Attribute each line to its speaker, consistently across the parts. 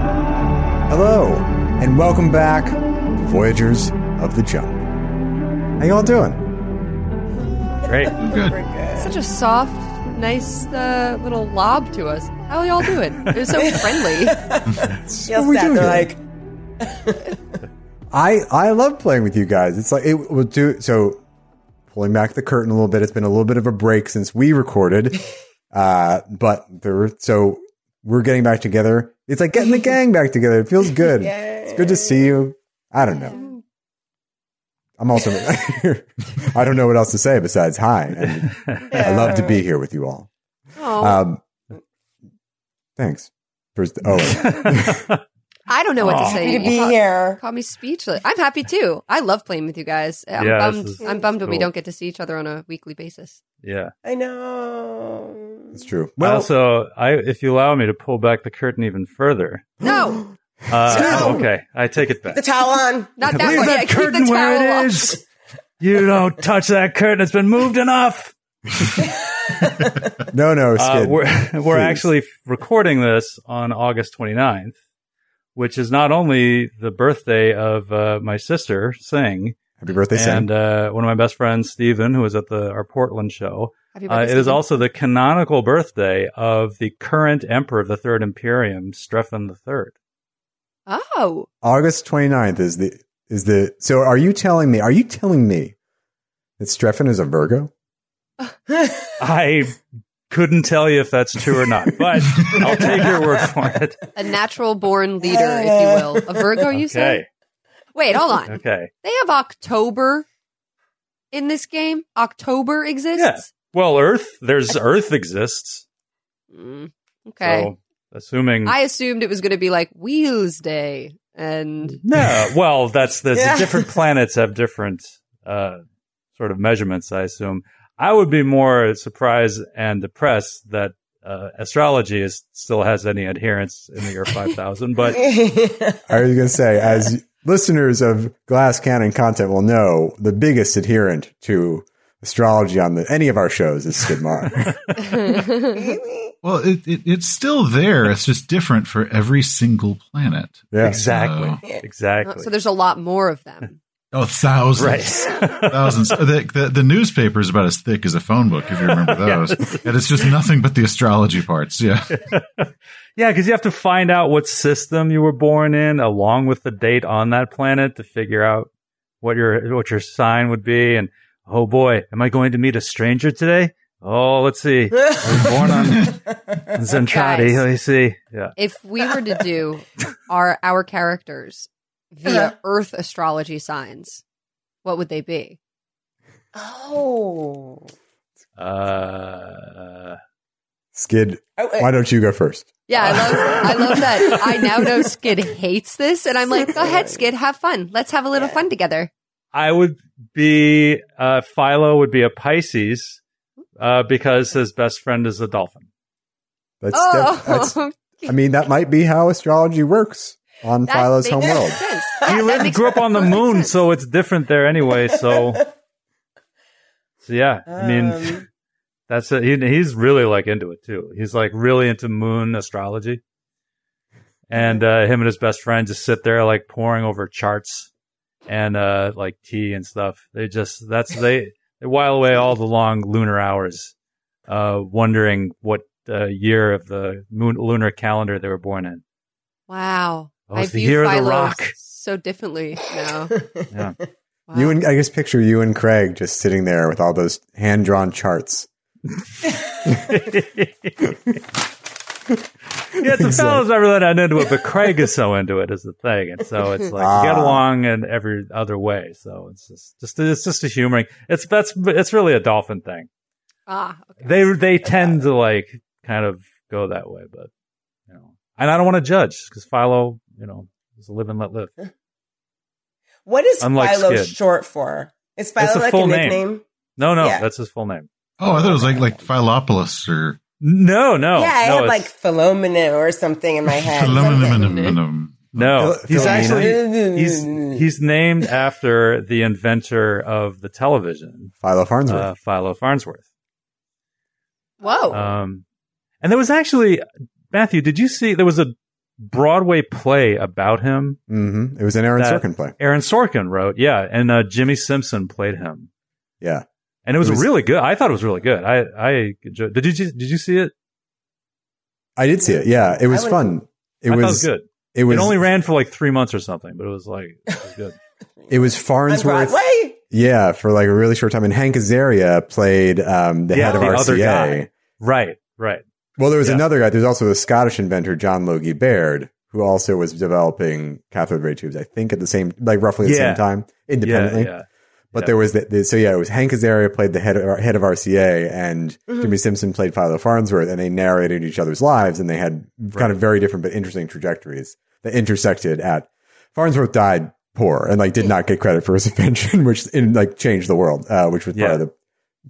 Speaker 1: Hello, and welcome back, Voyagers of the Jump. How y'all doing?
Speaker 2: Great.
Speaker 3: Such a soft, nice uh, little lob to us. How y'all doing? It was so friendly.
Speaker 4: Uh,
Speaker 1: What we do
Speaker 4: They're
Speaker 1: here?
Speaker 4: like,
Speaker 1: I I love playing with you guys. It's like it will do. So pulling back the curtain a little bit. It's been a little bit of a break since we recorded, uh, but there were so we're getting back together. It's like getting the gang back together. It feels good. It's good to see you. I don't know. I'm also I don't know what else to say besides hi. And I love to be here with you all.
Speaker 3: Oh,
Speaker 1: Um, thanks. First, oh,
Speaker 3: I don't know what to
Speaker 2: Aw.
Speaker 3: say.
Speaker 4: happy to be
Speaker 3: You caught,
Speaker 4: here.
Speaker 3: caught me speechless. I'm happy too. I love playing with you guys. I'm
Speaker 2: Yeah, this
Speaker 3: bummed.
Speaker 2: is-
Speaker 3: I'm bummed when we
Speaker 2: cool.
Speaker 3: don't get to see each other on a weekly basis.
Speaker 2: yeah.
Speaker 4: I know.
Speaker 1: it's true.
Speaker 2: Well, also, I if you allow me to pull back the curtain even further.
Speaker 3: No,
Speaker 2: Uh,
Speaker 4: Stop.
Speaker 2: okay, I take it back.
Speaker 4: The towel on.
Speaker 3: not that
Speaker 2: Leave
Speaker 3: one.
Speaker 2: that
Speaker 3: yeah, keep
Speaker 2: curtain
Speaker 3: the towel
Speaker 2: where
Speaker 3: off.
Speaker 2: it is. You don't touch that curtain. It's been moved enough.
Speaker 1: No, no,
Speaker 2: Uh,
Speaker 1: Skid.
Speaker 2: we're we're
Speaker 1: Please.
Speaker 2: actually recording this on August 29th, which is not only the birthday of uh, my sister, Sing,
Speaker 1: Happy birthday, Sam.
Speaker 2: and uh, one of my best friends, Steven, who was at the our Portland show.
Speaker 3: Happy
Speaker 2: Uh,
Speaker 3: birthday,
Speaker 2: it is
Speaker 3: Stephen.
Speaker 2: also the canonical birthday of the current emperor of the Third Imperium, Stefan the Third.
Speaker 3: Oh,
Speaker 1: August 29th is the is the so are you telling me are you telling me that Streffan is a Virgo?
Speaker 2: I couldn't tell you if that's true or not, but I'll take your word for it.
Speaker 3: a natural born leader, if you will. A Virgo, you say?
Speaker 2: Okay.
Speaker 3: Wait, hold on.
Speaker 2: Okay.
Speaker 3: They have October in this game. October exists.
Speaker 2: Well, Earth, there's Earth exists.
Speaker 3: Mm, okay.
Speaker 2: So, assuming.
Speaker 3: I assumed it was going to be like Wheels Day, and
Speaker 2: no. Well, that's the
Speaker 4: Yeah.
Speaker 2: different planets have different uh, sort of measurements, I assume. I would be more surprised and depressed that uh, astrology is still has any adherence in the year 5000, but
Speaker 1: I was going to say as listeners of Glass Cannon content will know, the biggest adherent to astrology on the, any of our shows is Skidmar.
Speaker 5: Well, it, it, it's still there. It's just different for every single planet.
Speaker 1: Yeah.
Speaker 2: exactly.
Speaker 5: So-
Speaker 2: Exactly.
Speaker 3: so there's a lot more of them.
Speaker 5: Oh, thousands.
Speaker 2: right.
Speaker 5: Thousands. the, the, the newspaper is about as thick as a phone book, if you remember those. And it's just nothing but the astrology parts. Yeah.
Speaker 2: Yeah, because you have to find out what system you were born in, along with the date on that planet, to figure out what your what your sign would be. And oh boy, am I going to meet a stranger today? Oh, let's see. I was born on Zentradi.
Speaker 3: Guys.
Speaker 2: Let me see. Yeah,
Speaker 3: If we were to do our our characters via Earth astrology signs, what would they be?
Speaker 4: oh.
Speaker 2: uh,
Speaker 1: Skid,
Speaker 4: Oh, wait.
Speaker 1: why don't you go first?
Speaker 3: Yeah, I love I love that. I now know Skid hates this, and I'm like, go ahead, Skid, have fun. Let's have a little fun together.
Speaker 2: I would be uh, Philo would be a Pisces uh, because his best friend is a dolphin.
Speaker 1: That's,
Speaker 3: Oh,
Speaker 1: that- that's I mean that might be how astrology works on
Speaker 3: that
Speaker 1: Philo's
Speaker 3: makes
Speaker 1: homeworld.
Speaker 3: sense.
Speaker 2: He
Speaker 3: Yeah, that
Speaker 2: lived,
Speaker 3: makes
Speaker 2: grew up on the
Speaker 3: perfect
Speaker 2: moon,
Speaker 3: sense.
Speaker 2: so it's different there anyway. So, so yeah, I
Speaker 3: Oh,
Speaker 2: mean.
Speaker 4: Um,
Speaker 2: That's it. He, he's really like into it too. He's like really into moon astrology. And uh, him and his best friend just sit there like poring over charts and uh, like tea and stuff. They just that's they they while away all the long lunar hours, uh, wondering what uh, year of the moon lunar calendar they were born in.
Speaker 3: Wow,
Speaker 2: Oh,
Speaker 3: I
Speaker 2: it's the
Speaker 3: view
Speaker 2: year of the
Speaker 3: Philo
Speaker 2: rock.
Speaker 3: so differently now.
Speaker 2: Yeah.
Speaker 3: Wow.
Speaker 1: You and I just picture you and Craig just sitting there with all those hand drawn charts.
Speaker 2: yeah, the fellow's never really that into it, but Craig is so into it is the thing, and so it's like you get
Speaker 1: Ah.
Speaker 2: along in every other way. So it's just, just it's just a humoring. It's that's it's really a dolphin thing.
Speaker 3: Ah, okay.
Speaker 2: they they tend to like kind of go that way, but you know, and I don't want to judge because Philo, you know, is a live and let live.
Speaker 4: What is
Speaker 2: Unlike
Speaker 4: Philo
Speaker 2: Skid.
Speaker 4: short for? Is
Speaker 2: That's
Speaker 4: Philo
Speaker 2: a
Speaker 4: like
Speaker 2: full
Speaker 4: a
Speaker 2: name.
Speaker 4: nickname?
Speaker 2: No, no,
Speaker 4: Yeah.
Speaker 2: that's his full name.
Speaker 5: Oh, I thought it was like like Philopoulos or
Speaker 2: No, no,
Speaker 4: yeah, I
Speaker 2: Oh, no,
Speaker 4: had
Speaker 2: it's-
Speaker 4: like Philomena or something in my head.
Speaker 5: Philomenon.
Speaker 2: no.
Speaker 1: Phil- Philomena?
Speaker 2: He's actually he's he's named after the inventor of the television,
Speaker 1: Philo Farnsworth.
Speaker 2: uh, Philo Farnsworth.
Speaker 3: Whoa.
Speaker 2: Um, and there was actually Matthew. Did you see there was a Broadway play about him?
Speaker 1: hmm It was an Aaron
Speaker 2: that-
Speaker 1: Sorkin play.
Speaker 2: Aaron Sorkin wrote, yeah, and uh, Jimmy Simpson played him,
Speaker 1: Yeah.
Speaker 2: and it was,
Speaker 1: It was-
Speaker 2: really good. I thought it was really good. I I enjoyed, did you did you see it?
Speaker 1: I did see it. Yeah. It was
Speaker 4: I would-
Speaker 1: fun. It
Speaker 2: I
Speaker 1: was,
Speaker 2: thought it was good.
Speaker 1: It was
Speaker 2: it only ran for like three months or something, but it was like it was good.
Speaker 1: It was
Speaker 4: on
Speaker 1: Farnsworth.
Speaker 4: Broadway.
Speaker 1: Yeah, for like a really short time. And Hank Azaria played um, the
Speaker 2: Yeah,
Speaker 1: head of
Speaker 2: the
Speaker 1: RCA.
Speaker 2: other guy. right, right.
Speaker 1: Well, there was
Speaker 2: Yeah.
Speaker 1: another guy. There's also the Scottish inventor John Logie Baird, who also was developing cathode ray tubes. I think at the same, like roughly at the
Speaker 2: Yeah.
Speaker 1: same time,
Speaker 2: Yeah,
Speaker 1: independently.
Speaker 2: yeah.
Speaker 1: But
Speaker 2: yeah.
Speaker 1: there was the, the, so yeah, it was Hank Azaria played the head of, head of RCA, and
Speaker 2: Mm-hmm.
Speaker 4: Mhm.
Speaker 1: Jimmy Simpson played Philo Farnsworth, and they narrated each other's lives, and they had
Speaker 2: Right.
Speaker 1: kind of very different but interesting trajectories that intersected. At Farnsworth died poor and like did not get credit for his invention, which in, like changed the world, uh, which was
Speaker 2: Yeah.
Speaker 1: part of the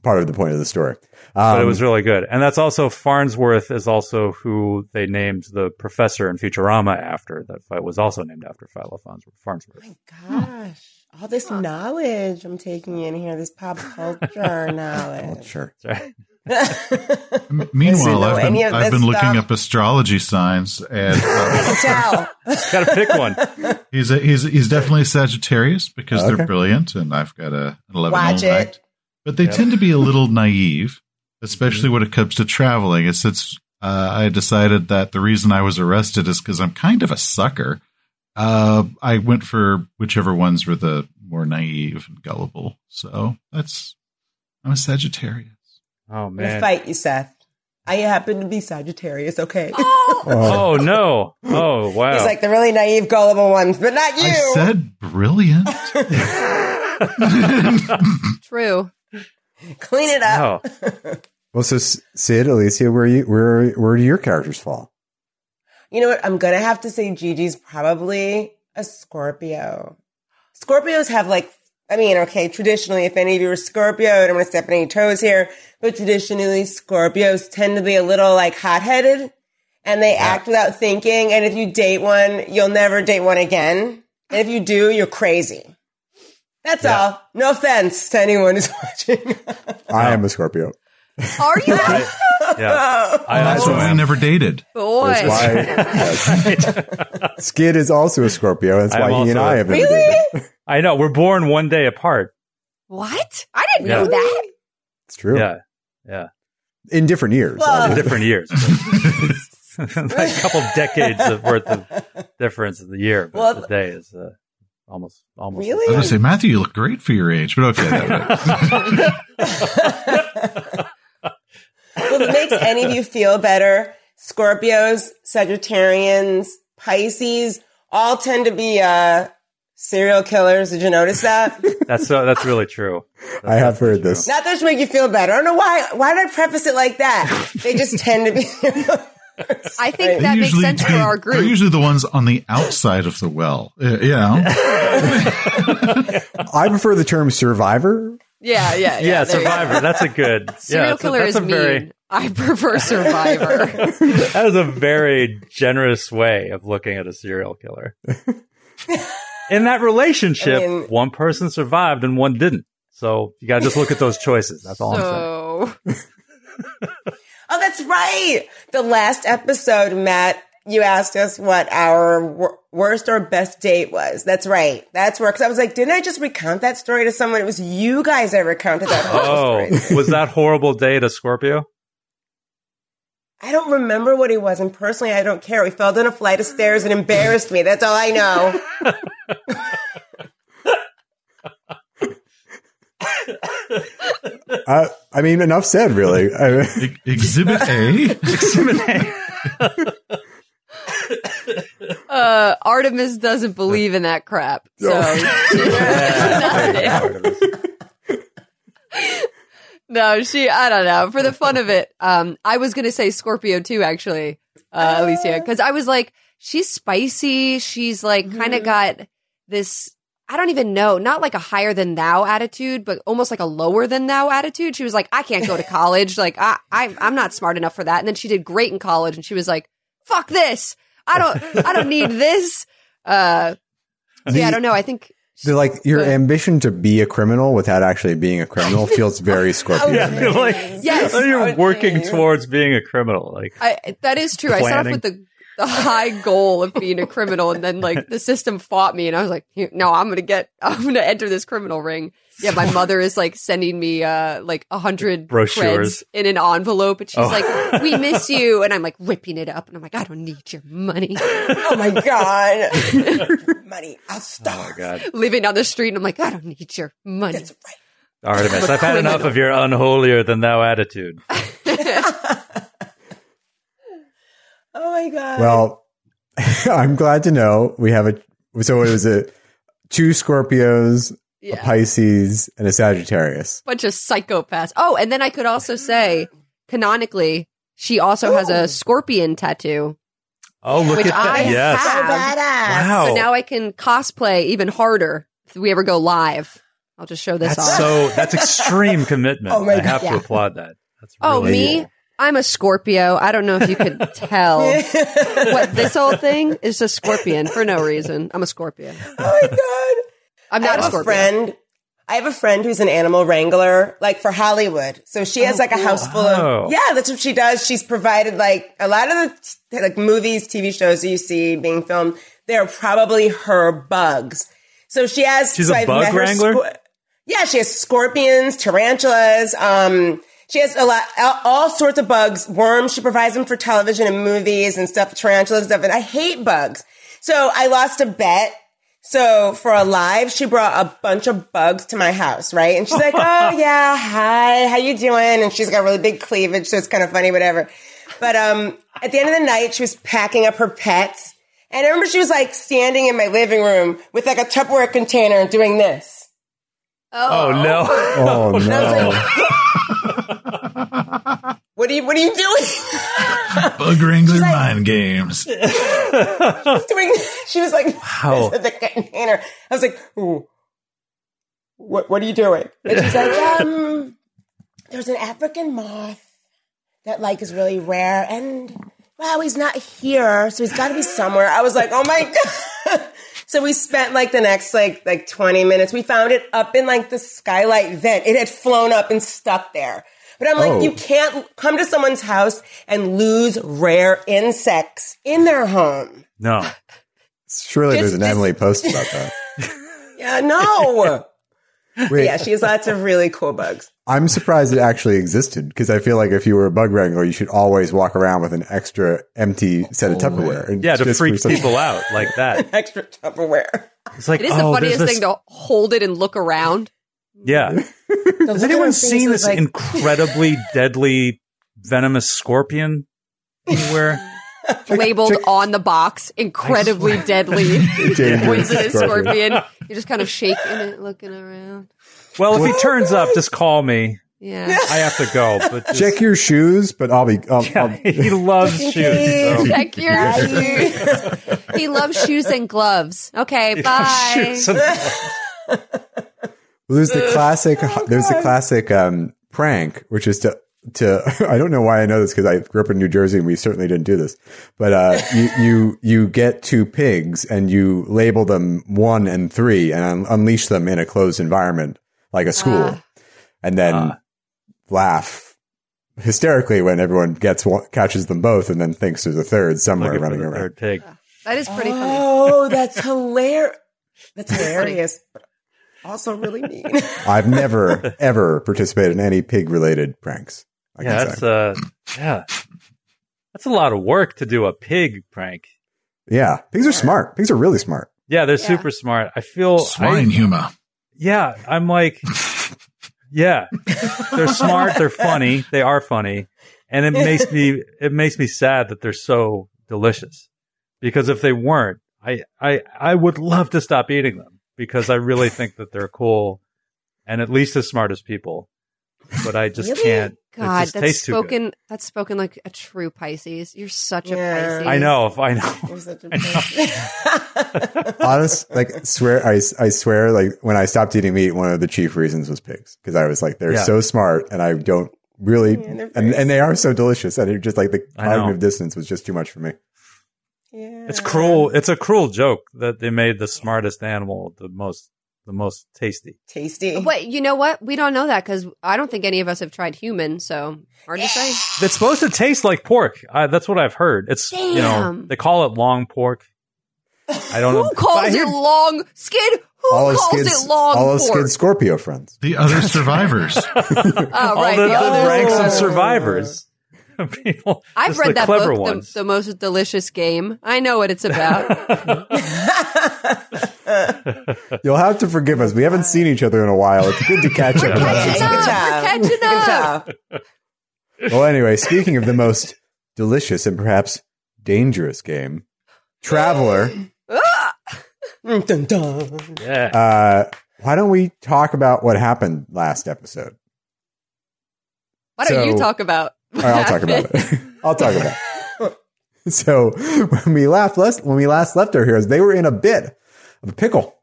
Speaker 1: part of the point of the story. Um,
Speaker 2: But it was really good, and that's also Farnsworth is also who they named the professor in Futurama after. That fight was also named after Philo Farnsworth. Farnsworth.
Speaker 4: Hmm. Gosh, all this knowledge I'm taking in here, this pop culture
Speaker 1: well,
Speaker 4: knowledge.
Speaker 1: sure.
Speaker 2: Sorry.
Speaker 4: I
Speaker 5: M- Meanwhile,
Speaker 4: know
Speaker 5: I've
Speaker 4: any
Speaker 5: been
Speaker 4: of
Speaker 5: I've
Speaker 4: this
Speaker 5: been looking
Speaker 4: stuff.
Speaker 5: up astrology signs, and uh,
Speaker 4: can
Speaker 2: Gotta pick one.
Speaker 4: tell.
Speaker 5: he's a, he's he's definitely a Sagittarius because
Speaker 1: Okay.
Speaker 5: they're brilliant, and I've got a an eleven
Speaker 4: Watch
Speaker 5: all night.
Speaker 4: it.
Speaker 5: But they
Speaker 2: Yeah.
Speaker 5: tend to be a little naive, especially when it comes to traveling. And since uh, I decided that the reason I was arrested is because I'm kind of a sucker, uh, I went for whichever ones were the more naive and gullible. So that's I'm a Sagittarius.
Speaker 2: Oh
Speaker 4: I'm gonna
Speaker 2: man.
Speaker 4: fight you, Seth. I happen to be Sagittarius, okay?
Speaker 1: Oh,
Speaker 2: Oh no. Oh wow.
Speaker 4: He's like the really naive, gullible ones, but not you.
Speaker 5: I said brilliant.
Speaker 3: True.
Speaker 4: Clean it up.
Speaker 3: "Ah."
Speaker 2: Wow.
Speaker 1: well, so S- Sid, Alicia, where you where where do your characters fall?
Speaker 4: You know what? I'm gonna have to say Gigi's probably a Scorpio. Scorpios have like, I mean, okay, traditionally, if any of you are Scorpio, I don't want to step on any toes here, but traditionally, Scorpios tend to be a little like hot headed and they act without thinking. And if you date one, you'll never date one again. And if you do, you're crazy. That's all. No offense to anyone who's watching.
Speaker 2: Oh.
Speaker 1: I am a Scorpio.
Speaker 3: Are you?
Speaker 2: Yeah. I
Speaker 5: That's
Speaker 2: also
Speaker 5: why we
Speaker 2: am.
Speaker 5: never dated.
Speaker 3: Boy.
Speaker 1: That's why yes. Skid is also a Scorpio. That's
Speaker 2: I'm
Speaker 1: why he and
Speaker 2: also-
Speaker 1: I have been
Speaker 4: really?
Speaker 1: dated.
Speaker 2: I know. We're born one day apart.
Speaker 3: What? I didn't
Speaker 2: Yeah.
Speaker 3: know that.
Speaker 1: It's true.
Speaker 2: Yeah.
Speaker 1: In different years.
Speaker 4: Well-
Speaker 1: obviously.
Speaker 2: Different years. like a couple decades of worth of difference in the year. But
Speaker 4: Well,
Speaker 2: the day is uh, almost almost
Speaker 4: Really?
Speaker 5: I was gonna say, Matthew, you look great for your age, but okay. that-
Speaker 4: Well, if it makes any of you feel better, Scorpios, Sagittarians, Pisces all tend to be uh, serial killers. Did you notice that? Not
Speaker 2: That's so that's really true. That's
Speaker 1: I have
Speaker 2: definitely
Speaker 1: heard this.
Speaker 4: that just make you feel better. I don't know why. Why did I preface it like that? They just tend to be.
Speaker 3: I think
Speaker 5: They
Speaker 3: that makes
Speaker 5: usually
Speaker 3: sense for
Speaker 5: do-
Speaker 3: our
Speaker 5: They're
Speaker 3: group.
Speaker 5: usually the ones on the outside of the well. Uh, you know,
Speaker 1: I prefer the term survivor.
Speaker 3: Yeah, yeah, yeah.
Speaker 2: Yeah,
Speaker 3: there you go.
Speaker 2: Survivor. That's a good yeah,
Speaker 3: Serial
Speaker 2: that's a-
Speaker 3: killer
Speaker 2: that's
Speaker 3: is
Speaker 2: a very-
Speaker 3: mean. I prefer Survivor.
Speaker 2: That is a very generous way of looking at a serial killer. In that relationship,
Speaker 4: I mean-
Speaker 2: one person survived and one didn't. So you gotta just look at those choices. That's all I'm saying.
Speaker 3: so
Speaker 4: Oh, that's right. The last episode, Matt, you asked us what our wor- worst or best date was. That's right. That's where, because I was like, didn't I just recount that story to someone? It was you guys that recounted that whole
Speaker 2: Oh,
Speaker 4: story.
Speaker 2: was that horrible date a Scorpio?
Speaker 4: I don't remember what he was, and personally, I don't care. He fell down a flight of stairs and embarrassed me. That's all I know.
Speaker 1: Uh, I mean, enough said, really. I,
Speaker 5: E- Exhibit A.
Speaker 3: uh, Artemis doesn't believe in that crap. So
Speaker 2: Yeah.
Speaker 3: No,
Speaker 2: Part of it.
Speaker 3: No, she. I don't know. For the fun of it, um, I was gonna say Scorpio too. Actually, uh, Alicia, because I was like, she's spicy. She's like kind of
Speaker 4: Mhm.
Speaker 3: got this. I don't even know. Not like a higher than thou attitude, but almost like a lower than thou attitude. She was like, I can't go to college. like I, I, I'm not smart enough for that. And then she did great in college, and she was like, fuck this. I don't. I don't need this. Uh, so yeah, I don't know. I think.
Speaker 1: They're like your
Speaker 3: But-
Speaker 1: ambition to be a criminal without actually being a criminal feels very Scorpio.
Speaker 2: Yeah,
Speaker 4: Yeah.
Speaker 2: like
Speaker 3: Yes.
Speaker 2: you're working
Speaker 4: Okay.
Speaker 2: towards being a criminal. Like
Speaker 3: I that is true. I started off with the the high goal of being a criminal, and then like the system fought me, and I was like, no, I'm gonna get, I'm gonna enter this criminal ring. Yeah, my mother is like sending me uh like a hundred
Speaker 2: Brochures.
Speaker 3: creds in an envelope, and she's
Speaker 2: Oh.
Speaker 3: like, "We miss you," and I'm like whipping it up, and I'm like, "I don't need your money."
Speaker 4: Oh my god, money! I'll starve.
Speaker 2: Oh, God,
Speaker 3: Living on the street, and I'm like, "I don't need your money."
Speaker 4: That's right.
Speaker 2: Artemis, I've had enough of your unholier than thou attitude.
Speaker 4: Oh my god.
Speaker 1: Well, I'm glad to know we have a so it was a two Scorpios, a
Speaker 3: Yeah.
Speaker 1: Pisces, and a Sagittarius.
Speaker 3: bunch of psychopaths. Oh, and then I could also say, canonically, she also has
Speaker 4: Ooh.
Speaker 3: a scorpion tattoo.
Speaker 2: Oh, look
Speaker 3: Which
Speaker 2: at that!
Speaker 3: I
Speaker 2: yes,
Speaker 4: so badass.
Speaker 2: wow.
Speaker 3: So now I can cosplay even harder if we ever go live. I'll just show this
Speaker 2: that's
Speaker 3: off.
Speaker 2: so that's extreme commitment.
Speaker 4: Oh my
Speaker 2: I have
Speaker 3: God.
Speaker 2: to
Speaker 3: Yeah.
Speaker 2: applaud that. That's
Speaker 3: oh,
Speaker 2: really
Speaker 3: me? I'm a Scorpio. I don't know if you could tell. What this whole thing is a scorpion for no reason. I'm a scorpion.
Speaker 4: oh my god.
Speaker 3: I'm not
Speaker 4: I
Speaker 3: a
Speaker 4: have a,
Speaker 3: scorpion.
Speaker 4: friend. I have a friend who's an animal wrangler, like for Hollywood. So she has like a house full
Speaker 2: Wow.
Speaker 4: of yeah. That's what she does. She's provided like a lot of the t- like movies, TV shows that you see being filmed. They're probably her bugs. So she has.
Speaker 2: She's
Speaker 4: so
Speaker 2: a
Speaker 4: I've
Speaker 2: bug
Speaker 4: met her
Speaker 2: wrangler?
Speaker 4: squ- yeah, she has scorpions, tarantulas. Um, she has a lot, all, all sorts of bugs, worms. She provides them for television and movies and stuff, tarantulas and stuff. And I hate bugs. So I lost a bet. So for a live, she brought a bunch of bugs to my house, right? And she's like, "Oh yeah, hi, how you doing?" And she's got really big cleavage, so it's kind of funny, whatever. But um, at the end of the night, she was packing up her pets, and I remember she was like standing in my living room with like a Tupperware container and doing this.
Speaker 2: Oh no!
Speaker 1: Oh no!
Speaker 4: What are you What are you doing?
Speaker 5: Bug Wrangler mind games.
Speaker 4: doing? She was like,
Speaker 2: Wow.
Speaker 4: the container. I was like, "Ooh, what What are you doing? And she's like, um, there's an African moth that like is really rare, and wow, he's not here, so he's got to be somewhere. I was like, oh my god. So we spent like the next like like 20 minutes. We found it up in like the skylight vent. It had flown up and stuck there. But I'm like,
Speaker 1: Oh.
Speaker 4: you can't come to someone's house and lose rare insects in their home.
Speaker 2: no,
Speaker 1: Surely
Speaker 4: Just-
Speaker 1: there's an
Speaker 4: just-
Speaker 1: Emily post about that.
Speaker 4: Yeah, no.
Speaker 1: Wait,
Speaker 4: yeah, she has lots of really cool bugs.
Speaker 1: I'm surprised it actually existed because I feel like if you were a bug wrangler, you should always walk around with an extra empty set of Tupperware. and
Speaker 2: yeah, to
Speaker 1: just for
Speaker 2: freak
Speaker 1: some-
Speaker 2: people out like that.
Speaker 4: Extra Tupperware.
Speaker 2: It's like
Speaker 3: It is
Speaker 2: oh,
Speaker 3: the
Speaker 2: there's
Speaker 3: funniest
Speaker 2: this-
Speaker 3: thing to hold it and look around.
Speaker 2: Yeah, has anyone seen this incredibly deadly venomous scorpion anywhere?
Speaker 3: labeled on the box, incredibly deadly,
Speaker 1: Dangerous
Speaker 3: poisonous
Speaker 1: scorpion.
Speaker 3: scorpion. You're just kind of shaking it, looking around.
Speaker 2: Well, if he turns up, just call me.
Speaker 3: Yeah.
Speaker 2: I have to go. But just-
Speaker 1: Check your shoes, but I'll be. I'll, I'll,
Speaker 2: he loves
Speaker 4: Just in
Speaker 2: shoes.
Speaker 4: case.
Speaker 2: so-
Speaker 3: Check your shoes. he loves shoes and gloves. Okay, bye.
Speaker 2: Shoes and-
Speaker 1: Well, there's the classic. there's the classic um, prank, which is to to. I don't know why I know this because I grew up in New Jersey and we certainly didn't do this. But uh, you you you get two pigs and you label them one and three and un- unleash them in a closed environment like a school,
Speaker 3: Ah.
Speaker 1: and then laugh hysterically when everyone gets one, catches them both and then thinks there's a third somewhere
Speaker 2: Looking for
Speaker 1: running
Speaker 2: the
Speaker 1: around.
Speaker 2: third pig.
Speaker 3: That is pretty funny.
Speaker 4: Oh, that's hilarious. That's hilarious. but Also, really mean.
Speaker 1: I've never ever participated in any pig related pranks. I
Speaker 2: Yeah,
Speaker 1: can
Speaker 2: that's
Speaker 1: say.
Speaker 2: uh, yeah, that's a lot of work to do a pig prank.
Speaker 1: yeah. Pigs are smart. Pigs are really smart.
Speaker 2: Yeah, they're
Speaker 3: Yeah.
Speaker 2: super smart. I feel
Speaker 5: Swine
Speaker 2: I-
Speaker 5: humor.
Speaker 2: yeah, I'm like, yeah, they're smart. They're funny. They are funny, and it makes me it makes me sad that they're so delicious. Because if they weren't, I I I would love to stop eating them because I really think that they're cool and at least as smart as people. but I just
Speaker 4: Really?
Speaker 2: can't. it
Speaker 3: God,
Speaker 2: just
Speaker 3: that's
Speaker 2: tastes too good.
Speaker 3: spoken. That's spoken like a true Pisces. You're such a
Speaker 4: Yeah.
Speaker 3: Pisces.
Speaker 2: I know, if I know.
Speaker 4: You're such a
Speaker 1: Honest, like swear, I, I swear, like when I stopped eating meat, one of the chief reasons was pigs because I was like, they're
Speaker 2: Yeah.
Speaker 1: so smart, and I don't really,
Speaker 4: Yeah, they're
Speaker 1: and,
Speaker 4: very
Speaker 1: and they are so delicious, and it just like the
Speaker 2: I know.
Speaker 1: cognitive distance was just too much for me.
Speaker 4: yeah.
Speaker 2: It's cruel. It's a cruel joke that they made the smartest animal the most the most tasty.
Speaker 4: Tasty.
Speaker 3: What you know? What we don't know that because I don't think any of us have tried human. So hard to say.
Speaker 2: It's supposed to taste like pork. I, that's what I've heard. It's you know
Speaker 3: Damn.
Speaker 2: they call it long pork. I don't know.
Speaker 3: Who calls it long skid? Who
Speaker 1: of
Speaker 3: calls
Speaker 1: Skid's-
Speaker 3: it long
Speaker 1: all of
Speaker 3: pork?
Speaker 1: Skid's Scorpio friends.
Speaker 5: The other survivors.
Speaker 3: Oh,
Speaker 2: All
Speaker 3: right.
Speaker 2: the,
Speaker 3: the
Speaker 2: the
Speaker 3: other-
Speaker 2: ranks
Speaker 4: Oh.
Speaker 2: of survivors. People,
Speaker 3: I've
Speaker 2: just
Speaker 3: read
Speaker 2: the
Speaker 3: that
Speaker 2: clever
Speaker 3: book,
Speaker 2: ones.
Speaker 3: the, the most delicious game. I know what it's about.
Speaker 1: You'll have to forgive us. We haven't seen each other in a while. It's good to catch up.
Speaker 4: Yeah,
Speaker 3: catching up.
Speaker 4: job.
Speaker 3: We're catching
Speaker 4: Good
Speaker 3: up.
Speaker 4: job.
Speaker 1: Well, anyway, speaking of the most delicious and perhaps dangerous game, Traveler.
Speaker 3: Ah!
Speaker 4: Mm, dun, dun.
Speaker 2: yeah.
Speaker 1: Uh, why don't we talk about what happened last episode?
Speaker 3: Why don't you
Speaker 1: So-
Speaker 3: talk about?
Speaker 1: All right, I'll talk about it. I'll talk about it. So when we left last, when we last left our heroes, they were in a bit of a pickle.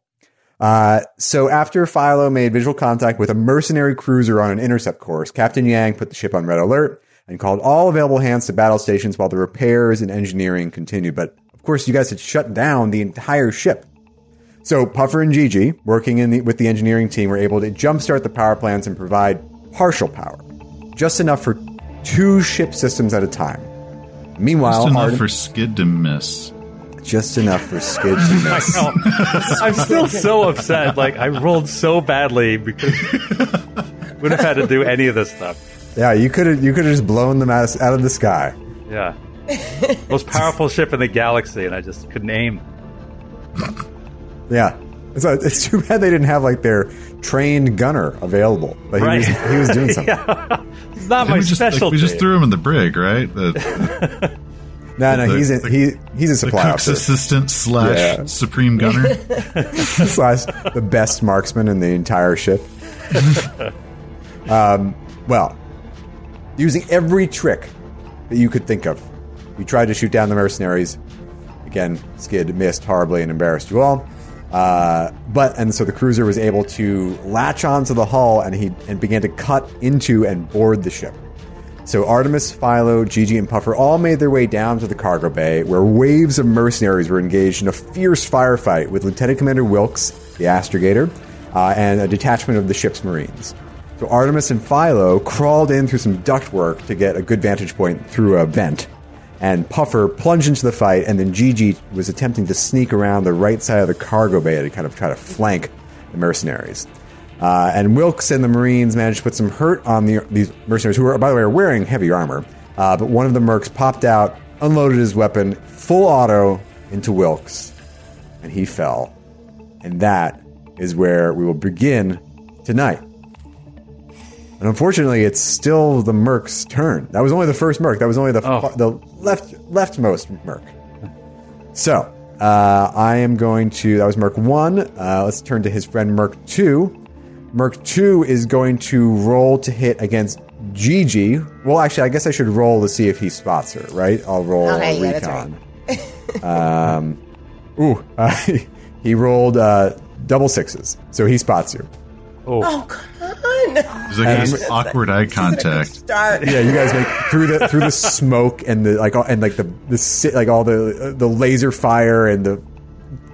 Speaker 1: Uh, so after Philo made visual contact with a mercenary cruiser on an intercept course, Captain Yang put the ship on red alert and called all available hands to battle stations while the repairs and engineering continued. But of course, you guys had shut down the entire ship. So Puffer and Gigi, working in the, with the engineering team, were able to jumpstart the power plants and provide partial power, just enough for two ship systems at a time. Meanwhile,
Speaker 5: Just enough
Speaker 1: Arden-
Speaker 5: for Skid to miss.
Speaker 1: just enough for Skid to miss.
Speaker 2: No. I'm still so upset. Like I rolled so badly because would have had to do any of this stuff.
Speaker 1: Yeah, you could have you could have just blown them out of, out of the sky.
Speaker 2: Yeah. Most powerful ship in the galaxy, and I just couldn't aim.
Speaker 1: Yeah, so it's too bad they didn't have like their trained gunner available, but he,
Speaker 2: Right.
Speaker 1: was, he was doing something.
Speaker 2: It's not my
Speaker 5: we, just, like,
Speaker 2: specialty.
Speaker 5: we just threw him in the brig, right? The, the
Speaker 1: No, no,
Speaker 5: The-
Speaker 1: he's a,
Speaker 5: the-
Speaker 1: he he's a supply
Speaker 5: cook's
Speaker 1: officer
Speaker 5: assistant slash
Speaker 1: Yeah.
Speaker 5: supreme gunner.
Speaker 1: slash the best marksman in the entire ship. um, well, using every trick that you could think of, you tried to shoot down the mercenaries. Again, Skid missed horribly and embarrassed you all. Uh, but and so the cruiser was able to latch onto the hull and he and began to cut into and board the ship. So Artemis, Philo, Gigi, and Puffer all made their way down to the cargo bay, where waves of mercenaries were engaged in a fierce firefight with Lieutenant Commander Wilkes, the astrogator, uh, and a detachment of the ship's marines. So Artemis and Philo crawled in through some ductwork to get a good vantage point through a vent, and Puffer plunged into the fight, and then Gigi was attempting to sneak around the right side of the cargo bay to kind of try to flank the mercenaries. Uh, and Wilkes and the Marines managed to put some hurt on the, these mercenaries, who, are, by the way, are wearing heavy armor. Uh, but one of the mercs popped out, unloaded his weapon, full auto into Wilkes, and he fell. And that is where we will begin tonight. And unfortunately, it's still the merc's turn. That was only the first merc. That was only the
Speaker 2: Oh.
Speaker 1: fu- the left leftmost merc. So uh, I am going to. That was merc one. Uh, let's turn to his friend merc two. Merc two is going to roll to hit against Gigi. Well, actually, I guess I should roll to see if he spots her. Right? I'll roll
Speaker 4: Okay,
Speaker 1: a
Speaker 4: yeah, that's
Speaker 1: recon. um, ooh, uh, he rolled uh, double sixes, so he spots you.
Speaker 4: Oh, come on.
Speaker 5: There's like this awkward eye contact.
Speaker 4: Start.
Speaker 1: Yeah, you guys make through the through the smoke and the like all- and like the the si- like all the uh, the laser fire and the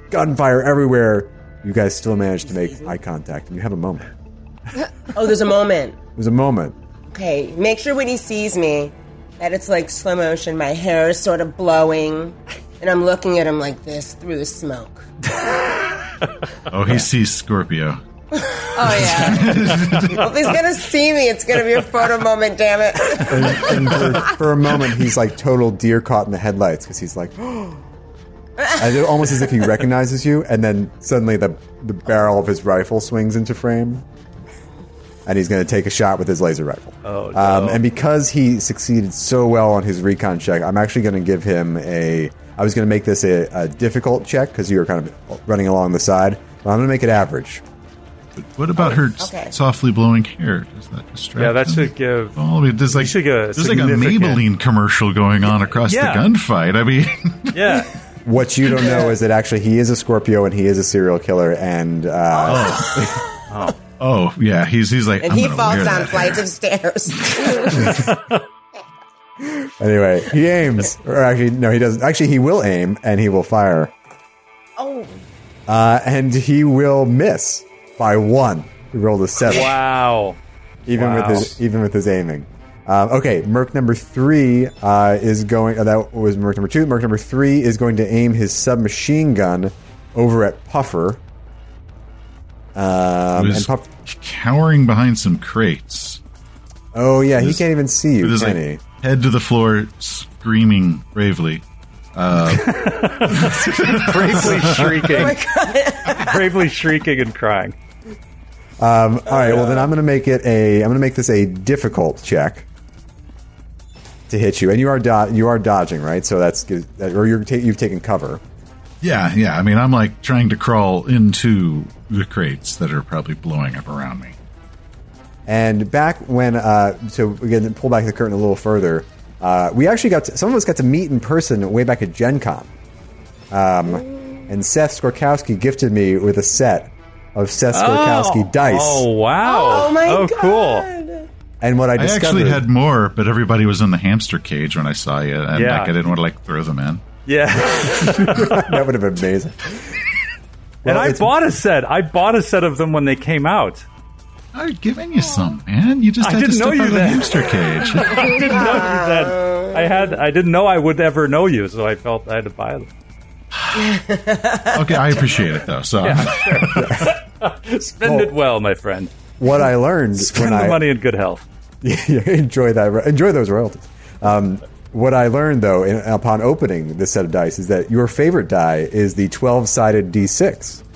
Speaker 1: gunfire everywhere. You guys still manage to make eye contact, and you have a moment.
Speaker 4: Oh, there's a moment.
Speaker 1: It was a moment.
Speaker 4: Okay, make sure when he sees me that it's like slow motion. My hair is sort of blowing, and I'm looking at him like this through the smoke.
Speaker 5: Oh, he sees Scorpio.
Speaker 3: Oh yeah.
Speaker 4: Well, if he's gonna see me, it's gonna be a photo moment. Damn it!
Speaker 1: And, and for, for a moment, he's like total deer caught in the headlights because he's like, and it- almost as if he recognizes you, and then suddenly the the barrel of his rifle swings into frame, and he's going to take a shot with his laser rifle.
Speaker 2: Oh, no.
Speaker 1: Um, and because he succeeded so well on his recon check, I'm actually going to give him a. I was going to make this a, a difficult check because you were kind of running along the side, but I'm going to make it average.
Speaker 5: What about her s-
Speaker 4: okay.
Speaker 5: softly blowing hair? Does that distract?
Speaker 2: Yeah, that
Speaker 5: them?
Speaker 2: should give.
Speaker 5: Well, I mean, there's like
Speaker 2: should get a
Speaker 5: there's like a
Speaker 2: significant-
Speaker 5: Maybelline commercial going on across
Speaker 2: Yeah.
Speaker 5: the gunfight. I mean,
Speaker 2: Yeah,
Speaker 1: What you don't know is that actually he is a Scorpio and he is a serial killer. And uh,
Speaker 5: oh yeah, he's he's like
Speaker 4: And
Speaker 5: I'm
Speaker 4: he
Speaker 5: gonna
Speaker 4: falls
Speaker 5: wear
Speaker 4: down
Speaker 5: that
Speaker 4: flights of stairs.
Speaker 1: anyway, he aims. Or actually, no, he doesn't. Actually, he will aim and he will fire.
Speaker 4: oh,
Speaker 1: Uh, and he will miss by one. He rolled a seven.
Speaker 2: wow.
Speaker 1: even
Speaker 2: Wow.
Speaker 1: with his even with his aiming. Um, okay, Merc number three uh, is going. Uh, that was Merc number two. Merc number three is going to aim his submachine gun over at Puffer. Um,
Speaker 5: Who's-
Speaker 1: and Puff-
Speaker 5: cowering behind some crates.
Speaker 1: oh yeah, he can't even see you,
Speaker 5: With his
Speaker 1: can
Speaker 5: like, head to the floor, screaming bravely.
Speaker 2: Bravely shrieking,
Speaker 4: my God.
Speaker 2: bravely shrieking and crying.
Speaker 1: he? All right, well then I'm going to make it a. I'm going to make this a difficult check to hit you, and you are do- you are dodging, right? So that's good, that- or you're ta- you've taken cover.
Speaker 5: Yeah, yeah. I mean, I'm like trying to crawl into the crates that are probably blowing up around me.
Speaker 1: And back when, uh, so again, to pull back the curtain a little further, uh, we actually got to, some of us got to meet in person way back at Gen Con. Um, and Seth Skorkowski gifted me with a set of Seth Skorkowski dice.
Speaker 2: Oh wow!
Speaker 4: oh my
Speaker 2: oh,
Speaker 4: God.
Speaker 2: cool.
Speaker 1: And what I
Speaker 5: I
Speaker 1: discovered,
Speaker 5: actually had more, but everybody was in the hamster cage when I saw you, and
Speaker 2: Yeah.
Speaker 5: like I didn't want to like throw them in.
Speaker 2: Yeah,
Speaker 1: that would have been amazing.
Speaker 2: and I
Speaker 1: it's-
Speaker 2: bought a set. I bought a set of them when they came out.
Speaker 5: I've given you some, man. You just
Speaker 2: I
Speaker 5: had to
Speaker 2: didn't know
Speaker 5: step out
Speaker 2: you
Speaker 5: of the
Speaker 2: then.
Speaker 5: hamster cage.
Speaker 2: I didn't know you that. I had. I didn't know I would ever know you, so I felt I had to buy them.
Speaker 5: okay, I appreciate it though. So
Speaker 2: Spend it well, my friend.
Speaker 1: What I learned
Speaker 2: Spend
Speaker 1: when
Speaker 2: the
Speaker 1: I
Speaker 2: money in good health.
Speaker 1: Yeah, enjoy that. Enjoy those royalties. Um, what I learned though, in, upon opening this set of dice, is that your favorite die is the twelve-sided D6, which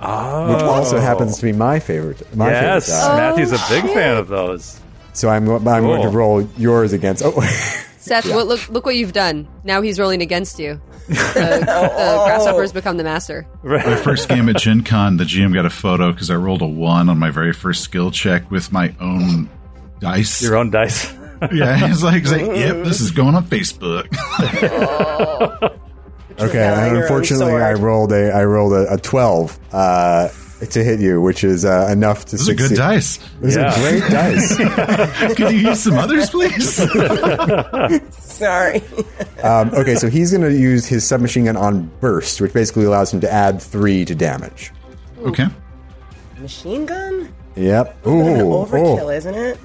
Speaker 1: also happens to be my favorite. My
Speaker 2: Oh. Yes,
Speaker 1: favorite die.
Speaker 2: Matthew's a big fan of those.
Speaker 1: So I'm I'm going to
Speaker 2: Cool.
Speaker 1: roll yours against. Oh,
Speaker 3: Seth, what, look look what you've done. Now he's rolling against you. The, the grasshoppers become the master.
Speaker 5: my first game at Gen Con, the GM got a photo because I rolled a one on my very first skill check with my own dice.
Speaker 2: Your own dice.
Speaker 5: yeah, it's like, it's like, yep, this is going on Facebook.
Speaker 1: okay.
Speaker 4: now
Speaker 1: and
Speaker 4: your own
Speaker 1: unfortunately,
Speaker 4: sword.
Speaker 1: I rolled a I rolled a, a twelve uh, to hit you, which is uh, enough to
Speaker 5: This is a
Speaker 1: succeed.
Speaker 5: good dice.
Speaker 1: This
Speaker 2: Yeah.
Speaker 1: is a great dice.
Speaker 5: Could you use some others, please?
Speaker 4: Sorry.
Speaker 1: Um, okay, so he's going to use his submachine gun on burst, which basically allows him to add three to damage.
Speaker 5: okay.
Speaker 4: Machine gun?
Speaker 1: Yep.
Speaker 4: An
Speaker 1: Ooh. oh.
Speaker 4: overkill,
Speaker 1: ooh.
Speaker 4: isn't it?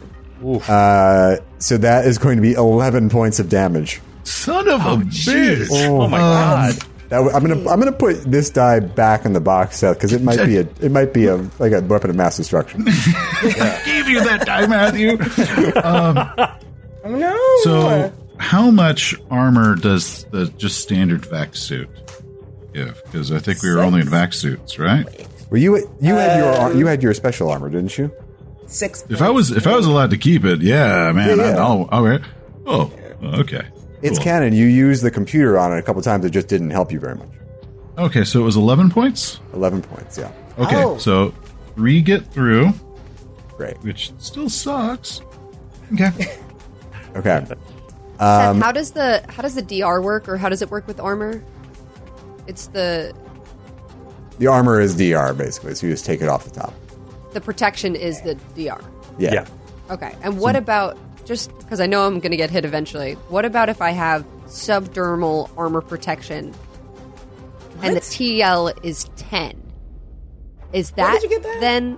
Speaker 1: Uh, so that is going to be 11 points of damage.
Speaker 5: Son of a bitch. Um,
Speaker 2: Oh my god.
Speaker 1: That w- I'm gonna I'm gonna put this die back in the box, Seth, because it might be a it might be a like a weapon of mass destruction.
Speaker 5: gave you that die, Matthew.
Speaker 4: Oh, no.
Speaker 5: So, how much armor does the just standard vac suit give? Because I think we were only in vac suits, right?
Speaker 1: Well, you you had your ar- you had your special armor, didn't you?
Speaker 4: Six.
Speaker 5: If I was if I was allowed to keep it, yeah, man.
Speaker 1: Yeah, yeah.
Speaker 5: I'd- I'll, all right. Oh, okay.
Speaker 1: It's
Speaker 5: Cool.
Speaker 1: canon. You used the computer on it a couple times. It just didn't help you very much.
Speaker 5: Okay, so it was eleven points.
Speaker 1: 11 points. Yeah,
Speaker 5: Okay,
Speaker 4: Oh.
Speaker 5: so three get through,
Speaker 1: great.
Speaker 5: which still sucks. Okay.
Speaker 1: Okay.
Speaker 4: Um,
Speaker 3: Seth, how does the how does the DR work, or how does it work with armor? It's the
Speaker 1: The armor is DR basically, so you just take it off the top.
Speaker 3: the protection is the DR.
Speaker 1: Yeah.
Speaker 2: Yeah.
Speaker 3: Okay, and what
Speaker 4: Hmm.
Speaker 3: about just because I know I'm going to get hit eventually? What about if I have subdermal armor protection, and the TL is ten? Is that,
Speaker 4: did you get that?
Speaker 3: then?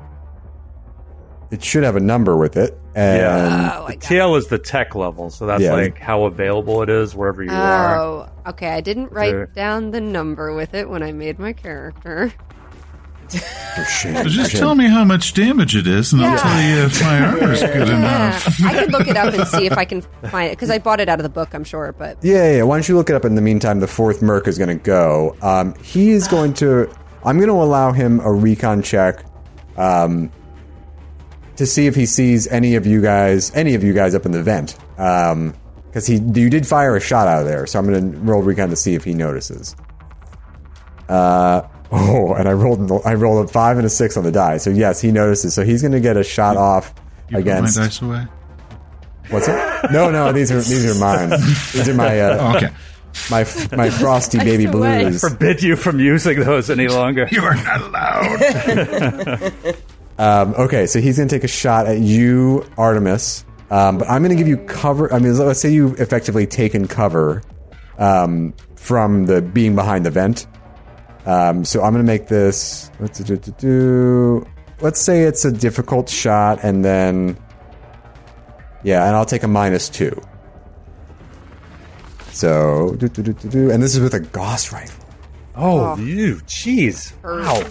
Speaker 1: It should have a number with it. And
Speaker 2: Yeah.
Speaker 3: Oh, I
Speaker 2: the
Speaker 3: got
Speaker 2: TL is the tech level, so that's
Speaker 1: Yeah.
Speaker 2: like how available it is wherever you are.
Speaker 3: Oh, okay. I didn't write
Speaker 2: There.
Speaker 3: down the number with it when I made my character.
Speaker 1: For shame,
Speaker 5: So
Speaker 1: for
Speaker 5: just
Speaker 1: shame.
Speaker 5: tell me how much damage it is, and I'll tell you if my armor is good
Speaker 3: Yeah,
Speaker 5: enough.
Speaker 3: I can look it up and see if I can find it because I bought it out of the book. I'm sure, but
Speaker 1: Yeah, yeah, yeah. Why don't you look it up in the meantime? The fourth Merc is going to go. Um, he is going to. I'm going to allow him a recon check um, to see if he sees any of you guys, any of you guys up in the vent. Because he, you did fire a shot out of there, so I'm going to roll recon to see if he notices. Uh, Oh, and I rolled I rolled a five and a six on the die. So yes, he notices. So he's going to get a shot off
Speaker 5: You
Speaker 1: against
Speaker 5: put my dice away.
Speaker 1: what's it? No, no, these are these are mine. These are my uh,
Speaker 5: Okay,
Speaker 1: my my frosty baby
Speaker 3: Dice away.
Speaker 1: blues.
Speaker 2: Forbid you from using those any longer.
Speaker 5: you are not allowed.
Speaker 1: Um, okay, so he's going to take a shot at you, Artemis. Um, but I'm going to give you cover. I mean, let's say you've effectively taken cover um, from the being behind the vent. Um, so I'm going to make this. Let's do, do, do. Let's say it's a difficult shot, and then yeah, and I'll take a minus two. So do, do, do, do, do. and this is with a Gauss rifle,
Speaker 2: Oh, you, jeez. Wow.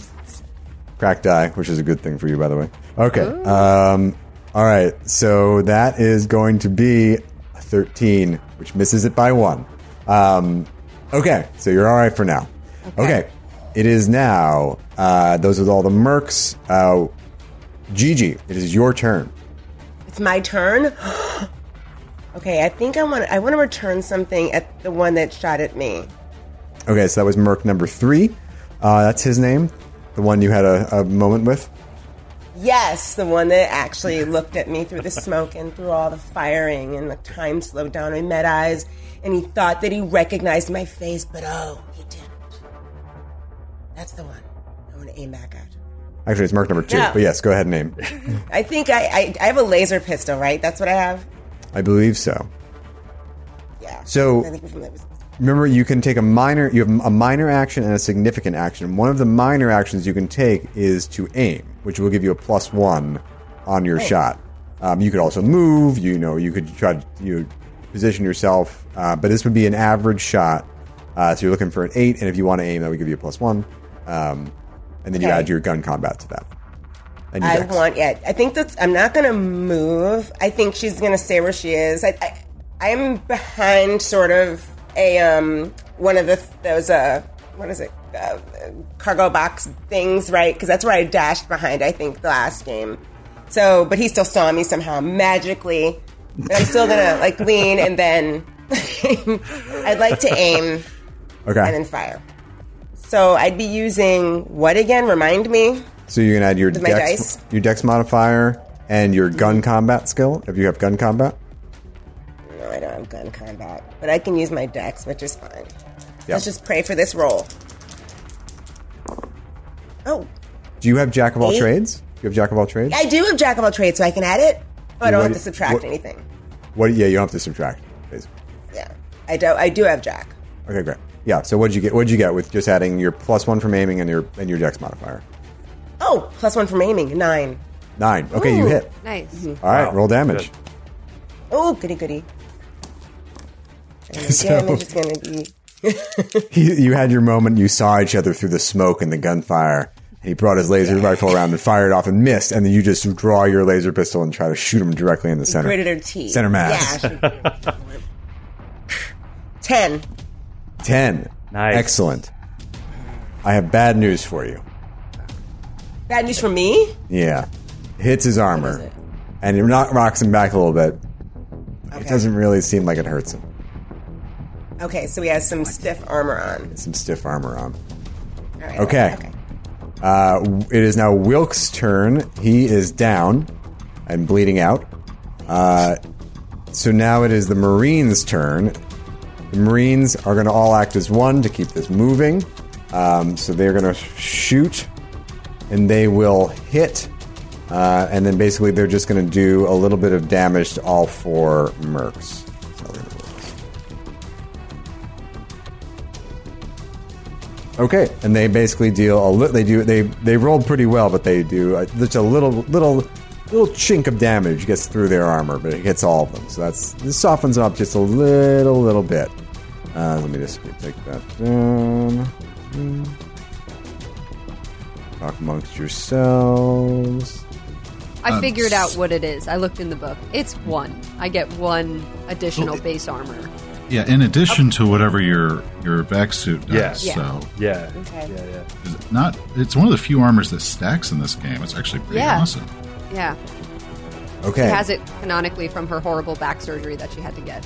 Speaker 1: cracked die, which is a good thing for you, by the way. Okay. Um, all right. So that is going to be a 13, which misses it by one. Um, okay. So you're all right for now. Okay. It is now. Uh, those are all the mercs. Uh, Gigi, it is your turn.
Speaker 4: It's my turn. okay, I think I want I want to return something at the one that shot at me.
Speaker 1: Okay. So that was merc number three. Uh, that's his name, the one you had a, a moment with.
Speaker 4: Yes, the one that actually looked at me through the smoke and through all the firing, and the time slowed down. We met eyes, and he thought that he recognized my face, but oh, he didn't. That's the one I want to aim back at.
Speaker 1: Actually, it's merc number two.
Speaker 4: Yeah.
Speaker 1: But yes, go ahead and name.
Speaker 4: I think I, I I have a laser pistol, right? That's what I have.
Speaker 1: I believe so.
Speaker 4: Yeah.
Speaker 1: So-
Speaker 4: I think from that was-
Speaker 1: Remember, you can take a minor. You have a minor action and a significant action. One of the minor actions you can take is to aim, which will give you a plus one on
Speaker 4: Oh.
Speaker 1: your shot. Um, you could also move. You know, you could try to you know, position yourself, uh, but this would be an average shot. Uh, so you're looking for an eight, and if you want to aim, that would give you a plus one, um, and then you
Speaker 4: Okay.
Speaker 1: add your gun combat to that. And your
Speaker 4: I
Speaker 1: dex.
Speaker 4: want yeah. I think that's. I'm not gonna move. I think she's gonna stay where she is. I, I I'm behind sort of a um one of the those uh what is it uh, cargo box things right because that's where I dashed behind. I think the last game. So, but he still saw me somehow magically. But I'm still gonna like lean and then I'd like to aim
Speaker 1: Okay,
Speaker 4: and then fire. So I'd be using what again? Remind me.
Speaker 1: so you can add your
Speaker 4: my
Speaker 1: dex,
Speaker 4: dice? Mm-hmm.
Speaker 1: your dex modifier, and your gun combat skill if you have gun combat.
Speaker 4: No, I don't have gun combat, but I can use my dex, which is fine.
Speaker 1: Yeah.
Speaker 4: Let's just pray for this roll. Oh,
Speaker 1: Do you have jack of all
Speaker 4: Eight.
Speaker 1: trades? Do you have jack of all trades?
Speaker 4: I do have jack of all trades, so I can add it, but I don't
Speaker 1: What-
Speaker 4: have to subtract
Speaker 1: what-
Speaker 4: anything.
Speaker 1: What? Yeah, you don't have to subtract. basically.
Speaker 4: Yeah, I do. I do have jack.
Speaker 1: Okay, great. Yeah. So what did you get? What did you get with just adding your plus one from aiming and your and your dex modifier?
Speaker 4: Oh, plus one from aiming, nine.
Speaker 1: Nine. Okay, you
Speaker 3: Ooh,
Speaker 1: hit.
Speaker 3: Nice.
Speaker 1: All right,
Speaker 2: Wow.
Speaker 1: roll damage.
Speaker 4: Oh, goody goody. And the
Speaker 1: So-
Speaker 4: damage is gonna be.
Speaker 1: He, you had your moment. You saw each other through the smoke and the gunfire. And he brought his laser rifle around and fired off and missed. And then you just draw your laser pistol and try to shoot him directly in the center.
Speaker 4: Gritted her teeth.
Speaker 1: Center mass.
Speaker 4: Yeah. she- Ten.
Speaker 1: Ten.
Speaker 2: Nice.
Speaker 1: Excellent. I have bad news for you.
Speaker 4: Bad news for me.
Speaker 1: Yeah. Hits his
Speaker 4: is
Speaker 1: armor.
Speaker 4: it?
Speaker 1: And it knock, rocks him back a little bit.
Speaker 4: Okay.
Speaker 1: It doesn't really seem like it hurts him.
Speaker 4: Okay, so he has some stiff armor on.
Speaker 1: Some stiff armor on.
Speaker 4: All right,
Speaker 1: Okay.
Speaker 4: Okay.
Speaker 1: Uh, it is now Wilk's turn. He is down and bleeding out. Uh, so now it is the Marines' turn. The Marines are going to all act as one to keep this moving. Um, so they're going to shoot and they will hit. Uh, and then basically they're just going to do a little bit of damage to all four mercs. So we're gonna roll this. Okay, and they basically deal a li- they do they they roll pretty well, but they do uh, just a little little little chink of damage gets through their armor, but it hits all of them. So that's this softens up just a little little bit. Uh, let me just take that down. Talk amongst yourselves.
Speaker 2: Uh,
Speaker 3: I figured out what it is. I looked in the book. It's one. I get one additional base armor.
Speaker 5: Yeah, in addition to whatever your your back suit
Speaker 2: Yeah.
Speaker 5: does.
Speaker 3: Yeah.
Speaker 5: So
Speaker 2: Yeah.
Speaker 4: Okay.
Speaker 2: Yeah, yeah.
Speaker 5: it's not it's one of the few armors that stacks in this game. It's actually pretty
Speaker 3: Yeah.
Speaker 5: awesome.
Speaker 3: Yeah.
Speaker 1: Okay.
Speaker 3: She has it canonically from her horrible back surgery that she had to get.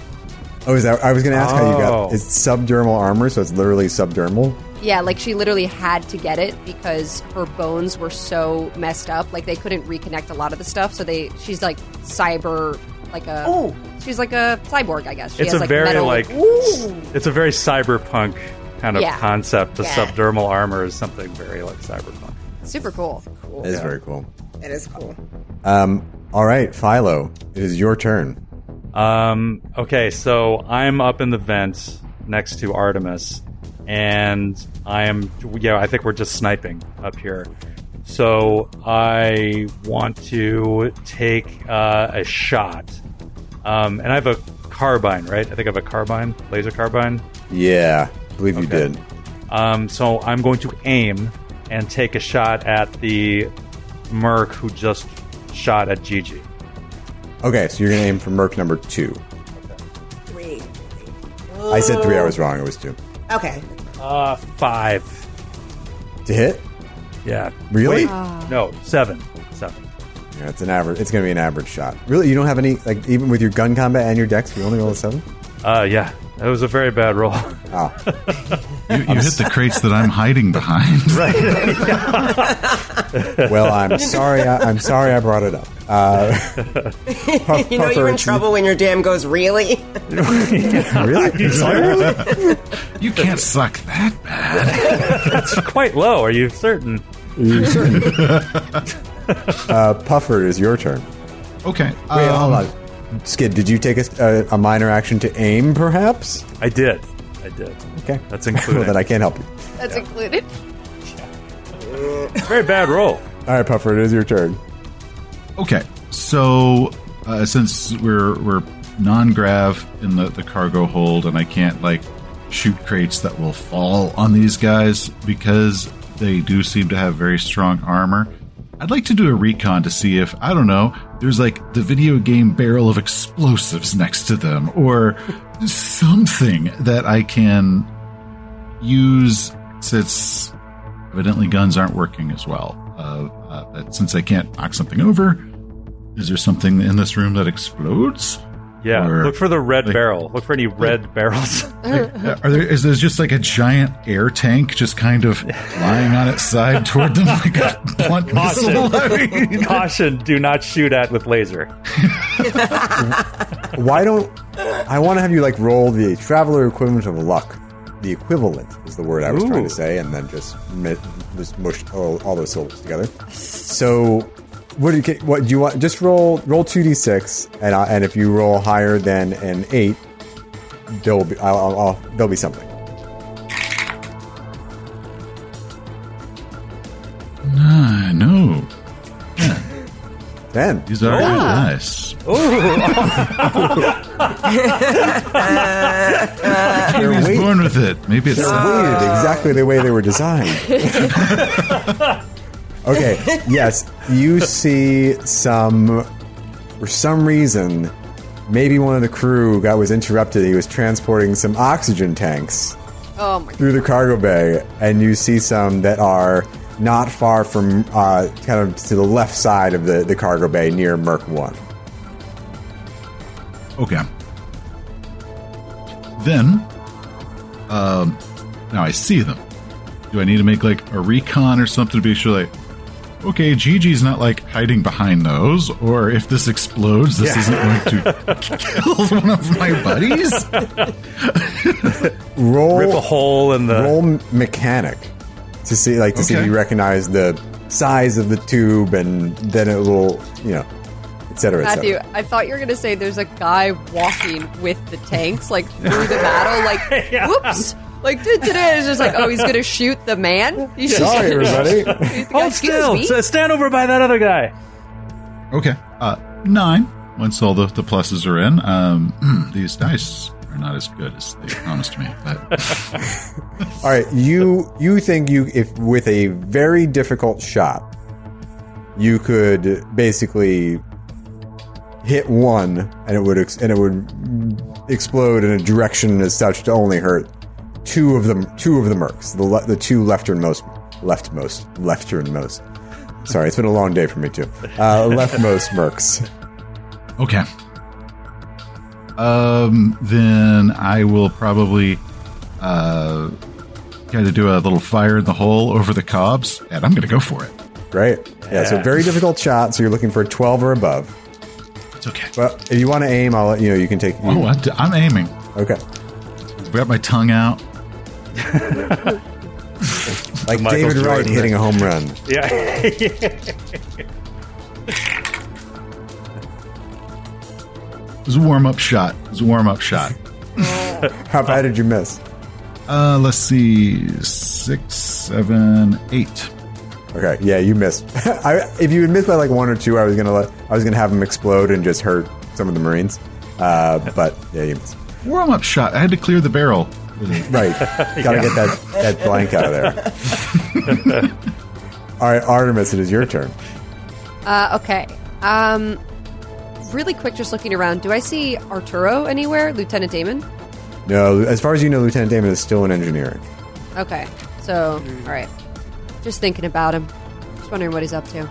Speaker 1: Oh, is that? I was going to ask how you
Speaker 2: Oh.
Speaker 1: got. It's subdermal armor, so it's literally subdermal.
Speaker 3: Yeah, like she literally had to get it because her bones were so messed up. Like they couldn't reconnect a lot of the stuff. So they, she's like cyber, like a,
Speaker 4: Oh.
Speaker 3: she's like a cyborg, I guess. She
Speaker 2: it's
Speaker 3: has
Speaker 2: a
Speaker 3: like
Speaker 2: very
Speaker 3: metal,
Speaker 2: like
Speaker 4: Ooh.
Speaker 2: it's a very cyberpunk kind of
Speaker 3: Yeah.
Speaker 2: concept. The
Speaker 4: Yeah.
Speaker 2: subdermal armor is something very like cyberpunk.
Speaker 3: super cool.
Speaker 4: Cool.
Speaker 1: It's very cool.
Speaker 4: That is cool.
Speaker 1: Um, all right, Philo, it is your turn.
Speaker 2: Um, okay, so I'm up in the vent next to Artemis, and I am, yeah, I think we're just sniping up here. So I want to take uh, a shot. Um, and I have a carbine, right? I think I have a carbine, laser carbine.
Speaker 1: Yeah, I believe you
Speaker 2: Okay.
Speaker 1: did.
Speaker 2: Um, so I'm going to aim and take a shot at the Merc who just shot at Gigi.
Speaker 1: Okay, so you're going to aim for Merc number two.
Speaker 4: Three.
Speaker 1: I said three. I was wrong. It was two.
Speaker 4: Okay.
Speaker 2: Uh, five.
Speaker 1: To hit?
Speaker 2: Yeah.
Speaker 1: Really?
Speaker 2: Wait, no, seven. Seven.
Speaker 1: Yeah, it's an average. It's going to be an average shot. Really, you don't have any like even with your gun combat and your dex, you only roll a seven.
Speaker 2: Uh, yeah, that was a very bad roll.
Speaker 1: Oh,
Speaker 5: You, you hit the crates that I'm hiding behind. Right.
Speaker 1: well, I'm sorry. I, I'm sorry I brought it up. Uh, Puff-
Speaker 4: You know
Speaker 1: Puffer,
Speaker 4: you're in
Speaker 1: it's-
Speaker 4: trouble when your dam goes really.
Speaker 1: Really? I'm sorry, really?
Speaker 5: You can't suck that bad.
Speaker 2: That's quite low. Are you certain?
Speaker 1: Uh, Puffer, it is your turn.
Speaker 5: Okay.
Speaker 1: Wait,
Speaker 5: um,
Speaker 1: hold on. Skid, did you take a, a, a minor action to aim, perhaps?
Speaker 2: I did. I did.
Speaker 1: Okay.
Speaker 2: That's
Speaker 1: Well,
Speaker 2: included.
Speaker 1: then I can't help you.
Speaker 3: That's included.
Speaker 2: Very bad roll.
Speaker 1: All right, Puffer, it is your turn.
Speaker 5: Okay, so uh, since we're we're non-grav in the, the cargo hold, and I can't like shoot crates that will fall on these guys because they do seem to have very strong armor. I'd like to do a recon to see if I don't know. There's like the video game barrel of explosives next to them, or something that I can use since evidently guns aren't working as well. Uh, uh, but since I can't knock something over, is there something in this room that explodes?
Speaker 2: Yeah.
Speaker 5: Or-
Speaker 2: Look for the red
Speaker 5: like-
Speaker 2: barrel. Look for any red barrels.
Speaker 5: Like, are there? Is there just like a giant air tank just kind of lying on its side toward them like a blunt missile? I mean,
Speaker 2: Caution! Do not shoot at with laser.
Speaker 1: Why don't I want to have you like roll the traveler equivalent of luck? The equivalent is the word I was trying
Speaker 2: Ooh.
Speaker 1: to say, and then just mi- just mush all, all those syllables together. So, what do you ca- what do you want? Just roll roll two d six, and I, and if you roll higher than an eight, there will be I'll, I'll, I'll, there'll be something.
Speaker 5: I know
Speaker 1: Ten.
Speaker 5: Ah, these are nice. I
Speaker 1: They're
Speaker 5: was
Speaker 1: weighted,
Speaker 5: born with it. Maybe it's
Speaker 1: they're weighted exactly the way they were designed. okay. Yes, you see some for some reason, maybe one of the crew got was interrupted. He was transporting some oxygen tanks
Speaker 3: Oh my.
Speaker 1: through the cargo bay, and you see some that are not far from, uh, kind of to the left side of the, the cargo bay near Merc One.
Speaker 5: Okay. Then, um, now I see them. Do I need to make like a recon or something to be sure, like, okay, Gigi's not like hiding behind those, or if this explodes, this isn't going to kill one of my buddies?
Speaker 1: Roll
Speaker 2: Rip a hole in the.
Speaker 1: roll m- mechanic to see like to see if
Speaker 5: Okay.
Speaker 1: you recognize the size of the tube and then it will you know et cetera, et
Speaker 3: Matthew,
Speaker 1: cetera.
Speaker 3: I thought you were going to say there's a guy walking with the tanks, like through the battle, like, whoops. Like, did today it's just like, oh, he's going to shoot the man? He's just-
Speaker 1: sorry everybody
Speaker 3: he's like,
Speaker 2: Hold
Speaker 3: "Excuse
Speaker 2: still.
Speaker 3: me?"
Speaker 2: S- Stand over by that other guy.
Speaker 5: Okay. Uh, nine. Once all the, the pluses are in, um, these dice are not as good as they promised me. But
Speaker 1: all right you you think you if with a very difficult shot you could basically hit one and it would ex- and it would explode in a direction as such to only hurt two of them two of the mercs the, le- the two lefternmost leftmost lefternmost sorry it's been a long day for me too uh, leftmost mercs
Speaker 5: okay. um, then I will probably uh, kind of do a little fire in the hole over the cobs, and I'm going to go for it.
Speaker 1: Great. Yeah, so
Speaker 2: Yeah.
Speaker 1: very difficult shot. So you're looking for a 12 or above.
Speaker 5: It's okay.
Speaker 1: Well, if you want to aim, I'll let you know. You can take.
Speaker 5: Oh, I'm, I'm aiming.
Speaker 1: Okay.
Speaker 5: I've got my tongue out.
Speaker 1: Like
Speaker 2: Michael
Speaker 1: David Wright
Speaker 2: Jordan.
Speaker 1: hitting a home run.
Speaker 2: Yeah.
Speaker 5: It was a warm up shot. It was a warm up shot.
Speaker 1: How bad did you miss?
Speaker 5: Uh, let's see, six, seven, eight.
Speaker 1: Okay. Yeah, you missed. I, if you had missed by like one or two, I was gonna let. I was gonna have him explode and just hurt some of the Marines. Uh, but yeah, you missed.
Speaker 5: Warm up shot. I had to clear the barrel.
Speaker 1: Right. Gotta get that, that blank out of there. All right, Artemis, it is your turn.
Speaker 3: Uh, okay. Um, really quick, just looking around. Do I see Arturo anywhere? Lieutenant Damon?
Speaker 1: No, as far as you know, Lieutenant Damon is still in engineering.
Speaker 3: Okay. So, all right. Just thinking about him. Just wondering what he's up to.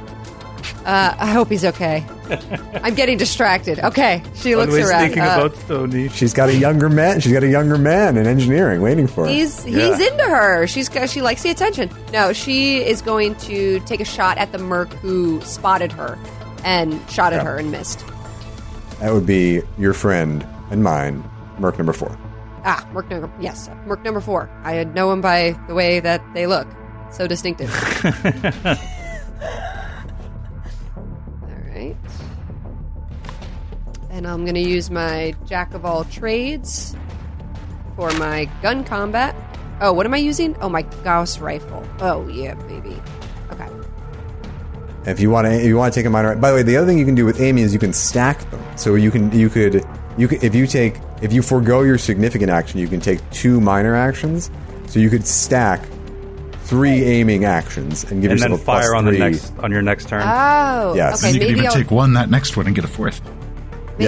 Speaker 3: Uh, I hope he's okay. I'm getting distracted. Okay. She looks
Speaker 2: Always
Speaker 3: around.
Speaker 2: thinking
Speaker 3: Uh,
Speaker 2: about Tony.
Speaker 1: She's got a younger man. She's got a younger man in engineering waiting for her.
Speaker 3: He's he's
Speaker 2: Yeah.
Speaker 3: into her. She's she likes the attention. No, she is going to take a shot at the merc who spotted her and shot at her and missed.
Speaker 1: that would be your friend and mine, Merc number four.
Speaker 3: Ah, merc number yes, merc number four. I had know him by the way that they look, so distinctive. all right, and I'm gonna use my jack of all trades for my gun combat. Oh, what am I using? Oh, my Gauss rifle. Oh yeah, baby. Okay.
Speaker 1: If you want to, if you want to take a minor. By the way, the other thing you can do with aiming is you can stack them. So you can, you could, you could, if you take, if you forego your significant action, you can take two minor actions. So you could stack three aiming actions and give
Speaker 2: And
Speaker 1: yourself
Speaker 2: then
Speaker 1: a plus
Speaker 2: fire on
Speaker 1: three.
Speaker 2: the next on your next turn.
Speaker 3: Oh,
Speaker 1: Yes.
Speaker 5: and
Speaker 3: okay.
Speaker 5: you could
Speaker 3: Maybe
Speaker 5: even
Speaker 3: I'll,
Speaker 5: take one that next one and get a fourth.
Speaker 3: maybe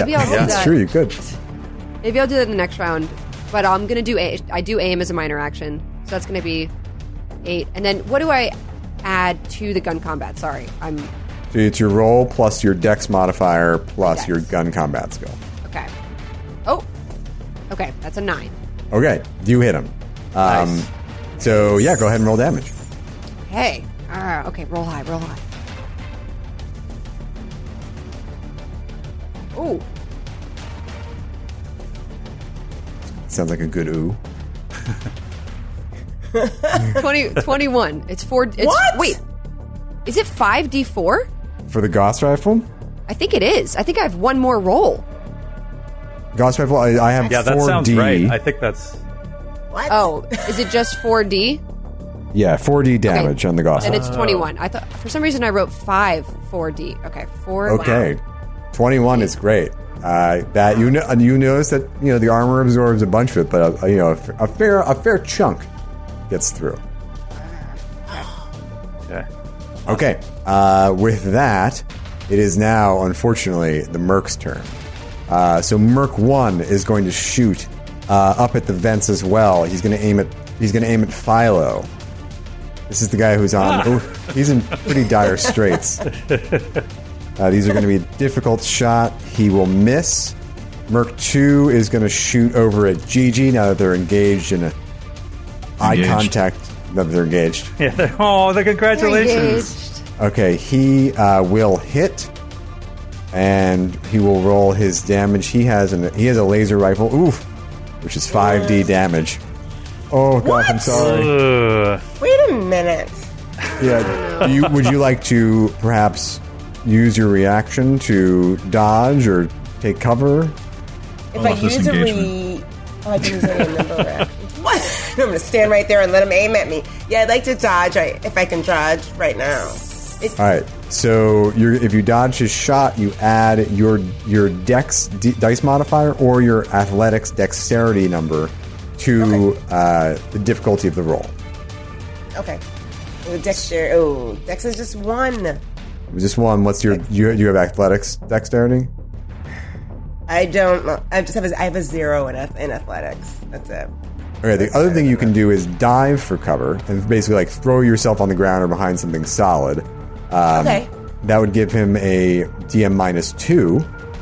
Speaker 3: I'll do
Speaker 1: yeah, that's
Speaker 3: that.
Speaker 1: true. You could.
Speaker 3: Maybe I'll do that in the next round. But I'm gonna do a- I do aim as a minor action, so that's gonna be eight. And then what do I add to the gun combat? Sorry, I'm
Speaker 1: So it's your roll plus your dex modifier plus
Speaker 3: Dex.
Speaker 1: your gun combat skill.
Speaker 3: okay. Oh, okay, that's a nine.
Speaker 1: Okay, you hit him. Um, So yeah, go ahead and roll damage.
Speaker 3: Hey, uh, okay, roll high, roll high. Oh,
Speaker 1: Sounds like a good ooh.
Speaker 3: 20, 21. It's four. It's,
Speaker 4: What?
Speaker 3: Wait, is it five d four?
Speaker 1: For the Gauss rifle,
Speaker 3: I think it is. I think I have one more roll.
Speaker 1: Gauss rifle, I, I have
Speaker 2: yeah, that
Speaker 1: 4D.
Speaker 2: sounds right. I think that's
Speaker 4: What?
Speaker 3: Oh, is it just four d?
Speaker 1: yeah, 4D damage on the Gauss
Speaker 3: And
Speaker 1: rifle.
Speaker 3: it's 21. I thought for some reason I wrote 5 4D. Okay, 4
Speaker 1: Okay, 21 is great. Uh, that you know, you notice that you know the armor absorbs a bunch of it, but uh, you know a, fair a fair chunk gets through.
Speaker 2: okay.
Speaker 1: Okay, uh, with that, it is now unfortunately the Merc's turn. Uh, so Merc One is going to shoot uh, up at the vents as well. He's going to aim at he's going to aim at Philo. This is the guy who's on. Oh, he's in pretty dire straits. Uh, these are going to be a difficult shot. He will miss. Merc Two is going to shoot over at Gigi now that they're engaged in a eye
Speaker 5: Engaged.
Speaker 1: contact. Now that they're engaged.
Speaker 2: Yeah. they're- Oh, the congratulations.
Speaker 1: Okay, he uh, will hit, and he will roll his damage. He has an he has a laser rifle, oof, which is five d damage. Oh gosh, I'm sorry.
Speaker 2: Ugh.
Speaker 4: Wait a minute.
Speaker 1: Yeah, you, would you like to perhaps use your reaction to dodge or take cover?
Speaker 4: If
Speaker 5: I'll
Speaker 4: I
Speaker 5: let this
Speaker 4: use a re.
Speaker 5: engagement.
Speaker 4: Oh, I can use any number of reactions. What? I'm gonna stand right there and let him aim at me. Yeah, I'd like to dodge right, if I can dodge right now.
Speaker 1: All right. So you're, if you dodge his shot, you add your your dex d- dice modifier or your athletics dexterity number to uh, the difficulty of the roll.
Speaker 4: Okay. Oh, Dexter. Oh, Dex is just one.
Speaker 1: Just one. What's your you, you have athletics dexterity?
Speaker 4: I don't. know. I just have. A, I have a zero in, ath- in athletics. That's it.
Speaker 1: Okay. The other thing you can do is dive for cover and basically like throw yourself on the ground or behind something solid. Uh,
Speaker 4: okay.
Speaker 1: That would give him a DM minus two,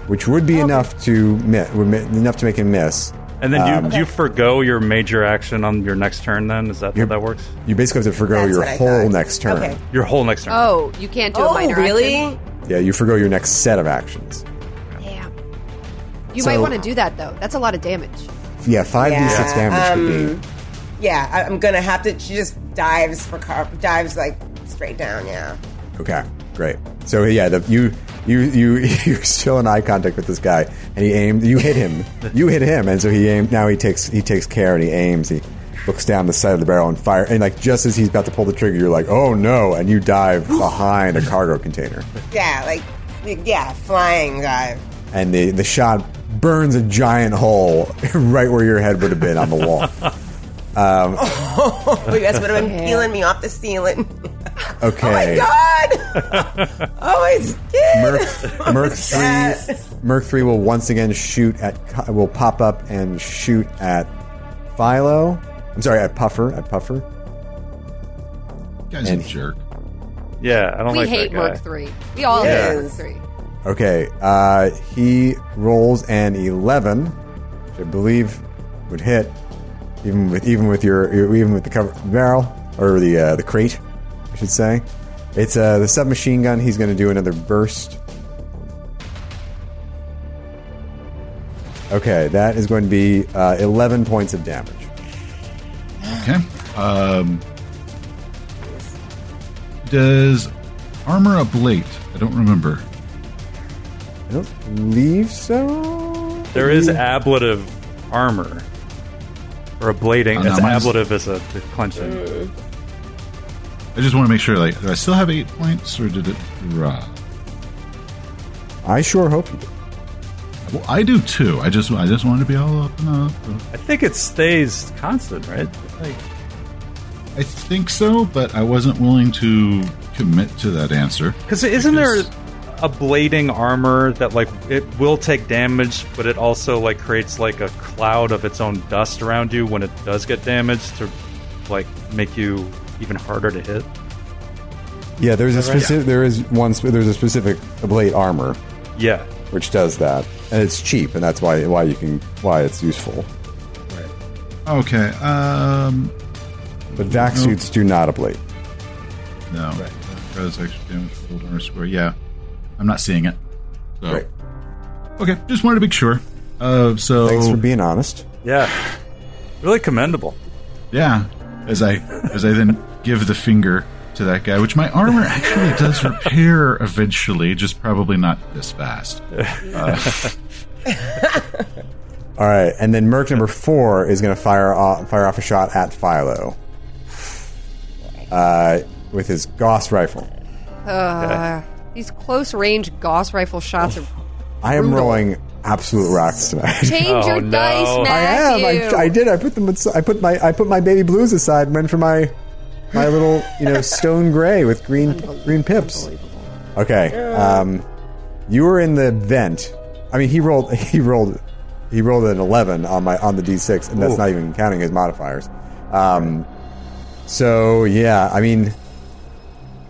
Speaker 1: which would
Speaker 4: Oh,
Speaker 1: be enough to miss, would mi- enough to make him miss.
Speaker 2: And then you you forgo your major action on your next turn. Then is that how
Speaker 1: Yep.
Speaker 2: that works?
Speaker 1: You basically have to forgo
Speaker 4: That's
Speaker 1: your
Speaker 4: what I
Speaker 1: whole
Speaker 4: thought.
Speaker 1: next turn.
Speaker 4: Okay.
Speaker 2: Your whole next turn.
Speaker 3: Oh, you can't do a
Speaker 4: Oh,
Speaker 3: minor action.
Speaker 4: really?
Speaker 1: Yeah, you forgo your next set of actions.
Speaker 3: Damn. You
Speaker 1: So-
Speaker 3: might want to do that though. That's a lot of damage.
Speaker 1: Yeah, five d six
Speaker 4: Yeah, um,
Speaker 1: damage could be.
Speaker 4: Yeah, I, I'm gonna have to. She just dives for car, dives like straight down. Yeah.
Speaker 1: Okay, great. So yeah, the, you you you you're still in eye contact with this guy, and he aimed. You hit him. you hit him, and so he aimed. Now he takes he takes care and he aims. He looks down the side of the barrel and fire. And like just as he's about to pull the trigger, you're like, oh no! And you dive behind a cargo container,
Speaker 4: Yeah, like yeah, flying dive.
Speaker 1: and the the shot burns a giant hole right where your head would have been on the wall.
Speaker 4: Oh, you guys would have been peeling me off the ceiling. Oh my
Speaker 1: Okay.
Speaker 4: god! oh my skin.
Speaker 1: Merc, Merc
Speaker 4: Yes.
Speaker 1: three, Merc three will once again shoot at. Ki- Will pop up and shoot at Philo. I'm sorry, at Puffer. At Puffer.
Speaker 5: Guy's a
Speaker 1: And-
Speaker 5: jerk.
Speaker 2: yeah, I don't
Speaker 3: We
Speaker 2: like
Speaker 3: hate
Speaker 2: that guy.
Speaker 3: Merc Three. We all
Speaker 4: Yeah.
Speaker 3: hate Merc Three.
Speaker 1: Okay, uh, he rolls an eleven, which I believe would hit, even with even with your even with the cover barrel or the uh, the crate, I should say. It's uh, the submachine gun. He's going to do another burst. Okay, that is going to be uh, eleven points of damage.
Speaker 5: Okay. Um, does armor ablate? I don't remember.
Speaker 1: I don't believe so.
Speaker 2: There is ablative armor or ablating.
Speaker 5: Oh, no,
Speaker 2: That's
Speaker 5: mine's-
Speaker 2: ablative is a the clenching.
Speaker 5: I just want to make sure. Like, do I still have eight points, or did it drop?
Speaker 1: I sure hope you do.
Speaker 5: Well, I do too. I just, I just wanted to be all up and up.
Speaker 2: I think it stays constant, right? Like,
Speaker 5: I think so, but I wasn't willing to commit to that answer.
Speaker 2: Because isn't there
Speaker 5: Because-
Speaker 2: a blading armor that like it will take damage, but it also like creates like a cloud of its own dust around you when it does get damaged to like make you even harder to hit?
Speaker 1: Yeah, there's a specific. There is one. sp- There's a specific blade armor
Speaker 2: Yeah,
Speaker 1: which does that, and it's cheap, and that's why why you can why it's useful.
Speaker 5: Okay. Um,
Speaker 1: But vac suits do not ablate.
Speaker 5: no. Does extra damage for gold armor square? Yeah, I'm not seeing it. So.
Speaker 1: Right.
Speaker 5: Okay, just wanted to make sure. Uh, so
Speaker 1: Thanks for being honest.
Speaker 2: yeah, really commendable.
Speaker 5: Yeah, as I as I then give the finger to that guy, which my armor actually does repair eventually, just probably not this fast. Uh,
Speaker 1: All right, and then Merc number four is going to fire off, fire off a shot at Philo uh, with his Gauss rifle.
Speaker 3: Uh, These close range Gauss rifle shots are.
Speaker 1: I am rolling absolute rocks tonight.
Speaker 3: Change
Speaker 2: Oh,
Speaker 3: your
Speaker 2: no.
Speaker 3: dice,
Speaker 1: I am.
Speaker 3: Matthew.
Speaker 1: I, I did. I put them. aside- I put my I put my baby blues aside and went for my my little you know stone gray with green green pips. Okay. Um, you were in the vent. I mean, he rolled. He rolled. He rolled an eleven on my on the d six, and that's not even counting his modifiers. Um, so yeah, I mean,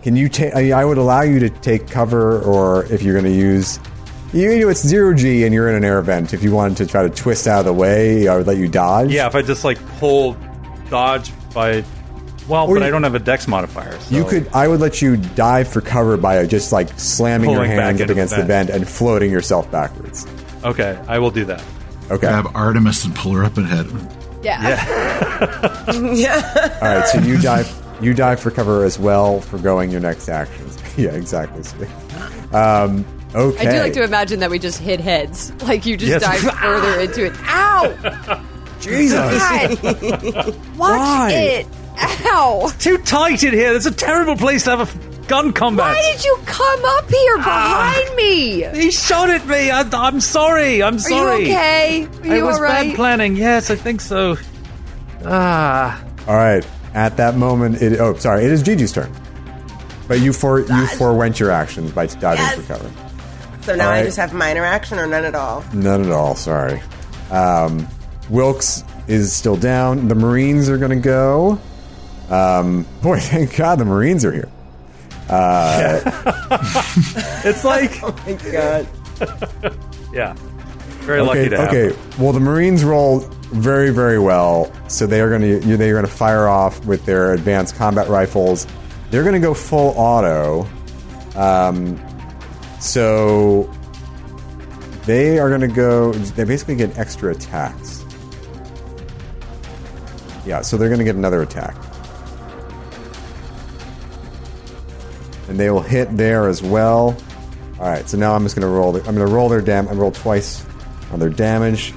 Speaker 1: can you take? I mean, I would allow you to take cover, or if you're going to use, you know, it's zero g, and you're in an air vent. If you wanted to try to twist out of the way, I would let you dodge.
Speaker 2: Yeah, if I just like pull dodge by well,
Speaker 1: Or
Speaker 2: but
Speaker 1: you-
Speaker 2: I don't have a dex modifier. So.
Speaker 1: You could. I would let you dive for cover by just like slamming your
Speaker 2: Pulling back
Speaker 1: hands up
Speaker 2: into the
Speaker 1: against the vent
Speaker 2: vent.
Speaker 1: and floating yourself backwards.
Speaker 2: Okay, I will do that.
Speaker 1: Okay.
Speaker 5: Grab Artemis and pull her up ahead.
Speaker 3: yeah.
Speaker 4: Yeah.
Speaker 1: All right. So you dive. You dive for cover as well for going your next actions. yeah. Exactly. Um, okay.
Speaker 3: I do like to imagine that we just hit heads. Like you just
Speaker 2: Yes.
Speaker 3: dive further into it. Ow!
Speaker 1: Jesus.
Speaker 3: God! Watch
Speaker 1: Why?
Speaker 3: it! Ow!
Speaker 2: Too tight in here. That's a terrible place to have a gun combat.
Speaker 3: Why did you come up here
Speaker 2: Ah.
Speaker 3: behind me? Are
Speaker 2: he shot at me. I, I'm sorry. I'm sorry.
Speaker 3: you okay? Are
Speaker 2: It
Speaker 3: you
Speaker 2: was
Speaker 3: alright?
Speaker 2: bad planning. Yes, I think so. Ah,
Speaker 1: All right. At that moment, it. Oh, sorry. It is Gigi's turn. But you for you forewent your actions by diving
Speaker 4: Yes.
Speaker 1: for cover.
Speaker 4: So now I
Speaker 1: Alright.
Speaker 4: just have minor action or none at all.
Speaker 1: None at all. Sorry. Um, Wilkes is still down. The Marines are going to go. Um, boy, thank God the Marines are here.
Speaker 2: it's like
Speaker 4: Thank God.
Speaker 2: Yeah. Very
Speaker 1: okay,
Speaker 2: lucky to have.
Speaker 1: okay. Well, the Marines roll very, very well, so they are going to they are going to fire off with their advanced combat rifles. They're going to go full auto. Um, so they are going to go. They basically get extra attacks. Yeah, so they're going to get another attack, and they will hit there as well. All right, so now I'm just going to roll. The, I'm going to roll their dam. I roll twice on their damage.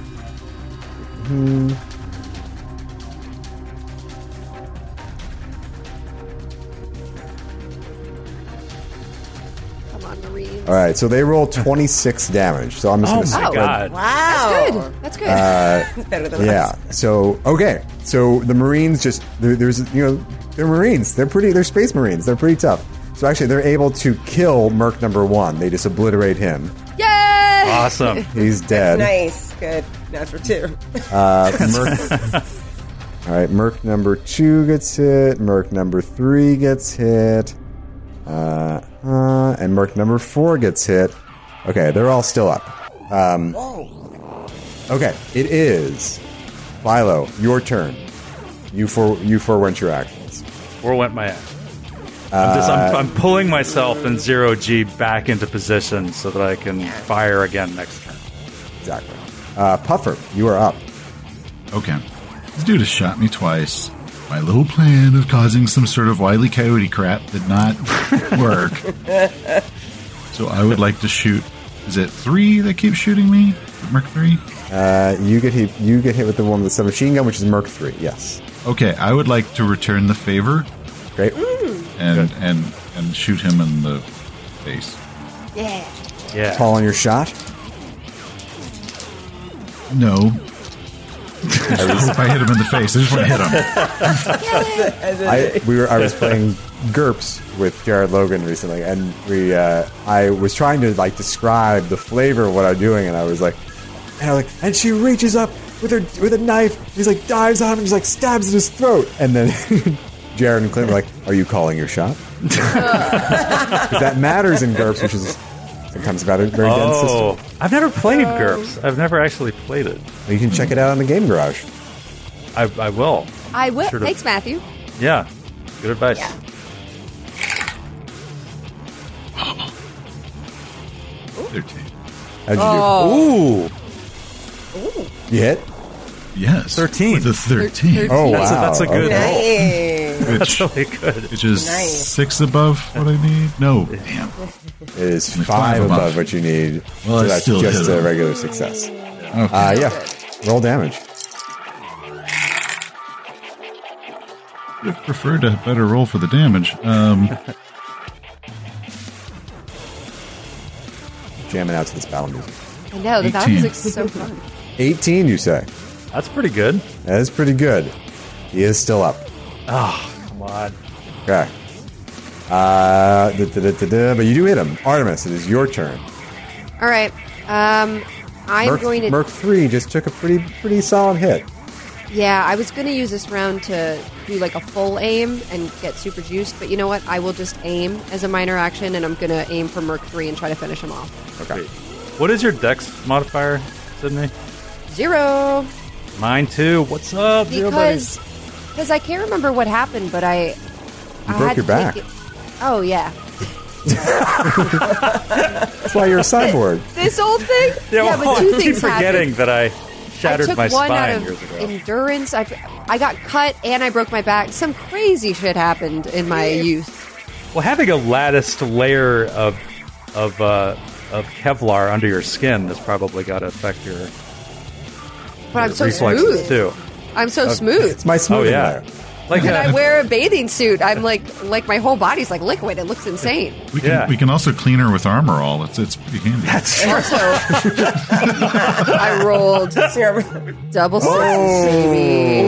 Speaker 3: Come on, Marines.
Speaker 1: All right, so they roll 26 damage. So I'm just
Speaker 2: Oh
Speaker 1: going to
Speaker 2: my
Speaker 3: Oh.
Speaker 2: god.
Speaker 4: Wow.
Speaker 3: That's good. That's good.
Speaker 4: It's better than
Speaker 1: Yeah. So okay. So the Marines just there- there's you know they're Marines. They're pretty. They're Space Marines. They're pretty tough. So actually, they're able to kill Merc Number One. They just obliterate him.
Speaker 3: Yay!
Speaker 2: Awesome.
Speaker 1: He's dead.
Speaker 4: Nice. Good. Now for two.
Speaker 1: Uh, Merc. All right. Merc Number Two gets hit. Merc Number Three gets hit. Uh, uh, and Merc Number Four gets hit. Okay, they're all still up. Um, okay, it is Philo. Your turn. You for you forwent your actions.
Speaker 2: Where went my action?
Speaker 1: Uh,
Speaker 2: I'm, just, I'm, I'm pulling myself in zero G back into position so that I can fire again next turn.
Speaker 1: Exactly. Uh, Puffer, you are up.
Speaker 5: Okay. This dude has shot me twice. My little plan of causing some sort of wily coyote crap did not work. so I would like to shoot. Is it three that keeps shooting me? Merc three?
Speaker 1: Uh, you get hit. You get hit with the one with the submachine gun, which is Merc Three. Yes.
Speaker 5: Okay, I would like to return the favor
Speaker 1: Great.
Speaker 5: and and and shoot him in the face.
Speaker 3: yeah.
Speaker 2: Yeah.
Speaker 1: Call on your shot.
Speaker 5: No. if I hit him in the face, I just want to hit him.
Speaker 1: I we were I was playing Gerps with Jared Logan recently, and we uh, I was trying to like describe the flavor of what I'm doing, and I was like, and I was like, and she reaches up with her with a knife. He's like dives on him, he's like stabs at his throat, and then Jared and Clint were like, "Are you calling your shot?" 'Cause that matters in Gerps, which is sometimes about a very dense system.
Speaker 2: Oh, I've never played GURPS. I've never actually played it.
Speaker 1: You can check it out on the Game Garage.
Speaker 2: I, I will.
Speaker 3: I will.
Speaker 2: Should've-
Speaker 3: Thanks, Matthew.
Speaker 2: Yeah. Good advice.
Speaker 5: Thirteen.
Speaker 1: How'd you
Speaker 2: Oh. Ooh.
Speaker 1: do? You hit?
Speaker 5: Yes.
Speaker 2: 13.
Speaker 5: With a thirteen.
Speaker 1: Oh,
Speaker 2: That's a-
Speaker 1: wow.
Speaker 2: that's a good-
Speaker 1: Okay.
Speaker 4: Nice.
Speaker 5: Which,
Speaker 2: Really good.
Speaker 5: which is
Speaker 4: Nice.
Speaker 5: six above what I need. No, damn.
Speaker 1: It is
Speaker 5: Five
Speaker 1: five, above,
Speaker 5: above.
Speaker 1: what you need. so
Speaker 5: Well, I
Speaker 1: that's
Speaker 5: still
Speaker 1: just
Speaker 5: hit
Speaker 1: a
Speaker 5: him.
Speaker 1: regular success.
Speaker 5: Okay.
Speaker 1: Uh, yeah. Roll damage.
Speaker 5: Would have preferred a better roll for the damage. Um,
Speaker 1: Jamming out to this battle music.
Speaker 3: I know the
Speaker 5: 18.
Speaker 3: Falcons look so fun.
Speaker 1: 18, you say.
Speaker 2: That's pretty good.
Speaker 1: That is pretty good. He is still up.
Speaker 2: Oh, come on.
Speaker 1: Okay. Uh, da, da, da, da, da, but you do hit him. Artemis, it is your turn.
Speaker 3: All right. Um, I'm
Speaker 1: Merc,
Speaker 3: going to.
Speaker 1: Merc 3 just took a pretty pretty solid hit.
Speaker 3: Yeah, I was going to use this round to do like a full aim and get super juiced, but you know what? I will just aim as a minor action, and I'm going to aim for Merc three and try to finish him off.
Speaker 1: Okay.
Speaker 2: What is your dex modifier, Sydney?
Speaker 3: Zero.
Speaker 2: Mine too. What's up? Zero buddies?
Speaker 3: because because I can't remember what happened, but I I
Speaker 1: broke
Speaker 3: had
Speaker 1: your
Speaker 3: to take
Speaker 1: back.
Speaker 3: it- Oh yeah,
Speaker 1: That's why you're a cyborg.
Speaker 3: this old thing.
Speaker 2: yeah, well,
Speaker 3: but two
Speaker 2: I keep
Speaker 3: things
Speaker 2: forgetting
Speaker 3: happened.
Speaker 2: that I
Speaker 3: I
Speaker 2: shattered
Speaker 3: took
Speaker 2: my
Speaker 3: one out
Speaker 2: spine
Speaker 3: of
Speaker 2: years ago.
Speaker 3: endurance. I, f- I got cut and I broke my back. Some crazy shit happened in my youth.
Speaker 2: Well, having a latticed layer of of uh, of Kevlar under your skin has probably got to affect your
Speaker 3: But I'm so
Speaker 2: reflexes
Speaker 3: smooth.
Speaker 2: too.
Speaker 3: I'm so smooth.
Speaker 1: It's my
Speaker 2: Oh
Speaker 1: smoothing
Speaker 2: yeah,
Speaker 1: layer.
Speaker 2: like
Speaker 3: And I
Speaker 2: uh,
Speaker 3: wear a bathing suit. I'm like like my whole body's like liquid. It looks insane.
Speaker 5: we can
Speaker 2: Yeah.
Speaker 5: we can also clean her with armor all. It's it's pretty handy.
Speaker 3: Also, I rolled double sixes, baby.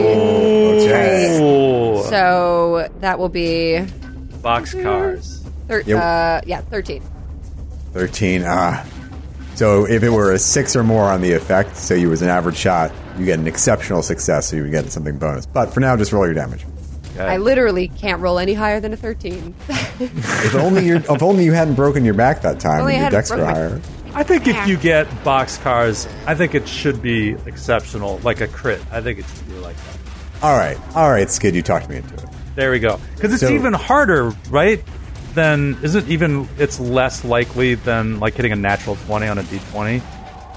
Speaker 1: Okay.
Speaker 2: oh,
Speaker 3: So that will be
Speaker 2: box cars.
Speaker 3: Thir-
Speaker 1: Yep.
Speaker 3: uh, yeah, 13.
Speaker 1: 13. Ah. So if it were a six or more on the effect, say you was an average shot, you get an exceptional success, so you would get something bonus. But for now, just roll your damage.
Speaker 3: I literally can't roll any higher than a 13.
Speaker 1: If only you if only you hadn't broken your back that time
Speaker 3: Only
Speaker 1: and your
Speaker 3: I had
Speaker 1: decks were
Speaker 3: broken my-
Speaker 1: higher.
Speaker 2: I think if
Speaker 3: Yeah.
Speaker 2: you get box cars, I think it should be exceptional, like a crit. I think it should be like that.
Speaker 1: All right, all right, Skid, you talked me into it.
Speaker 2: There we go. Because it's
Speaker 1: So-
Speaker 2: even harder, right? Than is it even? It's less likely than like hitting a natural twenty on a d twenty,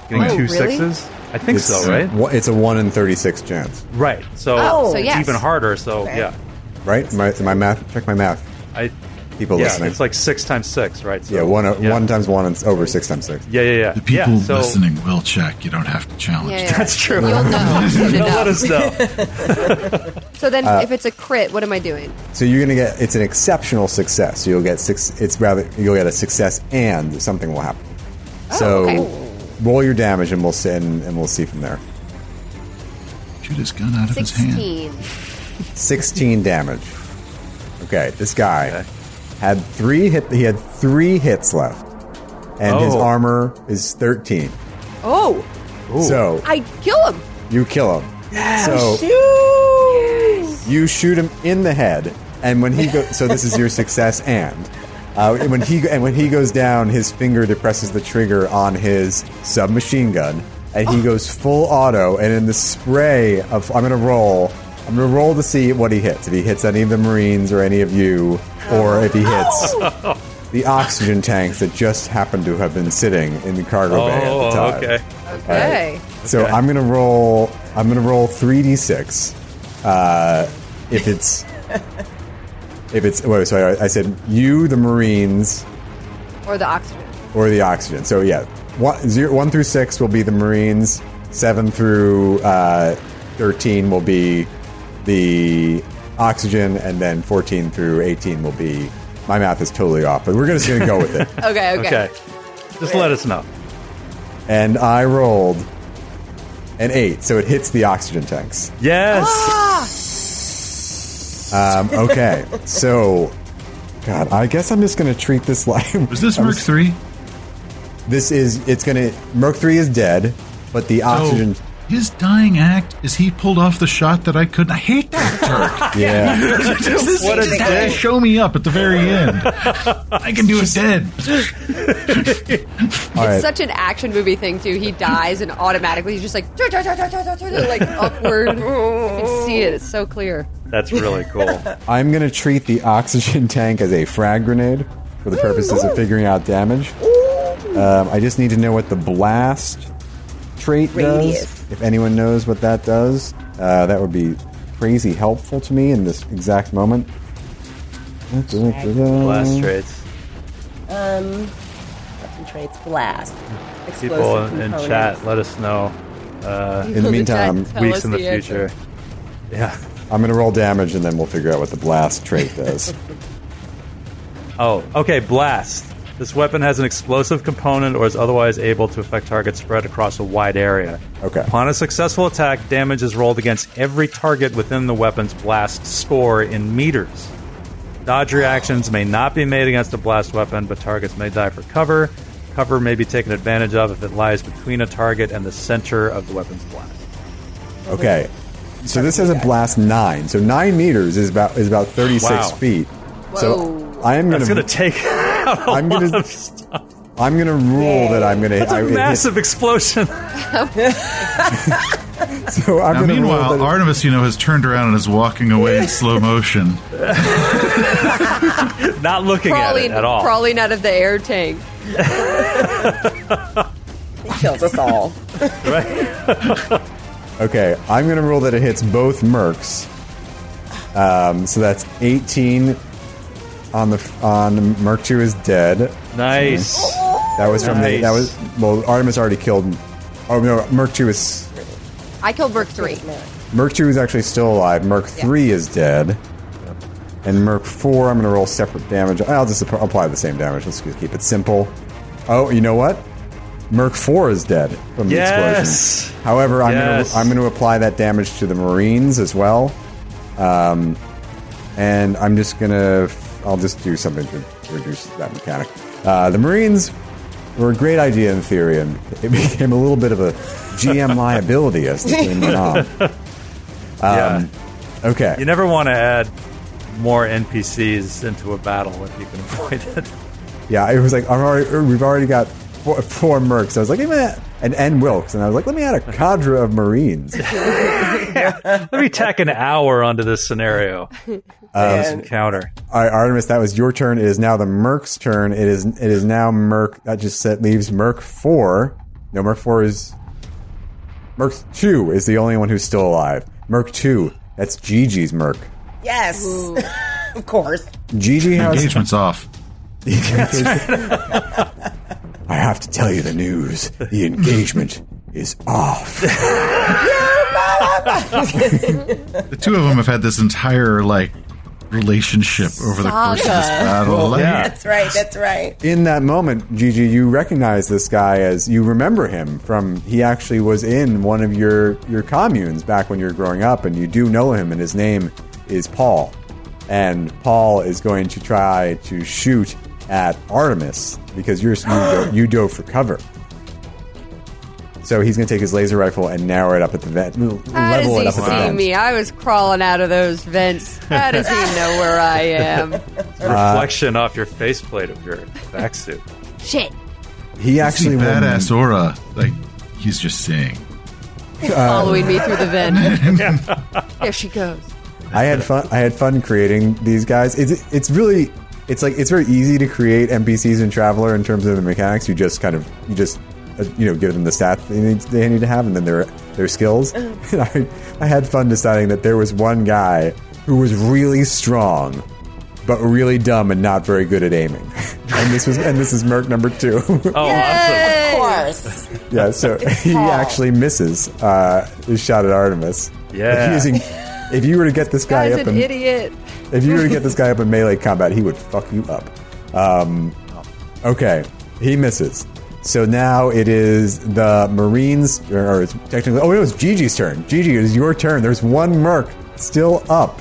Speaker 2: getting
Speaker 3: Oh,
Speaker 2: two
Speaker 3: really?
Speaker 2: sixes. I think
Speaker 1: It's,
Speaker 2: so, right?
Speaker 1: one- It's a one in thirty-six chance,
Speaker 2: Right. So,
Speaker 3: Oh, so
Speaker 2: it's
Speaker 3: yes.
Speaker 2: even harder. So
Speaker 4: Okay.
Speaker 2: yeah,
Speaker 1: right? My, my math. Check my math.
Speaker 2: I
Speaker 1: People
Speaker 2: yeah,
Speaker 1: listening.
Speaker 2: it's like six times six, right? So,
Speaker 1: yeah, one o-
Speaker 2: yeah.
Speaker 1: one times one and over six times six.
Speaker 2: Yeah, yeah, yeah.
Speaker 5: The people
Speaker 2: yeah, so,
Speaker 5: listening will check. You don't have to challenge.
Speaker 3: Yeah, yeah.
Speaker 5: them.
Speaker 2: That's true.
Speaker 3: You'll know. Soon
Speaker 2: They'll
Speaker 3: enough.
Speaker 2: let us know.
Speaker 3: So then, if it's a crit, what am I doing?
Speaker 1: So you're gonna get. It's an exceptional success. So you'll get six. It's rather you'll get a success and something will happen. so
Speaker 3: okay.
Speaker 1: roll your damage and we'll see and, and we'll see from there.
Speaker 5: Shoot his gun out of his hand.
Speaker 3: Sixteen.
Speaker 1: 16 damage. Okay, this guy had three hit. He had three hits left, and his
Speaker 2: Oh.
Speaker 1: armor is 13.
Speaker 3: Oh,
Speaker 1: So
Speaker 3: I kill him. Oh,
Speaker 1: you kill him. So you shoot him in the head, and when he go, so this is your success and. Uh, when he and when he goes down, his finger depresses the trigger on his submachine gun, and he goes full auto. And in the spray of, I'm gonna roll. I'm gonna roll to see what he hits. If he hits any of the Marines or any of you, or if he hits
Speaker 2: Oh.
Speaker 1: the oxygen tanks that just happened to have been sitting in the cargo bay at the
Speaker 2: Oh,
Speaker 1: time.
Speaker 2: okay.
Speaker 3: Okay.
Speaker 1: So I'm gonna roll. I'm gonna roll three d six. Uh, if it's if it's wait, sorry, I I said you, the Marines,
Speaker 3: Or the oxygen.
Speaker 1: or the oxygen. So yeah, one, zero, one through six will be the Marines. Seven through uh, thirteen will be the oxygen, and then fourteen through eighteen will be. My math is totally off, but we're just gonna go with it.
Speaker 3: Okay. Okay.
Speaker 2: Okay. Just let us know.
Speaker 1: and I rolled an eight, so it hits the oxygen tanks.
Speaker 2: Yes.
Speaker 3: Ah!
Speaker 1: Um, okay, so God, I guess I'm just gonna treat this like
Speaker 5: Was this
Speaker 1: I'm
Speaker 5: Merc
Speaker 1: s-
Speaker 5: three?
Speaker 1: This is it's gonna Merc three is dead, but the
Speaker 5: Oh.
Speaker 1: oxygen.
Speaker 5: So his dying act is he pulled off the shot that I couldn't. I hate that
Speaker 1: Yeah,
Speaker 5: Turk. This-
Speaker 2: What a
Speaker 5: that guy
Speaker 2: dick.
Speaker 5: Show me up at the very end. I can do it dead.
Speaker 1: all right.
Speaker 3: Such an action movie thing too. He dies and automatically he's just like "Tur, tur, tur, tur, tur, tur, tur," like upward. You can see it. It's so clear.
Speaker 2: That's really cool.
Speaker 1: I'm gonna treat the oxygen tank as a frag grenade for the purposes of figuring out damage. Um, I just need to know what the blast trait
Speaker 4: Radius.
Speaker 1: does. If anyone knows what that does, uh, that would be crazy helpful to me in this exact moment.
Speaker 2: Blast traits.
Speaker 4: Um, concentrates blast. Explosive
Speaker 2: People in, in
Speaker 4: components.
Speaker 2: chat, let us know. Uh,
Speaker 1: In the meantime,
Speaker 3: Tell us
Speaker 2: weeks in the,
Speaker 3: answer.
Speaker 2: future. Yeah.
Speaker 1: I'm gonna roll damage and then we'll figure out what the blast trait does.
Speaker 2: Oh, okay. Blast. This weapon has an explosive component or is otherwise able to affect targets spread across a wide area.
Speaker 1: Okay.
Speaker 2: Upon a successful attack, damage is rolled against every target within the weapon's blast score in meters. Dodge reactions may not be made against a blast weapon, but targets may die for cover. Cover may be taken advantage of if it lies between a target and the center of the weapon's blast.
Speaker 1: Okay. So this has a blast nine. So nine meters is about is about thirty six
Speaker 2: Wow.
Speaker 1: feet. So
Speaker 3: Whoa.
Speaker 1: I am gonna,
Speaker 2: It's going to take out a
Speaker 1: I'm
Speaker 2: lot
Speaker 1: gonna-
Speaker 2: of stuff.
Speaker 1: I'm gonna rule that I'm gonna
Speaker 2: It's
Speaker 1: I-
Speaker 2: a
Speaker 1: it hit-
Speaker 2: massive explosion.
Speaker 1: so I'm gonna
Speaker 5: Now,
Speaker 1: rule
Speaker 5: meanwhile,
Speaker 1: that it-
Speaker 5: Artemis, you know, has turned around and is walking away in slow motion.
Speaker 2: Not looking at
Speaker 3: Crawling,
Speaker 2: it at all.
Speaker 3: crawling out of the air tank.
Speaker 4: He kills us all.
Speaker 1: okay, I'm gonna rule that it hits both mercs. Um, so that's eighteen on the on Merc two is dead.
Speaker 2: Nice.
Speaker 1: That was from the
Speaker 2: Nice.
Speaker 1: that was well Artemis already killed. Oh no, Merc two is
Speaker 3: I killed Merc three.
Speaker 1: Merc 2 is actually still alive. Merc 3 is dead. And Merc 4, I'm going to roll separate damage. I'll just app- apply the same damage. Let's just keep it simple. Oh, you know what? Merc 4 is dead from the
Speaker 2: Yes.
Speaker 1: explosion. However, I'm going
Speaker 2: Yes.
Speaker 1: to I'm going to apply that damage to the Marines as well. Um, and I'm just going to I'll just do something to reduce that mechanic. Uh, the Marines were a great idea in theory, and it became a little bit of a GM liability as the game went on.
Speaker 2: Yeah.
Speaker 1: Um, Okay.
Speaker 2: You never want to add more NPCs into a battle if you can avoid it.
Speaker 1: yeah, it was like I'm already, we've already got four, four mercs. I was like, let me add- and N Wilkes, and I was like, let me add a cadre of Marines.
Speaker 2: Let me tack an hour onto this scenario. this
Speaker 4: And
Speaker 2: encounter.
Speaker 1: All right, Artemis, that was your turn. It is now the Merc's turn. It is it is now Merc. That just set, leaves Merc four. No, Merc four is Merc two is the only one who's still alive. Merc two. That's Gigi's Merc.
Speaker 4: yes, of course.
Speaker 1: Gigi has.
Speaker 5: Engagement's off.
Speaker 1: I have to tell you the news. The engagement is off.
Speaker 5: The two of them have had this entire like relationship over the course of this
Speaker 3: Saga.
Speaker 5: battle. Like,
Speaker 2: Yeah.
Speaker 4: That's right. That's right.
Speaker 1: in that moment, Gigi, you recognize this guy as you remember him from he actually was in one of your your communes back when you were growing up, and you do know him, and his name is Paul. And Paul is going to try to shoot at Artemis because you're you, do, you dove for cover. So he's going to take his laser rifle and narrow it up at the vent,
Speaker 3: How
Speaker 1: level it up
Speaker 3: does he
Speaker 1: at the
Speaker 3: see
Speaker 1: vent.
Speaker 3: me? I was crawling out of those vents. How does he know where I
Speaker 1: Uh,
Speaker 3: am?
Speaker 4: Uh,
Speaker 2: Reflection off your faceplate of your backsuit.
Speaker 3: Shit.
Speaker 1: He
Speaker 5: it's the
Speaker 1: actually
Speaker 5: badass aura. Like he's just saying.
Speaker 3: Following me through the vent. there she goes.
Speaker 1: I had fun. I had fun creating these guys. It's it's really it's like it's very easy to create NPCs in Traveler in terms of the mechanics. You just kind of you just uh, you know give them the stats they need, they need to have and then their their skills. And I I had fun deciding that there was one guy who was really strong, but really dumb and not very good at aiming. And this was and this is Merc number two.
Speaker 2: Oh, awesome.
Speaker 4: Of course.
Speaker 1: yeah, so he actually misses uh, his shot at Artemis.
Speaker 2: Yeah.
Speaker 1: Using, if you were to get this guy
Speaker 3: Guy's
Speaker 1: up
Speaker 3: an
Speaker 1: and
Speaker 3: idiot.
Speaker 1: if you were to get this guy up in melee combat, he would fuck you up. Um, okay, he misses. So now it is the Marines, or or it's technically, oh, it was Gigi's turn. Gigi, it is your turn. There's one Merc still up.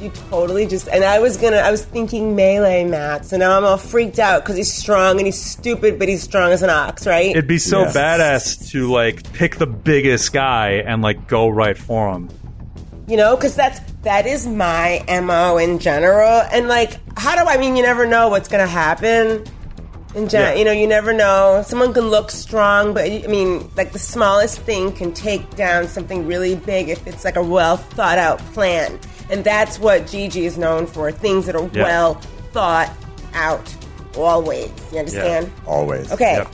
Speaker 4: You totally just and I was gonna I was thinking melee Matt, so now I'm all freaked out because he's strong and he's stupid, but he's strong as an ox, right?
Speaker 2: It'd be so
Speaker 1: Yes.
Speaker 2: badass to like pick the biggest guy and like go right for him.
Speaker 4: you know, because that's that is my mo in general. And like, how do I mean? You never know what's gonna happen. In gen-
Speaker 2: Yeah.
Speaker 4: you know, you never know. Someone can look strong, but I mean, like the smallest thing can take down something really big if it's like a well thought out plan. And that's what Gigi is known for: things that are
Speaker 2: Yeah.
Speaker 4: well thought out always. You understand?
Speaker 1: Always.
Speaker 4: Okay.
Speaker 2: Yep.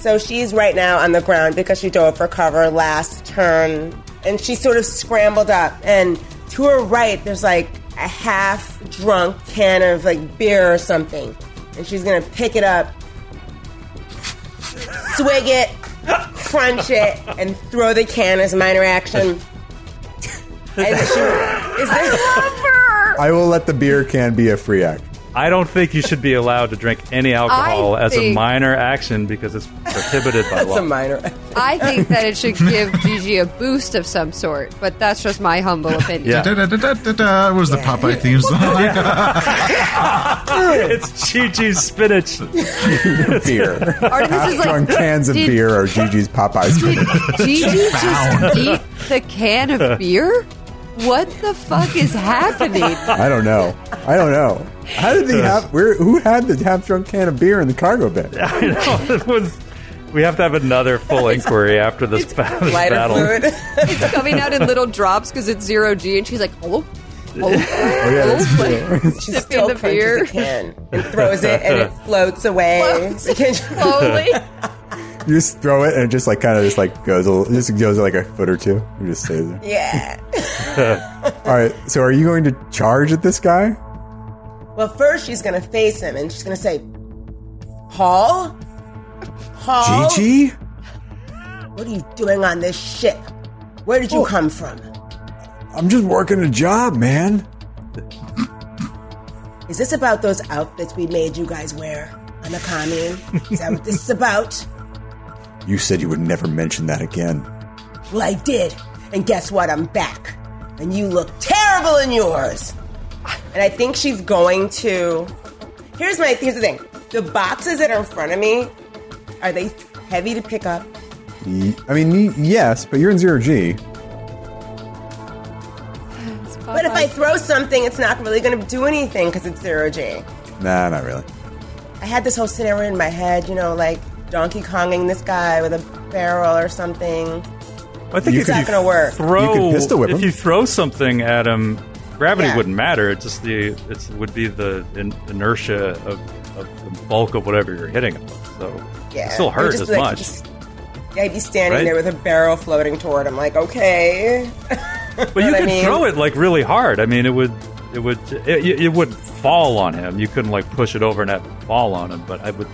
Speaker 4: So she's right now on the ground because she dove for cover last turn. And she sort of scrambled up. And to her right, there's like a half drunk can of like beer or something. And she's going to pick it up, swig it, crunch it, and throw the can as a minor action. And she, is this,
Speaker 1: I will let the beer can be a free act.
Speaker 2: I don't think you should be allowed to drink any alcohol as a
Speaker 3: think-
Speaker 2: minor action because it's prohibited by
Speaker 4: that's
Speaker 2: law.
Speaker 4: a minor action.
Speaker 3: I think that it should give Gigi a boost of some sort, but that's just my humble opinion.
Speaker 2: Yeah.
Speaker 5: Da-da-da-da-da-da was the Popeye theme song.
Speaker 2: it's Gigi's spinach.
Speaker 1: Beer.
Speaker 3: Artemis is like,
Speaker 1: Drunk cans of
Speaker 3: did-
Speaker 1: beer are Gigi's Popeye's
Speaker 3: Did
Speaker 1: favorite.
Speaker 3: Gigi just eat the can of beer? What the fuck is happening?
Speaker 1: I don't know. I don't know. How did they have? Where? Who had the half drunk can of beer in the cargo bay?
Speaker 2: You know, it was- we have to have another full inquiry after this, ba- this
Speaker 4: Lighter
Speaker 2: battle.
Speaker 4: fluid.
Speaker 3: It's coming out in little drops because it's zero G, and she's like, oh, oh,
Speaker 1: yeah,
Speaker 3: oh,
Speaker 1: that's
Speaker 3: like,
Speaker 4: She
Speaker 3: sipping
Speaker 4: still
Speaker 3: the
Speaker 4: punches
Speaker 3: beer
Speaker 4: a can and throws it, and it floats away.
Speaker 3: Floats.
Speaker 4: The can-
Speaker 3: slowly.
Speaker 1: You just throw it and it just like kind of just like goes a little, just goes like a foot or two. You just stays there.
Speaker 4: yeah.
Speaker 1: All right. So are you going to charge at this guy?
Speaker 4: Well, first she's gonna face him, and she's gonna say, "Paul, Paul,
Speaker 1: Gigi?
Speaker 4: what are you doing on this ship? Where did you come from?
Speaker 1: I'm just working a job, man.
Speaker 4: Is this about those outfits we made you guys wear on the commune? Is that what this is about?
Speaker 1: You said you would never mention that again.
Speaker 4: Well, I did, and guess what? I'm back, and you look terrible in yours. And I think she's going to. Here's my. Here's the thing: the boxes that are in front of me are they heavy to pick up?
Speaker 1: Y- I mean, y- yes, but you're in zero G.
Speaker 4: But if
Speaker 3: oh, Uh-huh.
Speaker 4: I throw something, it's not really going to do anything because it's zero G.
Speaker 1: Nah, not really.
Speaker 4: I had this whole scenario in my head, you know, like Donkey Konging this guy with a barrel or something.
Speaker 2: I think
Speaker 1: You
Speaker 2: if
Speaker 1: could-
Speaker 4: Oh, It's not
Speaker 2: you
Speaker 4: going to work.
Speaker 2: throw,
Speaker 1: You could pistol whip
Speaker 2: if
Speaker 1: him.
Speaker 2: you throw something at him, gravity
Speaker 4: Yeah.
Speaker 2: wouldn't matter. It's just the it would be the in, inertia of, of the bulk of whatever you're hitting. Him with. So
Speaker 4: Yeah,
Speaker 2: it still
Speaker 4: It would
Speaker 2: hurts
Speaker 4: just
Speaker 2: as
Speaker 4: be like-
Speaker 2: much.
Speaker 4: just- yeah, I'd be standing
Speaker 2: Right?
Speaker 4: there with a barrel floating toward him, like, okay.
Speaker 2: But you
Speaker 4: what I
Speaker 2: could
Speaker 4: mean?
Speaker 2: throw it like really hard. I mean, it would it would it, it would fall on him. You couldn't like push it over and have it fall on him. But I would,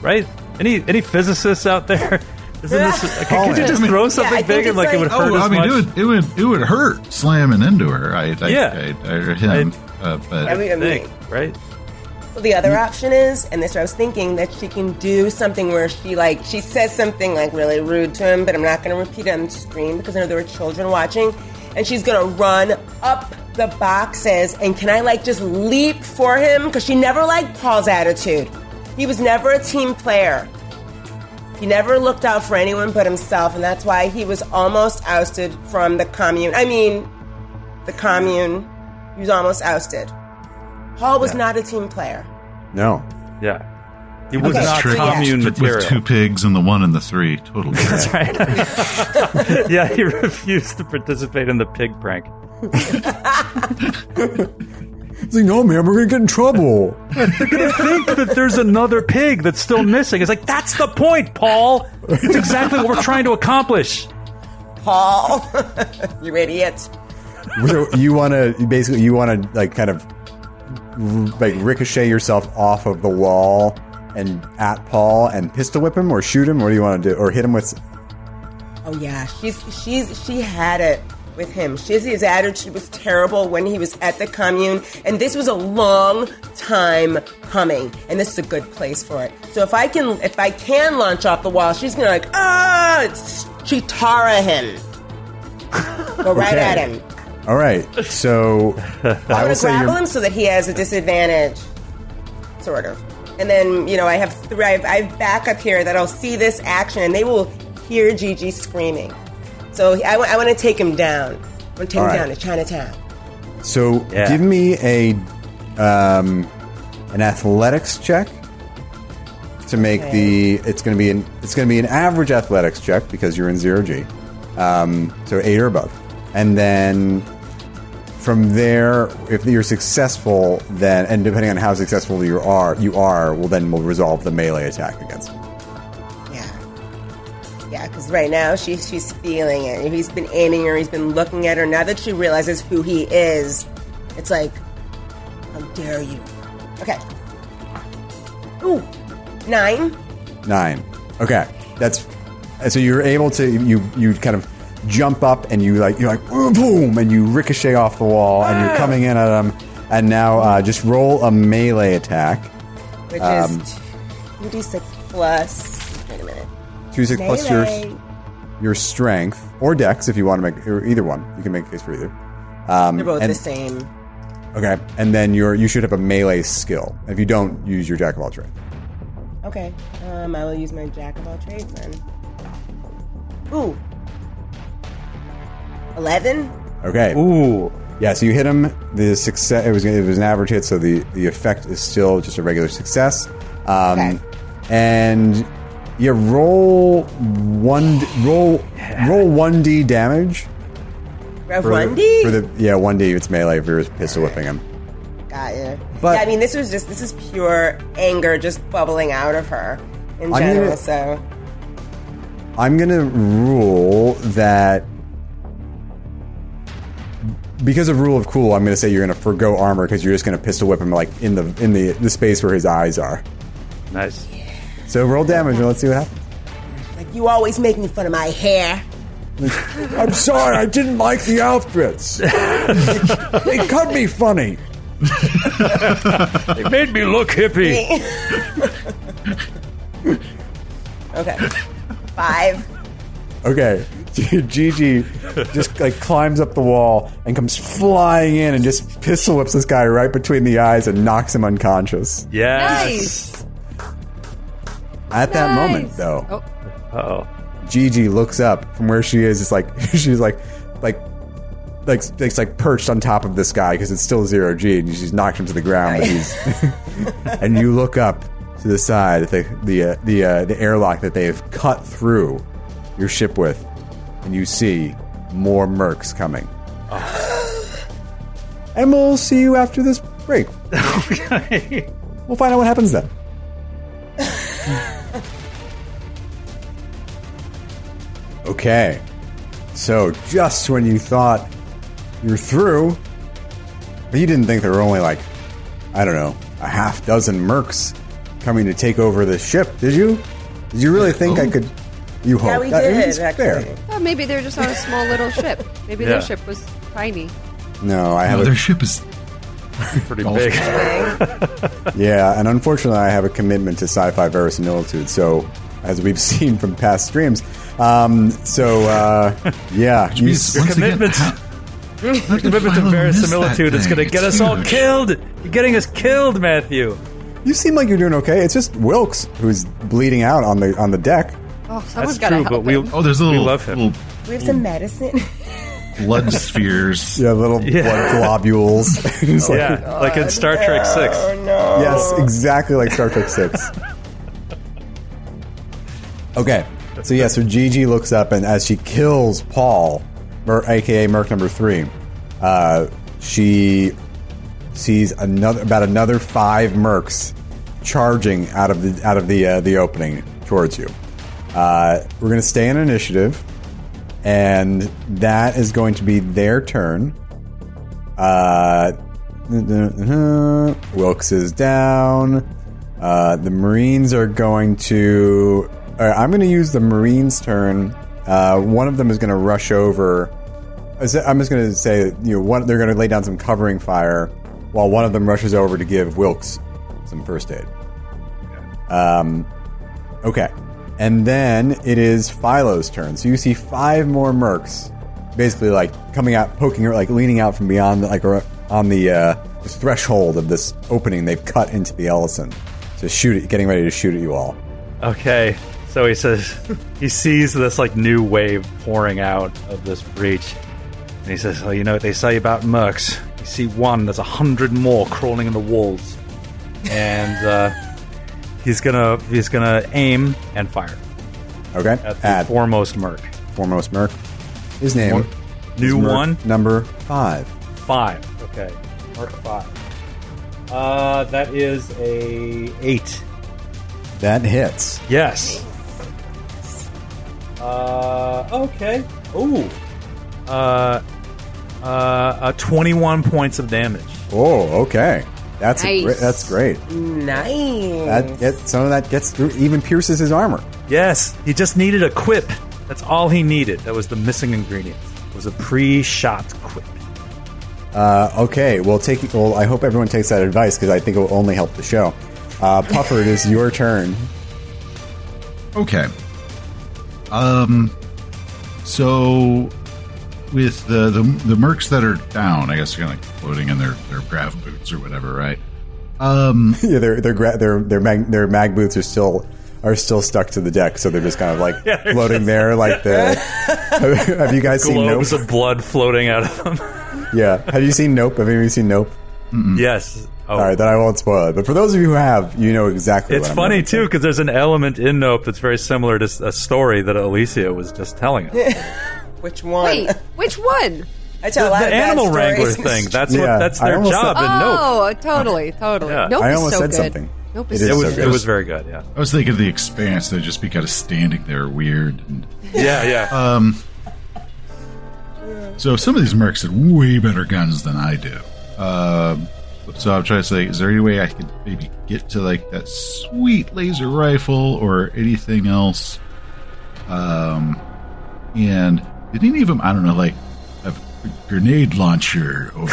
Speaker 2: right? Any any physicists out there? Isn't this? Could,
Speaker 1: Call
Speaker 2: could you
Speaker 1: it.
Speaker 2: just
Speaker 5: I mean-
Speaker 2: throw
Speaker 5: Yeah,
Speaker 2: something
Speaker 4: I think
Speaker 2: big and
Speaker 4: it's
Speaker 2: like,
Speaker 4: like-
Speaker 2: it would hurt
Speaker 5: Oh, I
Speaker 2: as
Speaker 5: mean,
Speaker 2: much?
Speaker 5: it would it would it would hurt slamming into her. I, I
Speaker 2: Yeah.
Speaker 5: I, I, or him. uh, but
Speaker 4: I mean, I
Speaker 2: I
Speaker 4: mean,
Speaker 2: think, right?
Speaker 4: well, the other option is, and this is what I was thinking, that she can do something where she like she says something like really rude to him, but I'm not going to repeat it on the screen because I know there were children watching, and she's going to run up the boxes. And can I like just leap for him because she never liked Paul's attitude. He was never a team player. He never looked out for anyone but himself, and that's why he was almost ousted from the commune. I mean, the commune. He was almost ousted. Paul was not a team player.
Speaker 1: No.
Speaker 2: Yeah, he was
Speaker 4: Okay,
Speaker 2: not
Speaker 4: so yeah.
Speaker 2: commune
Speaker 5: with
Speaker 2: material.
Speaker 5: two pigs and the one and the three. Totally.
Speaker 2: That's right. yeah, he refused to participate in the pig prank.
Speaker 1: It's like, no, man, we're going to get in trouble.
Speaker 2: think that there's another pig that's still missing. It's like that's the point, Paul. It's exactly what we're trying to accomplish.
Speaker 4: Paul, you idiot.
Speaker 1: so you want to basically you want to like kind of like ricochet yourself off of the wall and at Paul and pistol whip him or shoot him or do you want to do or hit him with
Speaker 4: Oh yeah, she's she's she had it with him. She's, his attitude was terrible when he was at the commune, and this was a long time coming. And this is a good place for it. So if I can if I can launch off the wall, she's gonna like ah, it's- she Tara him, go right
Speaker 1: Okay.
Speaker 4: at him.
Speaker 1: all right so I
Speaker 4: I'm
Speaker 1: will
Speaker 4: gonna
Speaker 1: say
Speaker 4: grapple
Speaker 1: you're,
Speaker 4: him so that he has a disadvantage, sort of. And then you know I have three, I have, I have backup here that'll see this action and they will hear Gigi screaming. So I want to take him down. I'm gonna take him
Speaker 1: All right.
Speaker 4: down to Chinatown.
Speaker 1: so
Speaker 2: Yeah.
Speaker 1: give me a um an athletics check to make the it's going to be an it's going to be an average athletics check because you're in 0 G um so 8 or above and then from there, if you're successful, then and depending on how successful you are, you are will then will resolve the melee attack against. Him.
Speaker 4: Yeah, yeah. Because right now she she's feeling it. He's been aiming her. He's been looking at her. Now that she realizes who he is, it's like, how dare you? Okay. Ooh, nine.
Speaker 1: Nine. Okay, that's so you're able to you you kind of jump up and you like you're like boom, boom and you ricochet off the wall and you're coming in at him and now uh, just roll a melee attack
Speaker 4: which
Speaker 1: Um,
Speaker 4: is two d six plus. Wait a minute.
Speaker 1: two six plus
Speaker 4: Melee.
Speaker 1: your your strength or dex if you want to make or either one you can make a case for either. Um,
Speaker 4: They're both
Speaker 1: and-
Speaker 4: the same.
Speaker 1: Okay, and then your you should have a melee skill. If you don't, use your jack of all trades.
Speaker 4: Okay. Um, I will use my jack of all trades then. Ooh. Eleven.
Speaker 1: Okay.
Speaker 2: Ooh,
Speaker 1: Yeah, so you hit him. The success it was it was an average hit, so the the effect is still just a regular success. Um,
Speaker 4: Okay.
Speaker 1: And you roll one d- roll roll one d damage
Speaker 4: Rev
Speaker 1: for
Speaker 4: one
Speaker 1: the,
Speaker 4: D.
Speaker 1: for the yeah one d. It's melee if you're pistol whipping him.
Speaker 4: Got you.
Speaker 1: But-
Speaker 4: yeah, I mean, this was just this is pure anger just bubbling out of her in
Speaker 1: I mean,
Speaker 4: general.
Speaker 1: it-
Speaker 4: so
Speaker 1: I'm gonna rule that because of rule of cool. I'm gonna say you're gonna forego armor because you're just gonna pistol whip him like in the in the the space where his eyes are.
Speaker 2: nice.
Speaker 1: So roll damage and let's see what happens.
Speaker 4: like you always making fun of my hair.
Speaker 1: I'm sorry, I didn't like the outfits. they cut me funny.
Speaker 2: It made me look hippie.
Speaker 4: okay. Five.
Speaker 1: Okay, Gigi just like climbs up the wall and comes flying in and just pistol whips this guy right between the eyes and knocks him unconscious.
Speaker 3: Nice.
Speaker 2: Yes.
Speaker 1: At that
Speaker 3: Nice.
Speaker 1: moment, though,
Speaker 3: Oh,
Speaker 2: Oh,
Speaker 1: Gigi looks up from where she is. It's like she's like, like, like, it's like perched on top of this guy because it's still zero G, and she's knocked him to the ground. But he's, and you look up, to the side at the the uh, the uh, the airlock that they have cut through your ship with, and you see more mercs coming. and we'll see you after this break.
Speaker 2: Okay.
Speaker 1: We'll find out what happens then. okay. So just when you thought you're through, but you didn't think there were only like, I don't know, a half dozen mercs coming to take over the ship, did you? Did you really think I could? You hope
Speaker 4: Yeah, we
Speaker 1: Oh, That- I mean,
Speaker 4: did,
Speaker 1: it's fair.
Speaker 4: actually.
Speaker 3: Oh, maybe they're just on a small little ship. Maybe
Speaker 2: Yeah.
Speaker 3: their ship was tiny.
Speaker 1: No, I have
Speaker 5: No,
Speaker 1: a
Speaker 5: their ship is
Speaker 2: Pretty big.
Speaker 1: Yeah, and unfortunately, I have a commitment to sci-fi verisimilitude. So, as we've seen from past streams, um, so uh, yeah, you-
Speaker 5: Jeez, once
Speaker 2: commitments-
Speaker 5: Again, how,
Speaker 2: Commitment to verisimilitude is going to get us all killed. You're getting us killed, Matthew.
Speaker 1: you seem like you're doing okay. It's just Wilkes who's bleeding out on the on the deck.
Speaker 3: Oh,
Speaker 2: That's
Speaker 3: someone's got to
Speaker 2: true,
Speaker 3: help
Speaker 2: but we
Speaker 3: him.
Speaker 5: Oh, there's a
Speaker 2: We
Speaker 5: little,
Speaker 2: love him.
Speaker 5: little
Speaker 4: We have some medicine.
Speaker 5: blood spheres.
Speaker 1: Yeah, little blood globules. It's like-
Speaker 2: Oh, yeah, like in Star Trek Six.
Speaker 4: oh no.
Speaker 1: Yes, exactly like Star Trek Six. okay, so yeah, so Gigi looks up and as she kills Paul, Mer- aka Merc Number Three, uh, she sees another about another five Mercs charging out of the out of the uh, the opening towards you. Uh, we're gonna stay in initiative, and that is going to be their turn. Uh, Wilkes is down. Uh, the Marines are going to. all right, I'm going to use the Marines' turn. Uh, one of them is going to rush over. I said- I'm just going to say you know one. They're going to lay down some covering fire while one of them rushes over to give Wilkes some first aid. Um, okay, and then it is Philo's turn. So you see five more mercs, basically like coming out, poking or like leaning out from beyond, like or on the uh, threshold of this opening they've cut into the Ellison. So shoot it, getting ready to shoot at you all.
Speaker 2: Okay. So he says he sees this like new wave pouring out of this breach. And he says, Oh, you know what they say about mercs. You see one, there's a hundred more crawling in the walls. And uh, he's gonna he's gonna aim and fire
Speaker 1: Okay,
Speaker 2: at the
Speaker 1: add
Speaker 2: foremost merc.
Speaker 1: foremost merc. His name, is
Speaker 2: New
Speaker 1: merc
Speaker 2: one,
Speaker 1: number five.
Speaker 2: five. Okay. Merc five. Uh that is a eight.
Speaker 1: That hits.
Speaker 2: Yes. Uh, okay. Ooh. Uh, uh, uh, 21 points of damage.
Speaker 1: Oh, okay. That's a
Speaker 3: Nice.
Speaker 1: gre- that's great.
Speaker 4: Nice.
Speaker 1: That that- some of that gets through, even pierces his armor.
Speaker 2: Yes, he just needed a quip. That's all he needed. That was the missing ingredient. Was a pre-shot quip.
Speaker 1: Uh, okay, well, take. Well, I hope everyone takes that advice because I think it will only help the show. Uh, Puffer, it is your turn.
Speaker 5: Okay. Um. So, with the the, the mercs that are down, I guess, kind of like floating in their their grav boots or whatever, right? Um.
Speaker 1: yeah, their their gra- their their mag, their mag boots are still are still stuck to the deck, so they're just kind of like floating there, like the. have you guys seen Nope?
Speaker 2: Globes of blood floating out of them.
Speaker 1: yeah, have you seen Nope? Have any of you seen Nope?
Speaker 2: yes. Oh.
Speaker 1: All right, then I won't spoil it. But for those of you who have, you know exactly.
Speaker 2: It's
Speaker 1: what I'm
Speaker 2: funny
Speaker 1: referencing.
Speaker 2: too because there's an element in Nope that's very similar to s- a story that Alicia was just telling us.
Speaker 4: Which one?
Speaker 3: Wait, which one?
Speaker 4: I tell a lot
Speaker 2: the
Speaker 4: of bad
Speaker 2: animal
Speaker 4: stories.
Speaker 2: wrangler thing. That's
Speaker 1: Yeah,
Speaker 2: what. That's
Speaker 1: I
Speaker 2: their
Speaker 1: almost
Speaker 2: job
Speaker 1: said-
Speaker 2: in Nope.
Speaker 3: Oh, totally, totally.
Speaker 2: Yeah.
Speaker 3: Nope
Speaker 1: I
Speaker 3: is
Speaker 1: almost
Speaker 3: so
Speaker 1: said
Speaker 3: good.
Speaker 1: something.
Speaker 3: Nope
Speaker 1: It
Speaker 3: is
Speaker 1: is
Speaker 2: It
Speaker 3: so
Speaker 2: was
Speaker 1: so good.
Speaker 2: it was very good, yeah.
Speaker 5: I was thinking of the expanse. They'd just be kind of standing there, weird. And,
Speaker 2: Yeah, yeah.
Speaker 5: so some of these mercs had way better guns than I do. Um. So I'm trying to say, is there any way I could maybe get to like that sweet laser rifle or anything else? Um, and did any of them? I don't know, like a grenade launcher or
Speaker 3: more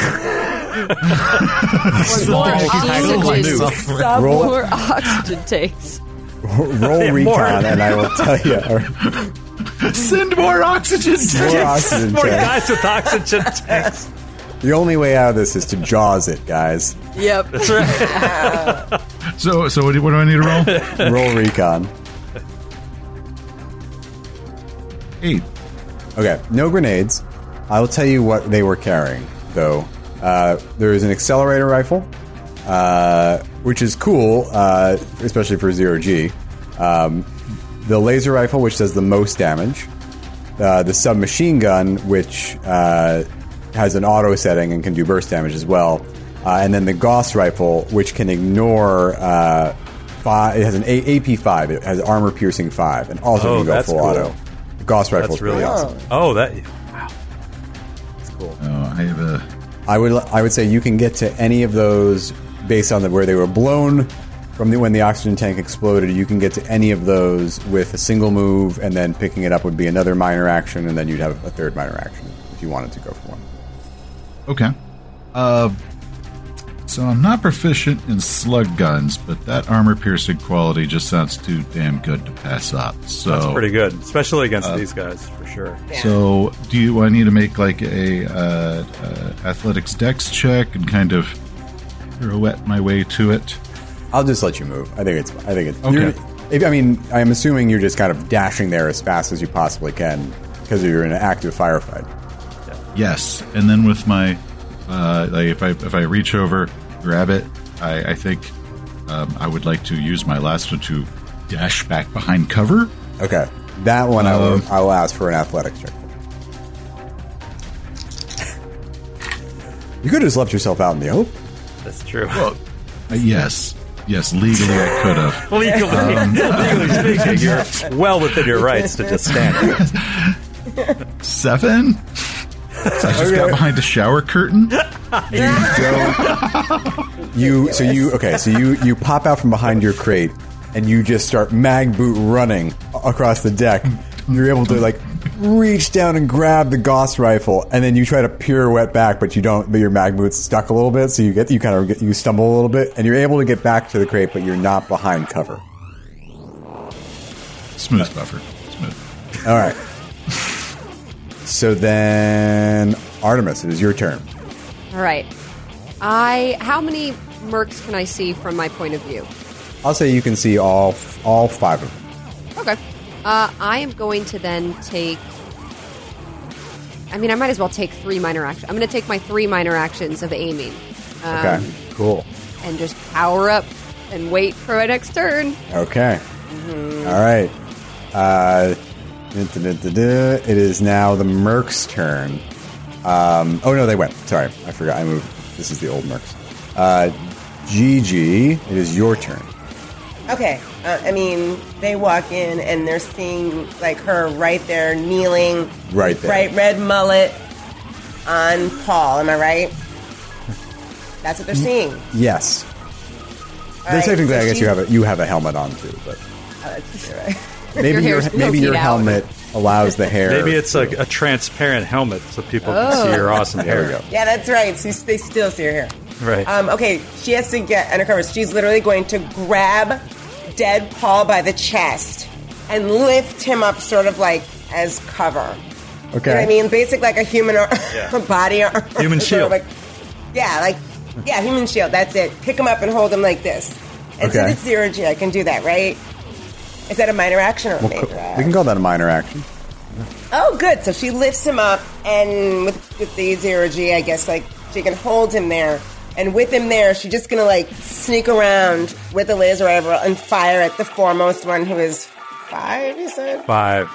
Speaker 2: Like,
Speaker 3: oxygen.
Speaker 2: I knew.
Speaker 3: Some
Speaker 1: Roll.
Speaker 3: more oxygen takes.
Speaker 1: Roll
Speaker 2: Yeah, more.
Speaker 1: recon, and I will tell you. or-
Speaker 5: Send more oxygen.
Speaker 1: more oxygen
Speaker 2: More
Speaker 1: tank.
Speaker 2: guys with oxygen tanks.
Speaker 1: The only way out of this is to jaws it, guys.
Speaker 3: Yep.
Speaker 5: So, so what do, what do I need to
Speaker 1: Roll recon.
Speaker 5: roll? Eight.
Speaker 1: Okay, no grenades. I will tell you what they were carrying, though. Uh, there is an accelerator rifle, uh, which is cool, uh, especially for zero G. Um, the laser rifle, which does the most damage. Uh, the submachine gun, which uh, has an auto setting and can do burst damage as well. Uh, and then the Gauss rifle, which can ignore. Uh, five, it has an A- AP 5, it has armor piercing 5, and also
Speaker 2: Oh,
Speaker 1: can go
Speaker 2: that's
Speaker 1: full
Speaker 2: cool.
Speaker 1: auto. The Gauss rifle
Speaker 2: That's
Speaker 1: is really
Speaker 2: really
Speaker 1: awesome.
Speaker 2: awesome. Oh, that
Speaker 5: Oh, I have a.
Speaker 1: I would I would say you can get to any of those based on the, where they were blown from the, when the oxygen tank exploded. You can get to any of those with a single move, and then picking it up would be another minor action, and then you'd have a third minor action if you wanted to go for one.
Speaker 5: Okay. Uh, so I'm not proficient in slug guns, but that armor piercing quality just sounds too damn good to pass up. So
Speaker 2: that's pretty good, especially against these guys for sure.
Speaker 5: So, do you? I need to make like a uh, uh, athletics dex check and kind of pirouette my way to it.
Speaker 1: I'll just let you move. I think it's I think it's.
Speaker 5: Okay.
Speaker 1: you're- if, I mean, I'm assuming you're just kind of dashing there as fast as you possibly can because you're in an active firefight.
Speaker 5: Yes, and then with my, uh, like if I if I reach over, grab it, I, I think um, I would like to use my last one to dash back behind cover.
Speaker 1: Okay, that one I will
Speaker 5: Um.
Speaker 1: I will ask for an athletics check. You could have just left yourself out in the open.
Speaker 2: That's true.
Speaker 5: Uh, yes, yes, legally I could have.
Speaker 2: legally, legally um, speaking, you're well within your rights to just stand.
Speaker 5: Seven. So I just got behind a shower curtain.
Speaker 1: You so you okay? So you you pop out from behind your crate and you just start mag boot running a- across the deck. You're able to like reach down and grab the Gauss rifle, and then you try to pirouette back, but you don't. But your mag boot's stuck a little bit, so you get you kind of get, you stumble a little bit, and you're able to get back to the crate, but you're not behind cover.
Speaker 5: Smooth buffer. Smooth.
Speaker 1: All right. So then, Artemis, it is your turn.
Speaker 3: All right. I how many mercs can I see from my point of view?
Speaker 1: I'll say you can see all all five of them.
Speaker 3: Okay. Uh, I am going to then take. I mean, I might as well take three minor actions. I'm going to take my three minor actions of aiming um,
Speaker 1: Okay, cool.
Speaker 3: and just power up and wait for my next turn.
Speaker 1: Okay. All right. Uh, da-da-da-da-da. it is now the Merc's turn. Um, oh no, they went. Sorry, I forgot. I moved. This is the old Merc's. Uh, Gigi, it is your turn.
Speaker 4: Okay. Uh, I mean, they walk in and they're seeing like her right there, kneeling,
Speaker 1: Right there.
Speaker 4: bright red mullet on Paul. Am I right? That's what they're seeing.
Speaker 1: Yes.
Speaker 4: All right,
Speaker 1: technically,
Speaker 4: so
Speaker 1: I guess
Speaker 4: she-
Speaker 1: you have a, you have a helmet on too, but
Speaker 4: Oh, that's- you're right.
Speaker 1: maybe your,
Speaker 3: hair's
Speaker 1: maybe your
Speaker 3: poking out.
Speaker 1: helmet allows the hair.
Speaker 2: Maybe it's a, a transparent helmet so people can
Speaker 4: Oh.
Speaker 2: see your awesome
Speaker 1: there we
Speaker 2: hair.
Speaker 1: go.
Speaker 4: yeah, that's right. So they still see her here.
Speaker 2: Right.
Speaker 4: Um, okay, she has to get undercover. She's literally going to grab dead Paul by the chest and lift him up, sort of like as cover. You know what I
Speaker 1: Okay.
Speaker 4: mean? Basic like a human ar-
Speaker 2: Yeah.
Speaker 4: body armor.
Speaker 2: Human
Speaker 4: Sort of
Speaker 2: shield.
Speaker 4: like- yeah, like yeah, human shield. That's it. Pick him up and hold him like this. And
Speaker 1: Okay.
Speaker 4: since it's zero G, I can do that, right? Is that a minor action or a major?
Speaker 1: We can
Speaker 4: action?
Speaker 1: call that a minor action.
Speaker 4: oh, good. So she lifts him up, and with with the zero G, I guess like she can hold him there. And with him there, she's just gonna like sneak around with the laser rifle and fire at the foremost one who is five. You said
Speaker 2: Five.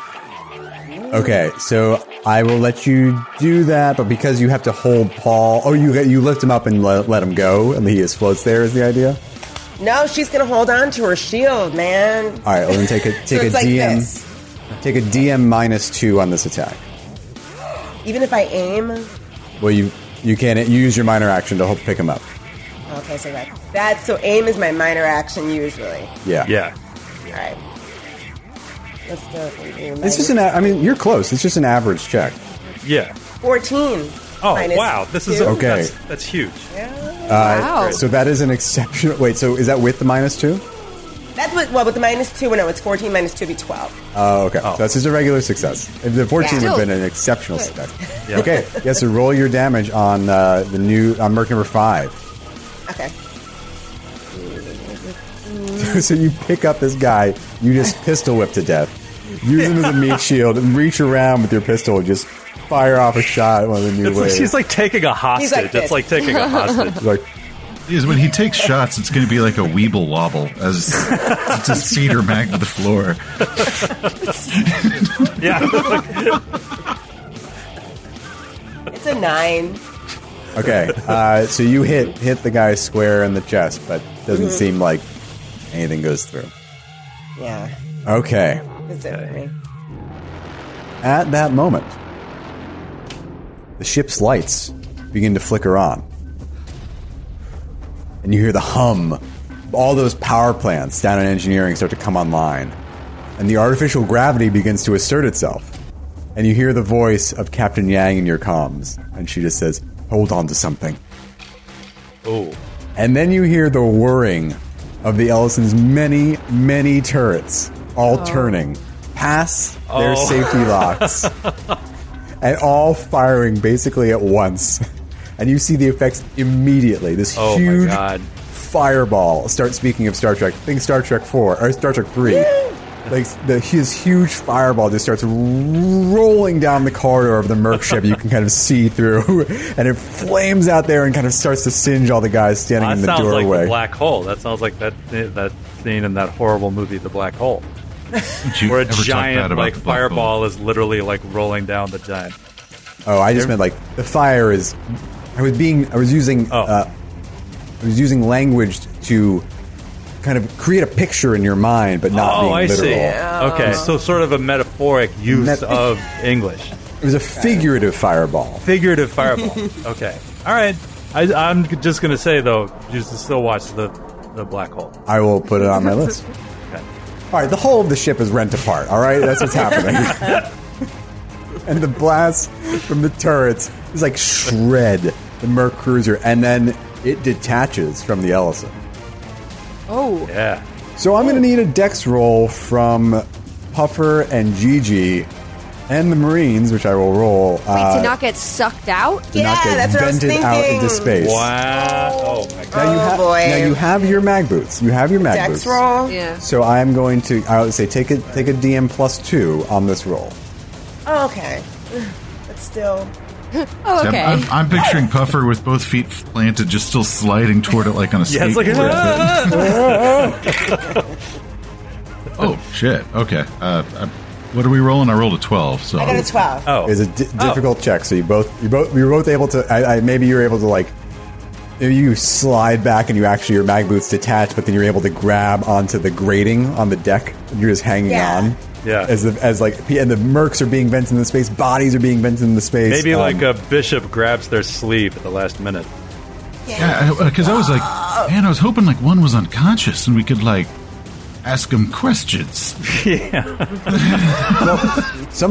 Speaker 1: Okay, so I will let you do that, but because you have to hold Paul, oh, you you lift him up and le- let him go, and he just floats there. Is the idea?
Speaker 4: no. She's gonna hold on to her shield, man.
Speaker 1: All right, well then take a take
Speaker 4: so
Speaker 1: a
Speaker 4: it's like
Speaker 1: DM,
Speaker 4: this.
Speaker 1: take a DM minus two on this attack.
Speaker 4: Even if I aim,
Speaker 1: Well, you you can't you use your minor action to help pick him up.
Speaker 4: okay, so that that so aim is my minor action usually.
Speaker 1: Yeah,
Speaker 2: Yeah.
Speaker 4: All right, let's do it.
Speaker 1: It's just an. a- I mean, you're close. It's just an average check.
Speaker 2: Yeah.
Speaker 4: fourteen.
Speaker 2: Oh
Speaker 4: minus
Speaker 2: wow, this is
Speaker 4: two.
Speaker 1: Okay.
Speaker 2: That's, that's huge.
Speaker 3: wow.
Speaker 1: Uh, So that is an exceptional. Wait, so is that with the minus two?
Speaker 4: That's what. Well, with the minus two, no, it's fourteen minus two be twelve.
Speaker 1: Oh, okay. So that's just a regular success. If the 14
Speaker 4: Yeah.
Speaker 1: would have been an exceptional success. Okay. Yeah, so roll your damage on uh, the new on Merc number five.
Speaker 4: Okay.
Speaker 1: so you pick up this guy, you just pistol whip to death, use him as a meat shield, and reach around with your pistol and just fire off a shot at one of the new
Speaker 2: It's like,
Speaker 1: waves.
Speaker 2: she's like taking a hostage.
Speaker 4: He's like
Speaker 2: it's
Speaker 4: this.
Speaker 2: like taking a hostage.
Speaker 1: Like,
Speaker 5: Because when he takes shots, it's going to be like a weeble wobble as as his feet are back to the floor.
Speaker 2: Yeah.
Speaker 4: It's a nine.
Speaker 1: Okay, uh, so you hit hit the guy square in the chest, but doesn't seem like anything goes through.
Speaker 4: Yeah,
Speaker 1: Okay,
Speaker 4: that's it for me.
Speaker 1: at that moment, the ship's lights begin to flicker on, and you hear the hum. of All those power plants down in engineering start to come online, and the artificial gravity begins to assert itself. And you hear the voice of Captain Yang in your comms, and she just says, "Hold on to something."
Speaker 2: oh.
Speaker 1: And then you hear the whirring of the Ellison's many, many turrets all turning past their
Speaker 2: Oh.
Speaker 1: safety locks and all firing basically at once. And you see the effects immediately. This
Speaker 2: Oh my
Speaker 1: huge
Speaker 2: God.
Speaker 1: fireball. Start speaking of Star Trek. Think Star Trek 4 or Star Trek 3. like the, his huge fireball just starts rolling down the corridor of the merc ship you can kind of see through and it flames out there and kind of starts to singe all the guys standing
Speaker 2: That
Speaker 1: in the
Speaker 2: sounds
Speaker 1: doorway.
Speaker 2: like the black hole. That sounds like that that scene in that horrible movie, The Black Hole,
Speaker 5: Did you
Speaker 2: where a
Speaker 5: ever talk bad
Speaker 2: giant
Speaker 5: about
Speaker 2: like
Speaker 5: the black hole?
Speaker 2: fireball is literally like rolling down the giant.
Speaker 1: Oh, I just meant like the fire is. I was being. I was using.
Speaker 2: Oh.
Speaker 1: Uh, I was using language to kind of create a picture in your mind, but not
Speaker 2: oh,
Speaker 1: being
Speaker 2: I
Speaker 1: literal.
Speaker 2: see. Okay, so sort of a metaphoric use
Speaker 1: Met-
Speaker 2: of English,
Speaker 1: It was a figurative fireball.
Speaker 2: figurative fireball. okay, all right. I, I'm just gonna say though, you should still watch the the black hole.
Speaker 1: I will put it on my list. All right, the whole of the ship is rent apart. All right, that's what's happening. and the blast from the turrets is like shred the Merc cruiser, and then it detaches from the Ellison.
Speaker 3: Oh,
Speaker 2: Yeah.
Speaker 1: So I'm going to need a dex roll from Puffer and Gigi and the Marines, which I will roll.
Speaker 3: wait,
Speaker 1: uh,
Speaker 3: to not get sucked out?
Speaker 1: to not
Speaker 4: Yeah,
Speaker 1: get
Speaker 4: that's what I was
Speaker 1: vented out
Speaker 4: thinking.
Speaker 1: into space.
Speaker 2: Wow. Oh my god.
Speaker 1: Now you
Speaker 4: Oh,
Speaker 1: have,
Speaker 4: boy.
Speaker 1: Now you have your mag boots. You have your mag
Speaker 4: Dex
Speaker 1: boots.
Speaker 4: roll.
Speaker 3: Yeah.
Speaker 1: So I'm going to. I would say take a take a DM plus two on this roll.
Speaker 4: Oh, okay. But still,
Speaker 3: Oh,
Speaker 5: I'm-
Speaker 3: okay.
Speaker 5: I'm, I'm picturing Puffer with both feet planted, just still sliding toward it like on a
Speaker 2: Yeah, it's like "Ah!"
Speaker 5: skateboard. oh shit! Okay, uh, I, what are we rolling? I rolled a twelve. So
Speaker 4: I got a twelve.
Speaker 2: oh.
Speaker 1: Is a di- difficult check. So you both you both you were both able to. I, I, maybe you were able to like. You slide back and you actually your mag boots detach, but then you're able to grab onto the grating on the deck. And you're just hanging
Speaker 4: Yeah.
Speaker 1: on.
Speaker 2: Yeah.
Speaker 1: As the, as like and the mercs are being vented into space, bodies are being vented into space.
Speaker 2: Maybe
Speaker 1: Um,
Speaker 2: like a bishop grabs their sleeve at the last minute.
Speaker 5: Yeah, because I, was like, man, I was hoping like one was unconscious and we could like ask him questions.
Speaker 1: some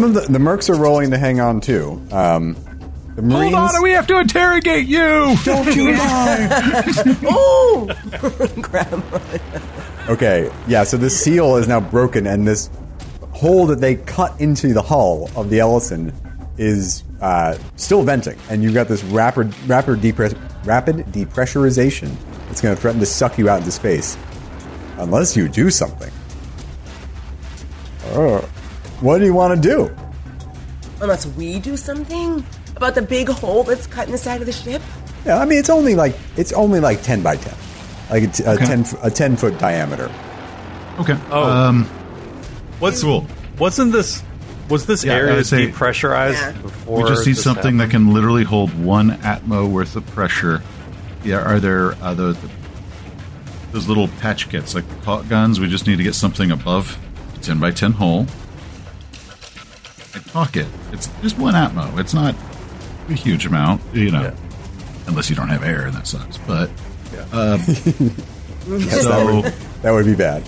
Speaker 1: of the the mercs are rolling to hang on too. Um, the Marines.
Speaker 5: Hold on, we have to interrogate you.
Speaker 1: Don't you lie.
Speaker 4: Ooh, grandma.
Speaker 1: okay, yeah. So the seal is now broken, and this hole that they cut into the hull of the Ellison is uh, still venting, and you've got this rapid, rapid, depress- rapid depressurization that's going to threaten to suck you out into space, unless you do something. Oh. What do you want to do?
Speaker 4: Unless we do something about the big hole that's cut in the side of the ship.
Speaker 1: Yeah, I mean, it's only like it's only like ten by ten, like a, t- a
Speaker 5: Okay.
Speaker 1: ten f- a ten foot diameter.
Speaker 5: Okay.
Speaker 2: Oh.
Speaker 5: Um,
Speaker 2: What's
Speaker 5: cool.
Speaker 2: Wasn't this was this
Speaker 5: Yeah, I
Speaker 2: area
Speaker 5: would say-
Speaker 2: depressurized
Speaker 4: Yeah.
Speaker 2: before?
Speaker 5: We just need
Speaker 2: this
Speaker 5: something
Speaker 2: happened?
Speaker 5: that can literally hold one atmo worth of pressure. Yeah, are there uh, those, those little patch kits like the caulk guns? We just need to get something above a ten by ten hole. And caulk it. It's just one atmo. It's not a huge amount, you know, unless you don't have air, and that sucks. But um, so.
Speaker 1: That would be bad.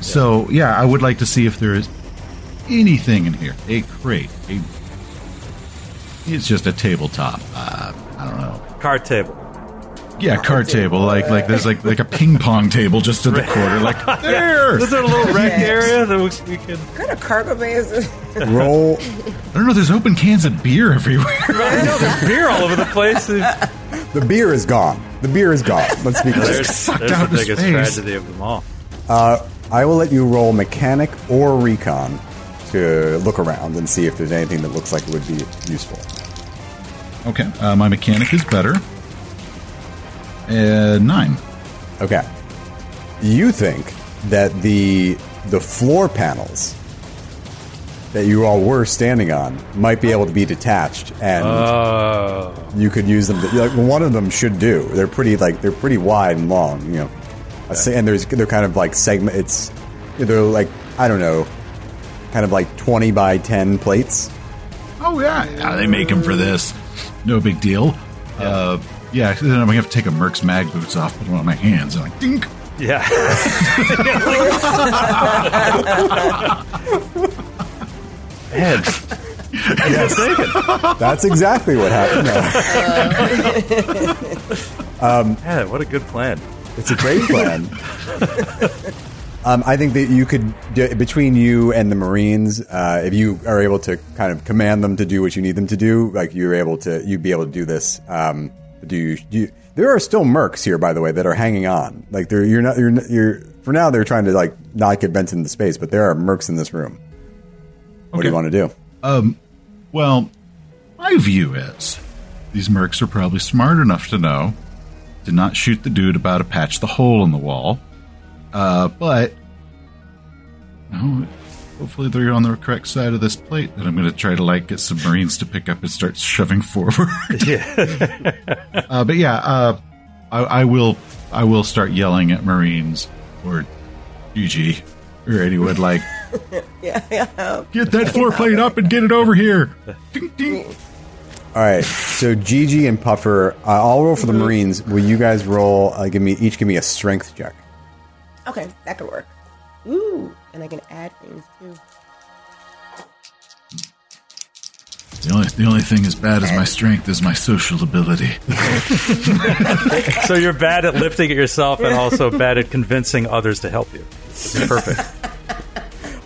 Speaker 5: So yeah, I would like to see if there is anything in here. A crate. A. It's just a tabletop. Uh, I don't know.
Speaker 2: card table.
Speaker 5: Yeah, card table. Like like there's like like a ping pong table just in the corner. Like there.
Speaker 2: Is there a little rec area that we, we can?
Speaker 4: What kind of cargo bay is this?
Speaker 1: Roll
Speaker 5: I don't know. There's open cans of beer everywhere.
Speaker 2: I know there's beer all over the place. There's,
Speaker 1: The beer is gone. The beer is gone. Let's be clear.
Speaker 2: there's
Speaker 5: sucked out
Speaker 2: the
Speaker 5: into
Speaker 2: biggest
Speaker 5: space.
Speaker 2: tragedy of them all.
Speaker 1: I will let you roll mechanic or recon to look around and see if there's anything that looks like it would be useful.
Speaker 5: okay, uh, my mechanic is better. Uh, nine.
Speaker 1: Okay. You think that the the floor panels that you all were standing on might be able to be detached, and
Speaker 2: Oh,
Speaker 1: you could use them. To, like one of them should do. They're pretty like they're pretty wide and long. You know, A se- and there's they're kind of like segment. It's they're like I don't know, kind of like twenty by ten plates.
Speaker 5: Oh yeah, yeah, they make them for this. No big deal. Yeah. Uh, yeah. Then I'm gonna have to take a Merc's mag boots off, put them on my hands, and like, dink.
Speaker 2: yeah. Ed,
Speaker 1: Yes. That's exactly what happened. No,
Speaker 2: Ed, what a good plan.
Speaker 1: it's a great plan. Um, I think that you could, d- between you and the Marines, uh, if you are able to kind of command them to do what you need them to do, like you're able to, you'd be able to do this. Um, do you, do you- there are still mercs here, by the way, that are hanging on. Like they're, you're not, you're, not- you're, for now, they're trying to like not get bent into space, but there are mercs in this room. What do
Speaker 5: Okay.
Speaker 1: you want to do?
Speaker 5: Well, my view is these mercs are probably smart enough to know to not shoot the dude about to patch the hole in the wall. Uh, but no, hopefully they're on the correct side of this plate. That I'm going to try to like get some marines to pick up and start shoving forward. uh, but yeah, uh, I, I will. I will start yelling at marines or GG or anyone like
Speaker 4: Yeah, yeah.
Speaker 5: Get that floor plate up and get it over here. Ding, ding.
Speaker 1: All right, so Gigi and Puffer, uh, I'll roll for the Marines. Will you guys roll? Uh, give me each. Give me a strength check.
Speaker 4: Okay, that could work. Ooh, and I can add things too.
Speaker 5: The only, the only thing as bad as my strength is my social ability.
Speaker 2: So you're bad at lifting it yourself and also bad at convincing others to help you. Perfect.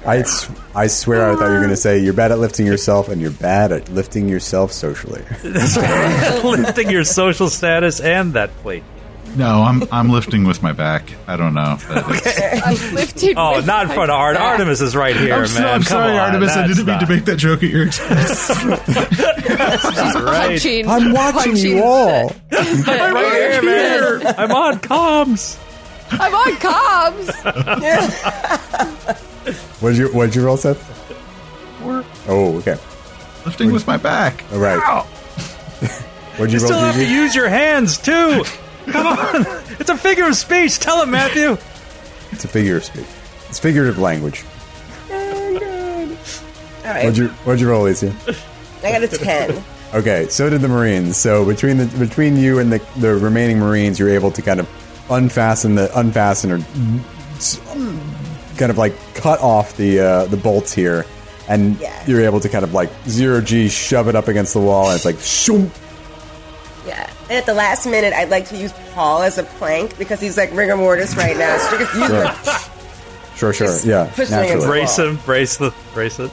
Speaker 1: I, s- I swear I thought you were going to say you're bad at lifting yourself and you're bad at lifting yourself socially.
Speaker 2: lifting your social status and that plate.
Speaker 5: No, I'm I'm lifting with my back. I don't know. if that is-
Speaker 3: Lifted
Speaker 2: Oh,
Speaker 3: with
Speaker 2: not in
Speaker 3: my
Speaker 2: front of Art.
Speaker 3: back.
Speaker 2: Artemis is right here, man.
Speaker 5: I'm, so, I'm
Speaker 2: Come
Speaker 5: sorry,
Speaker 2: on,
Speaker 5: Artemis. I
Speaker 2: that's
Speaker 5: didn't mean to
Speaker 2: not-
Speaker 5: make that joke at your expense.
Speaker 2: Right,
Speaker 3: Punching-
Speaker 1: I'm watching
Speaker 3: punching
Speaker 1: you all.
Speaker 2: I'm right here, man. I'm on comms.
Speaker 3: shit. I'm on
Speaker 4: Um,
Speaker 3: comms.
Speaker 1: What did you What did you roll, Seth?
Speaker 5: Four.
Speaker 1: Oh, okay.
Speaker 5: Lifting with my back.
Speaker 1: All right.
Speaker 5: Ow.
Speaker 1: What did you
Speaker 2: Still
Speaker 1: roll,
Speaker 2: have to
Speaker 1: Gigi?
Speaker 2: use your hands too. Come on, it's a figure of speech. Tell him, Matthew.
Speaker 1: It's a figure of speech. It's figurative language.
Speaker 4: All right,
Speaker 1: What did you What did you roll, Alicia?
Speaker 4: I got a ten.
Speaker 1: Okay, so did the Marines. So between the between you and the, the remaining Marines, you're able to kind of unfasten the unfasten or s- kind of like cut off the uh, the bolts here, and
Speaker 4: Yes.
Speaker 1: you're able to kind of like zero G shove it up against the wall, and it's like shoom.
Speaker 4: Yeah. And at the last minute, I'd like to use Paul as a plank because he's like rigor mortis right now. So you can use
Speaker 1: Yeah. Sure, sure,
Speaker 4: Just
Speaker 1: yeah,
Speaker 4: push the
Speaker 1: naturally.
Speaker 4: hands.
Speaker 2: Brace him. Brace the. Brace it.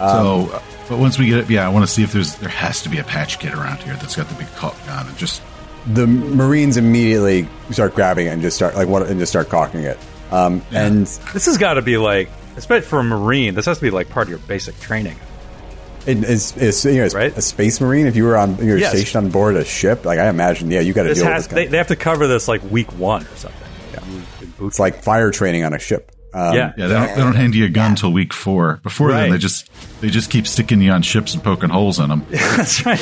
Speaker 2: Um,
Speaker 5: so, uh, but once we get it, yeah, I want to see if there's there has to be a patch kit around here that's got the big cop gun and just
Speaker 1: The Marines immediately start grabbing it and just start like what and just start cocking it. Um, and
Speaker 2: This has got to be like, especially for a marine. This has to be like part of your basic training.
Speaker 1: it is, is you know, it's
Speaker 2: Right.
Speaker 1: a space marine. If you were on, you're
Speaker 2: Yes.
Speaker 1: stationed on board a ship. Like I imagine, yeah, you got to
Speaker 2: This
Speaker 1: deal
Speaker 2: has.
Speaker 1: with this. Kind
Speaker 2: They,
Speaker 1: of-
Speaker 2: they have to cover this like week one or something.
Speaker 1: It's like fire training on a ship. Um,
Speaker 2: yeah.
Speaker 5: yeah. They don't, they don't hand you a gun till week four. Before
Speaker 2: Right.
Speaker 5: then, they just they just keep sticking you on ships and poking holes in them.
Speaker 2: That's right.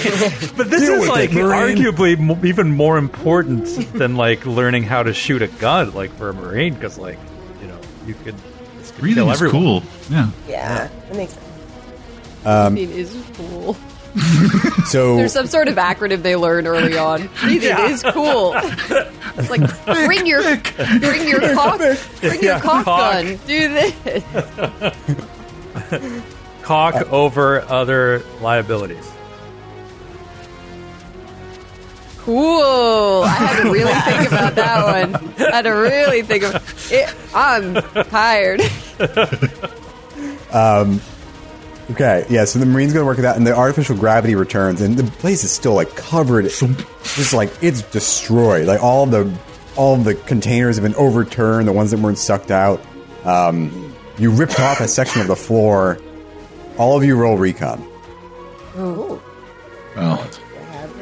Speaker 2: But this
Speaker 1: Deal
Speaker 2: is
Speaker 1: with
Speaker 2: like
Speaker 1: it, Marine.
Speaker 2: arguably mo- even more important than like learning how to shoot a gun, like for a marine, because like you know you could. this could
Speaker 5: Breathing
Speaker 2: kill
Speaker 5: is
Speaker 2: everyone.
Speaker 5: cool. Yeah.
Speaker 4: Yeah, that makes sense.
Speaker 3: Breathing is cool.
Speaker 1: So
Speaker 3: There's some sort of acronym they learned early on. Breathing is cool. It's like bring your bring your cock bring your
Speaker 2: Yeah,
Speaker 3: cock,
Speaker 2: cock.
Speaker 3: gun. Do this.
Speaker 2: Cock over other liabilities.
Speaker 3: Cool. I had to really think about that one. I had to really think of it. I'm tired.
Speaker 1: okay, yeah. So the marine's gonna work it out, and the artificial gravity returns, and the place is still like covered. Just like it's destroyed. Like all the all the containers have been overturned. The ones that weren't sucked out. Um, you ripped off a section of the floor. All of you roll recon.
Speaker 4: Ooh.
Speaker 5: Well,
Speaker 4: I have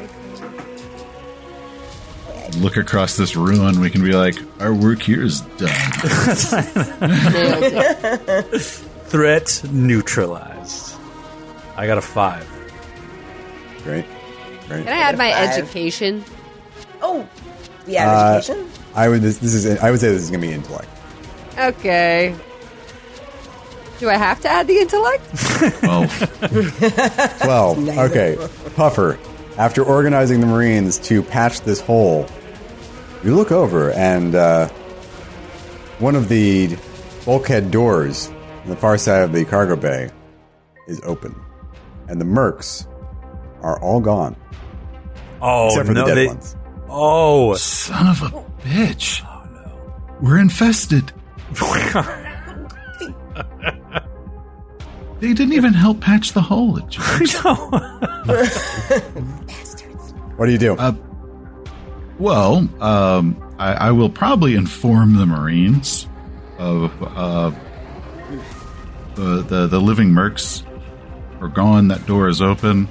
Speaker 4: recon.
Speaker 5: look across this ruin, we can be like, our work here is done.
Speaker 2: Threat neutralized. I got a five.
Speaker 1: Great. Great.
Speaker 3: Can I add my
Speaker 4: Five.
Speaker 3: education?
Speaker 4: Oh, yeah,
Speaker 1: Uh,
Speaker 4: education.
Speaker 1: I would this, this is I would say this is going to be intellect.
Speaker 3: Okay. Do I have to add the intellect?
Speaker 5: Well,
Speaker 1: 12. okay. Puffer, after organizing the Marines to patch this hole, you look over and uh, one of the bulkhead doors on the far side of the cargo bay is open. And the mercs are all gone,
Speaker 2: Oh
Speaker 1: except for
Speaker 2: no!
Speaker 1: the dead
Speaker 2: they-
Speaker 1: ones.
Speaker 2: Oh,
Speaker 5: son of a bitch. We're infested. They didn't even help patch the hole. It jerks.
Speaker 1: What do you do?
Speaker 5: Uh, well, um, I, I will probably inform the Marines of uh, the, the the living mercs are gone. That door is open.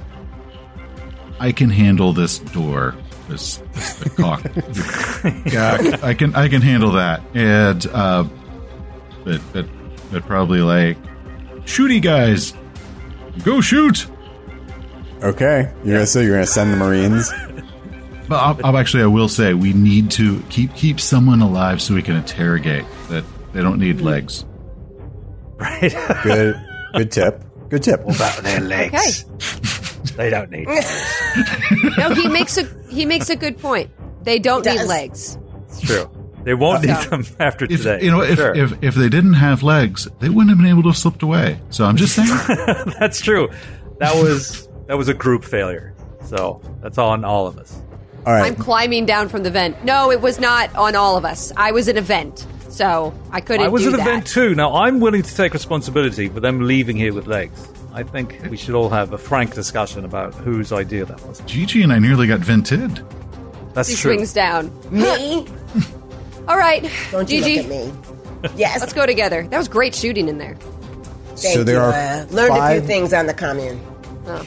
Speaker 5: I can handle this door. This, this the cock. Yeah, I can I can handle that. And uh, but but but probably like shooty guys, go shoot.
Speaker 1: okay. You're gonna, so you're going to send the Marines.
Speaker 5: But I'll, I'll actually, I will say we need to keep keep someone alive so we can interrogate. That they don't need legs.
Speaker 2: right.
Speaker 1: Good, good tip. Good tip.
Speaker 2: About their legs. They don't need. It's
Speaker 3: No, he makes a he makes a good point. They don't
Speaker 4: He
Speaker 3: need
Speaker 4: does.
Speaker 3: legs.
Speaker 2: true. They won't need them after
Speaker 5: Uh, If
Speaker 2: today.
Speaker 5: you know, if,
Speaker 2: Sure.
Speaker 5: if if they didn't have legs, they wouldn't have been able to have slipped away. So I'm just saying,
Speaker 2: that's true. That was that was a group failure. So that's on all of us.
Speaker 1: All right.
Speaker 3: I'm climbing down from the vent. No, it was not on all of us. I was an event, so I couldn't.
Speaker 2: I was
Speaker 3: do
Speaker 2: at the
Speaker 3: that.
Speaker 2: event too. Now I'm willing to take responsibility for them leaving here with legs. I think we should all have a frank discussion about whose idea that was.
Speaker 5: Gigi and I nearly got vented.
Speaker 2: That's
Speaker 3: She
Speaker 2: true.
Speaker 3: swings down.
Speaker 4: Me?
Speaker 3: All right,
Speaker 4: Don't you
Speaker 3: Gigi,
Speaker 4: look at me. Yes.
Speaker 3: let's go together. That was great shooting in there.
Speaker 4: Thank
Speaker 1: so there
Speaker 4: you.
Speaker 1: are
Speaker 4: Uh, learned a
Speaker 1: five-
Speaker 4: few things on the commune.
Speaker 3: Oh.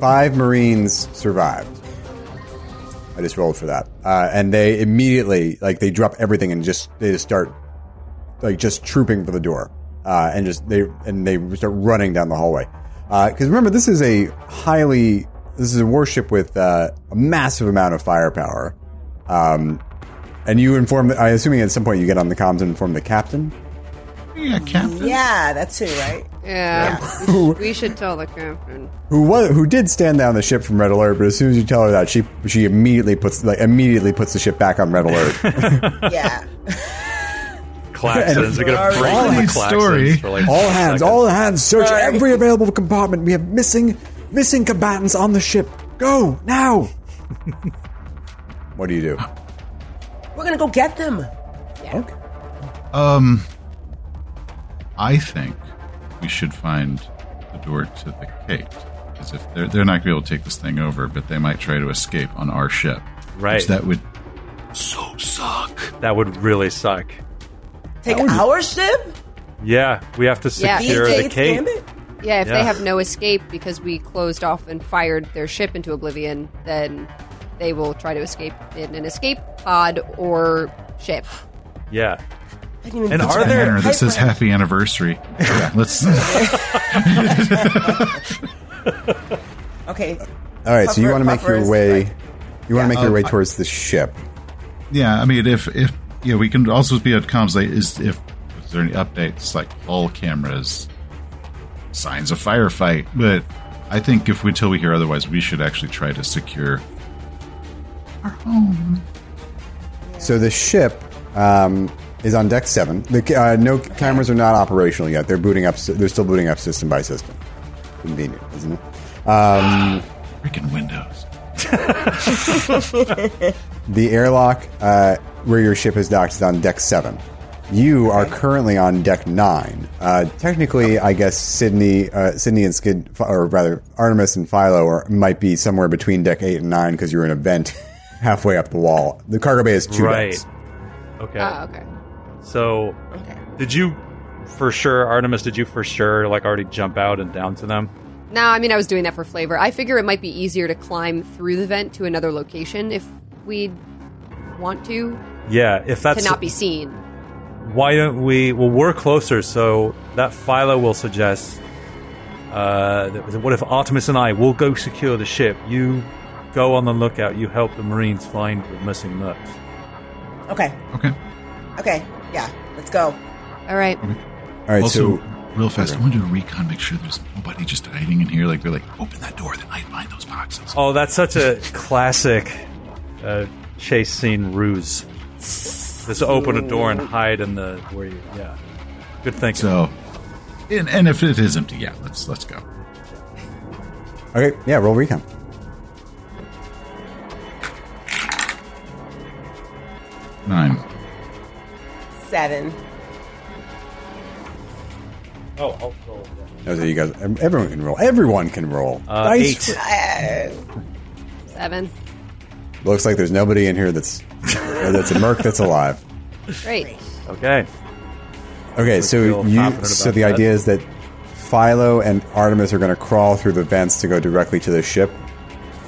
Speaker 1: five Marines survived. I just rolled for that, uh, and they immediately like they drop everything and just they just start like just trooping for the door, uh, and just they and they start running down the hallway. Because remember, this is a highly this is a warship with uh, a massive amount of firepower, um, and you inform. I assuming at some point you get on the comms and inform the captain.
Speaker 5: Yeah, Captain.
Speaker 4: Yeah, that's who, right?
Speaker 3: Yeah, we should tell the captain.
Speaker 1: who was who did stand down the ship from Red Alert, but as soon as you tell her that, she she immediately puts like immediately puts the ship back on Red Alert.
Speaker 4: Yeah.
Speaker 2: Klaxons. We're gonna break
Speaker 5: All
Speaker 2: all the
Speaker 5: these story-
Speaker 2: klaxons for like
Speaker 1: all hands, all hands, search
Speaker 4: Sorry.
Speaker 1: every available compartment. We have missing missing combatants on the ship. Go now. what do you do?
Speaker 4: We're going to go get them.
Speaker 1: Okay.
Speaker 5: Um, I think we should find the door to the gate because if they're they're not going to be able to take this thing over, but they might try to escape on our ship.
Speaker 2: Right.
Speaker 5: Which that would so suck.
Speaker 2: That would really suck.
Speaker 4: Take our ship?
Speaker 2: Yeah, we have to
Speaker 3: Yeah. These
Speaker 2: secure the
Speaker 4: Gates
Speaker 2: cave.
Speaker 4: Gambit?
Speaker 3: Yeah, if
Speaker 2: Yeah.
Speaker 3: they have no escape because we closed off and fired their ship into oblivion, then they will try to escape in an escape pod or ship.
Speaker 2: Yeah.
Speaker 4: I didn't even
Speaker 2: And
Speaker 4: think
Speaker 2: are
Speaker 4: about
Speaker 2: there-
Speaker 4: that.
Speaker 5: Banner that says
Speaker 4: Hyper-
Speaker 5: happy anniversary. Yeah, let's.
Speaker 4: Okay.
Speaker 1: All right. so you
Speaker 4: Puffer-
Speaker 1: want to make
Speaker 4: Puffer
Speaker 1: your
Speaker 4: is
Speaker 1: way.
Speaker 4: like-
Speaker 1: you want to make your
Speaker 5: Um,
Speaker 1: way
Speaker 5: I-
Speaker 1: towards the ship.
Speaker 5: yeah, I mean, if if yeah, we can also be at comms. Like, is if is there any updates like all cameras, signs of firefight? But I think if we till we hear otherwise, we should actually try to secure our home.
Speaker 1: So the ship um, is on deck seven. The ca- uh, no cameras are not operational yet. They're booting up. They're still booting up system by system. Convenient, isn't it? Um,
Speaker 5: Freaking windows.
Speaker 1: The airlock uh, where your ship is docked is on deck seven. You are currently on deck nine. Uh, technically, I guess Sydney, uh, Sydney and Skid, or rather Artemis and Philo, are, might be somewhere between deck eight and nine because you're in a vent halfway up the wall. The cargo bay is two
Speaker 2: Right.
Speaker 1: decks.
Speaker 2: Okay.
Speaker 3: Oh, okay.
Speaker 2: so,
Speaker 4: Okay.
Speaker 2: did you for sure, Artemis? Did you for sure like already jump out and down to them?
Speaker 3: No, I mean I was doing that for flavor. I figure it might be easier to climb through the vent to another location if we want to
Speaker 2: Yeah, if
Speaker 3: to
Speaker 2: that's
Speaker 3: not be seen.
Speaker 2: why don't we? Well, we're closer, so that Philo will suggest. Uh, that, what if Artemis and I will go secure the ship? You go on the lookout. You help the Marines find the missing mercs.
Speaker 4: Okay.
Speaker 5: Okay.
Speaker 4: Okay. Yeah. Let's go.
Speaker 3: All right.
Speaker 1: All right,
Speaker 5: also,
Speaker 1: so
Speaker 5: real fast, I want to do a recon, make sure there's nobody just hiding in here. Like they're like, open that door, then I find those boxes.
Speaker 2: Oh, that's such a classic uh, chase scene ruse. Just open a door and hide in the where you. Yeah, good thinking.
Speaker 5: So, and, and if it is empty, yeah, let's let's go.
Speaker 1: okay, yeah, roll recon.
Speaker 5: Nine.
Speaker 4: Seven.
Speaker 2: oh, oh, oh,
Speaker 1: Those are you guys. Everyone can roll. Everyone can roll.
Speaker 2: Uh,
Speaker 1: Dice-
Speaker 2: eight.
Speaker 4: Uh,
Speaker 3: Seven.
Speaker 1: Looks like there's nobody in here that's that's a merc that's alive.
Speaker 3: Great.
Speaker 2: Okay.
Speaker 1: Okay, so
Speaker 2: feel
Speaker 1: you
Speaker 2: confident
Speaker 1: so
Speaker 2: about
Speaker 1: the
Speaker 2: that.
Speaker 1: idea is that Philo and Artemis are going to crawl through the vents to go directly to the ship,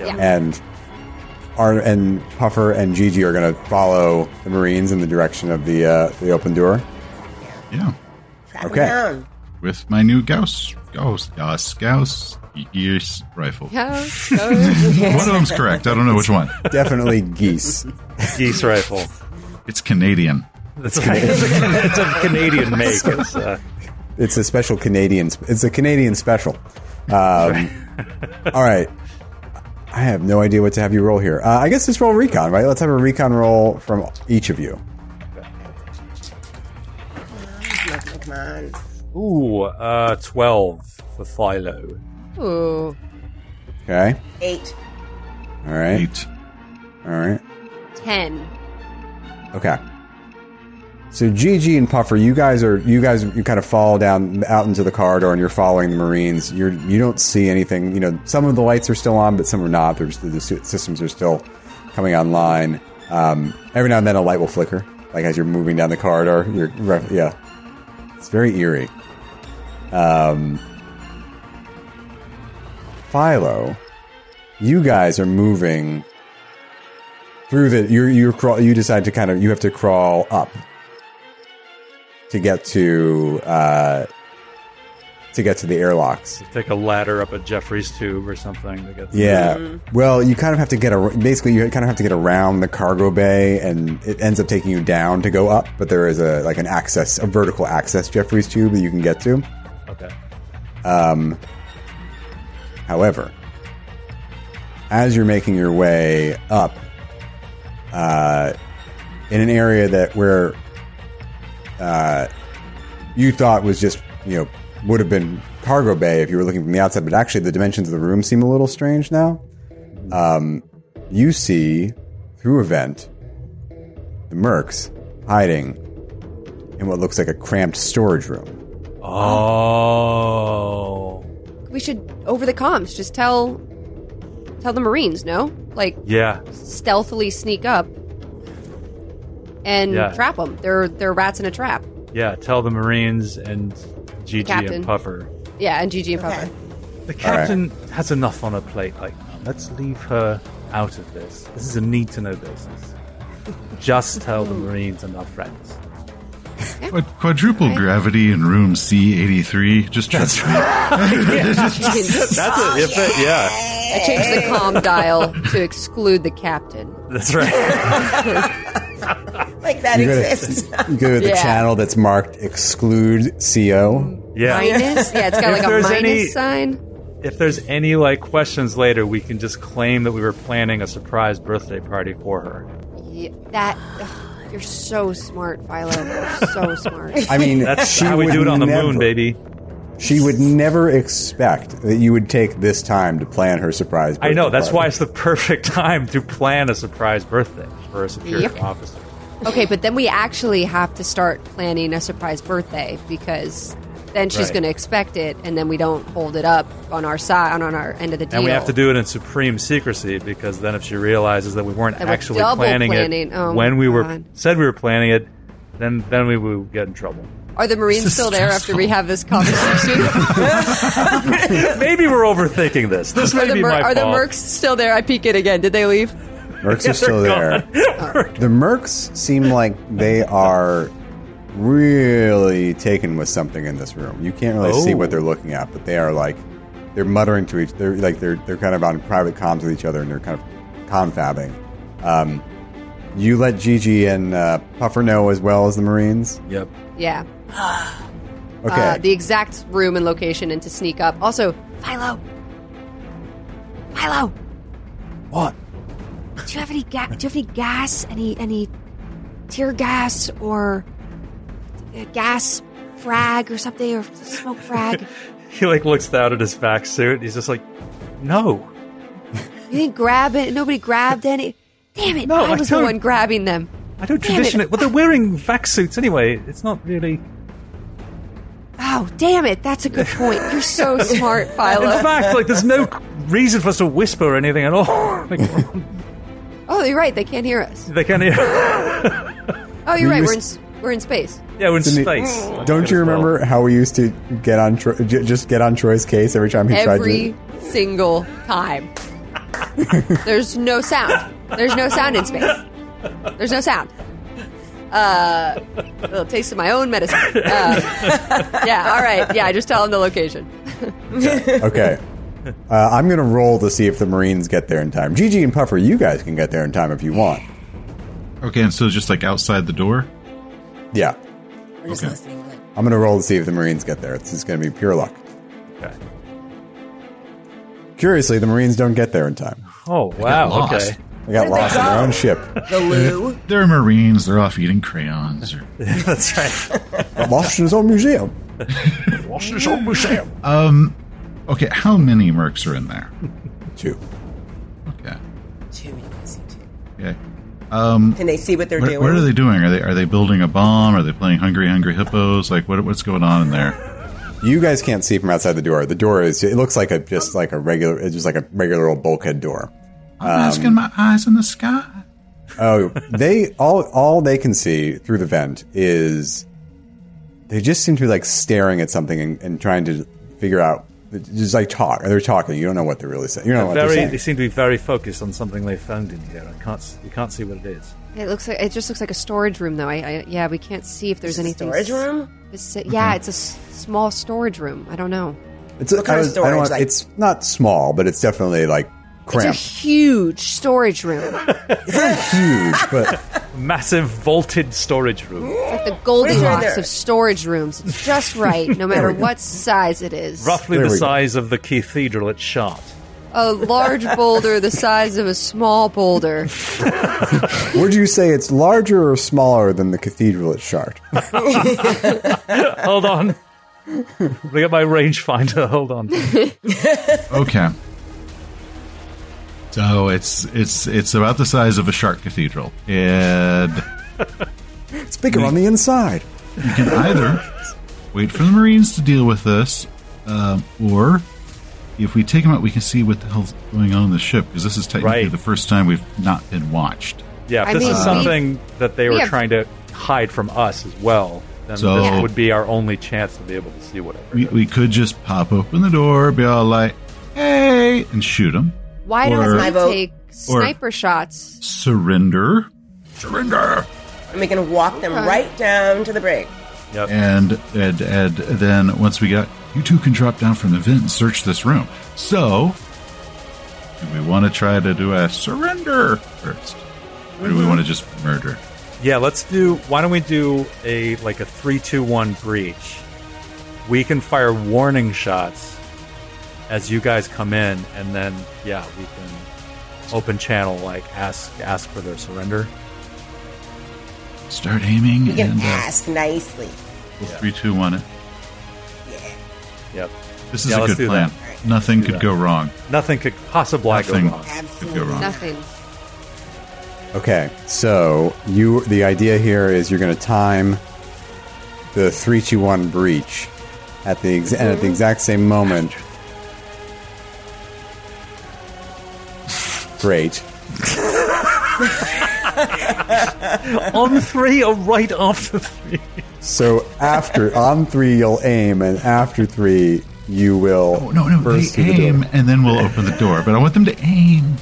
Speaker 3: Yeah.
Speaker 1: and Ar- and Puffer and Gigi are going to follow the Marines in the direction of the uh, the open door.
Speaker 5: Yeah,
Speaker 4: track 'em
Speaker 1: Okay.
Speaker 4: down.
Speaker 5: with my new Gauss, Gauss, Gauss, Gauss, Gears rifle.
Speaker 3: Goes, goes.
Speaker 5: One of them's correct. I don't know which one.
Speaker 1: Definitely geese.
Speaker 2: Geese rifle.
Speaker 5: It's Canadian.
Speaker 2: That's right. It's, a, it's a Canadian make. It's, uh,
Speaker 1: It's a special Canadian. sp- It's a Canadian special. Um, all right. I have no idea what to have you roll here. Uh, I guess just roll recon, right? Let's have a recon roll from each of you.
Speaker 4: Come on.
Speaker 2: ooh, uh, twelve for Philo.
Speaker 3: Ooh.
Speaker 1: Okay.
Speaker 4: Eight.
Speaker 1: All right.
Speaker 5: Eight.
Speaker 1: All right.
Speaker 3: Ten.
Speaker 1: Okay. So Gigi and Puffer, you guys are you guys you kind of fall down out into the corridor and you're following the Marines. You're you don't see anything. You know, some of the lights are still on, but some are not. There's the sy- systems are still coming online. Um, every now and then a light will flicker, like as you're moving down the corridor. You're re- yeah, it's very eerie. Um, Philo, you guys are moving through the you you crawl you decide to kind of you have to crawl up to get to uh to get to the airlocks
Speaker 2: Take a ladder up a Jeffrey's tube or something to get.
Speaker 1: yeah well you kind of have to get a basically you kind of have to get around the cargo bay and it ends up taking you down to go up but there is a like an access a vertical access jeffrey's tube that you can get to
Speaker 2: Okay.
Speaker 1: Um, however, as you're making your way up, uh, in an area that where uh, you thought was just you know would have been cargo bay if you were looking from the outside, but actually the dimensions of the room seem a little strange now. Um, you see through a vent the mercs hiding in what looks like a cramped storage room.
Speaker 2: Oh.
Speaker 3: We should over the comms just tell tell the Marines, no? Like
Speaker 2: Yeah.
Speaker 3: stealthily sneak up and
Speaker 2: Yeah.
Speaker 3: trap them. They're they're rats in a trap.
Speaker 2: Yeah. Tell the Marines and Gigi
Speaker 3: Captain.
Speaker 2: and Puffer.
Speaker 3: Yeah, and Gigi and
Speaker 4: Okay.
Speaker 3: Puffer.
Speaker 2: The
Speaker 1: All right.
Speaker 2: captain has enough on her plate. Like, let's leave her out of this. This is a need to know business. Just tell the Marines and our friends.
Speaker 5: Quad- quadruple gravity in room C eighty three. Just trust me.
Speaker 3: That's
Speaker 2: That's it. If it, yeah.
Speaker 3: I changed the comm dial to exclude the captain.
Speaker 2: That's right.
Speaker 4: Like that
Speaker 1: You go,
Speaker 4: exists.
Speaker 1: to, you go to the
Speaker 3: Yeah.
Speaker 1: channel that's marked exclude CO.
Speaker 2: Yeah.
Speaker 3: Minus? Yeah, it's got
Speaker 2: If
Speaker 3: like a
Speaker 2: there's
Speaker 3: minus
Speaker 2: any-
Speaker 3: sign.
Speaker 2: If there's any like questions later, we can just claim that we were planning a surprise birthday party for her.
Speaker 3: Yeah, that. ugh, you're so smart, Philo. You're so smart.
Speaker 1: I mean,
Speaker 2: That's
Speaker 1: she
Speaker 2: how we
Speaker 1: would
Speaker 2: do it on the
Speaker 1: never-
Speaker 2: moon, baby.
Speaker 1: She would never expect that you would take this time to plan her surprise.
Speaker 2: I know.
Speaker 1: birthday
Speaker 2: That's why
Speaker 1: party.
Speaker 2: it's the perfect time to plan a surprise birthday for a security
Speaker 3: Yep.
Speaker 2: officer.
Speaker 3: Okay, but then we actually have to start planning a surprise birthday because then she's
Speaker 2: Right.
Speaker 3: going to expect it, and then we don't hold it up on our side on, on our end of the deal.
Speaker 2: And we have to do it in supreme secrecy because then if she realizes that we weren't
Speaker 3: That we're
Speaker 2: actually
Speaker 3: double
Speaker 2: planning,
Speaker 3: planning.
Speaker 2: it
Speaker 3: Oh,
Speaker 2: when we were
Speaker 3: God.
Speaker 2: said we were planning it, then then we would get in trouble.
Speaker 3: Are the Marines
Speaker 5: is
Speaker 3: still there after we
Speaker 5: stressful.
Speaker 3: have this conversation?
Speaker 2: Maybe we're overthinking this. This
Speaker 3: are
Speaker 2: may
Speaker 3: the,
Speaker 2: be
Speaker 3: mer-
Speaker 2: my
Speaker 3: are the
Speaker 2: fault.
Speaker 3: Mercs still there? I peek it again. Did they leave?
Speaker 1: Mercs are still there.
Speaker 2: there.
Speaker 1: The Mercs seem like they are really taken with something in this room. You can't really see
Speaker 2: Oh.
Speaker 1: what they're looking at, but they are like they're muttering to each. They're like they're they're kind of on private comms with each other, and they're kind of confabbing. Um, you let Gigi and uh, Puffer know as well as the Marines.
Speaker 2: yep.
Speaker 3: Yeah.
Speaker 1: Okay,
Speaker 3: Uh, the exact room and location and to sneak up. Also, Philo. Philo,
Speaker 1: what?
Speaker 3: do you have any ga- do you have any gas? Any any tear gas or uh, gas frag or something or smoke frag?
Speaker 2: He like looks out at his vac suit. and He's just like, no.
Speaker 3: You didn't grab it. Nobody grabbed any. Damn it!
Speaker 2: No,
Speaker 3: I
Speaker 2: I
Speaker 3: was the
Speaker 2: don't-
Speaker 3: one grabbing them.
Speaker 2: I don't
Speaker 3: Damn
Speaker 2: tradition
Speaker 3: it.
Speaker 2: it. Well, they're wearing vac suits anyway. It's not really.
Speaker 3: Oh, damn it! That's a good point. You're so smart,
Speaker 2: In
Speaker 3: Philo.
Speaker 2: fact, like, there's no reason for us to whisper or anything at all. Like,
Speaker 3: Oh, you're right. They can't hear us.
Speaker 2: they can't hear.
Speaker 3: Oh, you're
Speaker 1: We
Speaker 3: right.
Speaker 1: used-
Speaker 3: We're in s- we're in space.
Speaker 2: Yeah, we're in
Speaker 1: Didn't he-
Speaker 2: space.
Speaker 1: Don't you remember how we used to get on Tro- j- just get on Troy's case every time he
Speaker 3: every
Speaker 1: tried
Speaker 3: single time. There's no sound. There's no sound in space. There's no sound. Uh, a little taste of my own medicine. Uh, yeah, all right. Yeah, just tell him the location.
Speaker 1: to? Okay, uh, I'm gonna roll to see if the Marines get there in time. Gigi and Puffer, you guys can get there in time if you want.
Speaker 5: Okay, and so it's just like outside the door.
Speaker 1: Yeah,
Speaker 4: We're just
Speaker 5: Okay.
Speaker 4: listening. Like,
Speaker 1: I'm gonna roll to see if the Marines get there. It's just gonna be pure luck.
Speaker 2: Okay.
Speaker 1: Curiously, the Marines don't get there in time.
Speaker 2: Oh wow.
Speaker 5: lost.
Speaker 2: Okay.
Speaker 1: They got
Speaker 4: Where'd
Speaker 1: lost
Speaker 4: they
Speaker 1: on their
Speaker 4: go?
Speaker 1: own ship.
Speaker 5: Uh,
Speaker 4: the loo.
Speaker 5: They're Marines. They're off eating crayons. Or,
Speaker 2: That's right.
Speaker 1: Got lost in his own museum.
Speaker 5: um, okay, how many mercs are in there?
Speaker 1: Two.
Speaker 5: Okay,
Speaker 4: Two, you can see two.
Speaker 5: okay. Um,
Speaker 4: Can they see what they're
Speaker 5: what,
Speaker 4: doing?
Speaker 5: what are they doing? Are they are they building a bomb? Are they playing Hungry Hungry Hippos? Like what what's going on in there?
Speaker 1: You guys can't see from outside the door. The door is. It looks like a just like a regular. It's just like a regular old bulkhead door.
Speaker 5: I'm asking my eyes in the sky.
Speaker 1: Oh, they all all they can see through the vent is they just seem to be like staring at something and, and trying to figure out. Just like talk, they're talking. You don't know what they're really saying. You don't know what
Speaker 2: Very.
Speaker 1: they're saying.
Speaker 2: They seem to be very focused on something they found in here. I can't. s- You can't see what it is.
Speaker 3: It looks like it just looks like a storage room, though. I, I yeah, we can't see if
Speaker 4: Is
Speaker 3: there's
Speaker 4: it a
Speaker 3: anything.
Speaker 4: storage room?
Speaker 3: speci- yeah, it's a s- small storage room. I don't know.
Speaker 1: It's, what
Speaker 4: kind of storage, like-
Speaker 1: it's not small, but it's definitely like cramped,
Speaker 3: It's a huge storage room, It's
Speaker 1: huge. But
Speaker 2: Massive vaulted storage room,
Speaker 3: like
Speaker 4: is
Speaker 3: the
Speaker 4: right
Speaker 3: Goldilocks
Speaker 4: there?
Speaker 3: of storage rooms. It's just right, no matter what size it is.
Speaker 2: roughly
Speaker 1: There
Speaker 2: the
Speaker 1: we go.
Speaker 2: size of the cathedral at Shard.
Speaker 3: a large boulder the size of a small boulder.
Speaker 1: would you say it's larger or smaller than the cathedral at Chartres?
Speaker 2: Hold on. Look at my rangefinder. Hold on.
Speaker 5: Okay. So it's it's it's about the size of a shark cathedral. And
Speaker 1: It's bigger on the inside.
Speaker 5: you can either wait for the Marines to deal with this, um, or if we take them out, we can see what the hell's going on in the ship because this is technically
Speaker 2: Right.
Speaker 5: the first time we've not been watched.
Speaker 2: Yeah, if
Speaker 3: I
Speaker 2: this
Speaker 3: mean,
Speaker 2: is
Speaker 3: we-
Speaker 2: something that they
Speaker 3: we
Speaker 2: were
Speaker 3: have-
Speaker 2: trying to hide from us as well, then
Speaker 5: So-
Speaker 2: this would be our only chance to be able to see whatever.
Speaker 5: We, we could just pop open the door, be all like, "Hey!" and shoot them.
Speaker 3: Why don't
Speaker 5: Or-
Speaker 3: we
Speaker 4: My vote.
Speaker 3: take
Speaker 5: Or-
Speaker 3: sniper shots?
Speaker 5: Surrender, surrender,
Speaker 4: And we can walk them
Speaker 3: Okay.
Speaker 4: right down to the break.
Speaker 2: Yep.
Speaker 5: and and and then once we got you two can drop down from the vent and search this room. So, do we want to try to do a surrender first, or do we want to just murder?
Speaker 2: Yeah, let's do. Why don't we do a like a three, two, one breach? We can fire warning shots as you guys come in, and then yeah, we can open channel like ask ask for their surrender.
Speaker 5: Start aiming
Speaker 4: You can
Speaker 5: and uh,
Speaker 4: ask nicely.
Speaker 5: we'll three, two, one. It.
Speaker 2: Yep.
Speaker 5: This is
Speaker 2: Yeah,
Speaker 5: a
Speaker 2: let's
Speaker 5: good
Speaker 2: do
Speaker 5: plan.
Speaker 4: that.
Speaker 5: Nothing
Speaker 2: that.
Speaker 5: could go wrong.
Speaker 2: Nothing could possibly
Speaker 5: Nothing
Speaker 2: go wrong.
Speaker 5: could go
Speaker 4: Absolutely.
Speaker 5: wrong.
Speaker 3: Nothing.
Speaker 1: Okay, so you the idea here is you're going to time the three two one breach at the ex- and at the exact same moment. Great.
Speaker 2: On three or right after three.
Speaker 1: So after on three you'll aim, and after three you will.
Speaker 5: Oh no, no,
Speaker 1: burst
Speaker 5: they
Speaker 1: through the door.
Speaker 5: aim and then we'll open the door. But I want them to aim.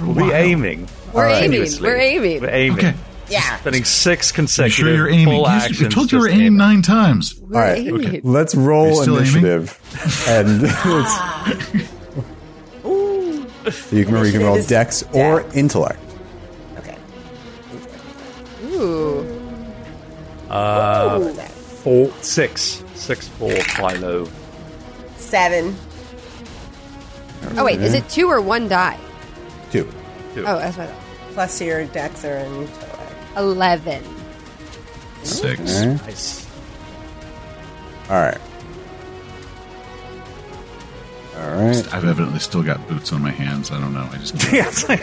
Speaker 2: We'll be aiming.
Speaker 3: We're
Speaker 1: All right.
Speaker 3: aiming.
Speaker 6: Continuously.
Speaker 3: We're aiming.
Speaker 6: We're aiming.
Speaker 5: Okay.
Speaker 4: Yeah.
Speaker 2: Spending six
Speaker 5: You
Speaker 2: consecutive
Speaker 5: sure you're aiming?
Speaker 2: full
Speaker 5: You-
Speaker 2: actions.
Speaker 5: You told you
Speaker 2: just
Speaker 5: were aiming nine times.
Speaker 3: We're
Speaker 1: right,
Speaker 3: aiming.
Speaker 5: okay.
Speaker 1: Let's
Speaker 5: You
Speaker 1: roll
Speaker 5: still aiming?
Speaker 1: initiative, and it's, you can remember you can roll
Speaker 4: Initiative is
Speaker 1: Dex or Intellect.
Speaker 4: Okay.
Speaker 3: Ooh.
Speaker 4: Ooh,
Speaker 2: Four, six, six, four, fly low.
Speaker 4: Seven.
Speaker 3: Oh wait, is it two or one die?
Speaker 1: Two.
Speaker 3: Oh, that's what. I thought.
Speaker 4: Plus your Dexter and
Speaker 3: Eleven.
Speaker 5: Six.
Speaker 2: Nice.
Speaker 1: All right. All right.
Speaker 5: I've evidently still got boots on my hands. I don't know. I just
Speaker 2: Yeah, it's like,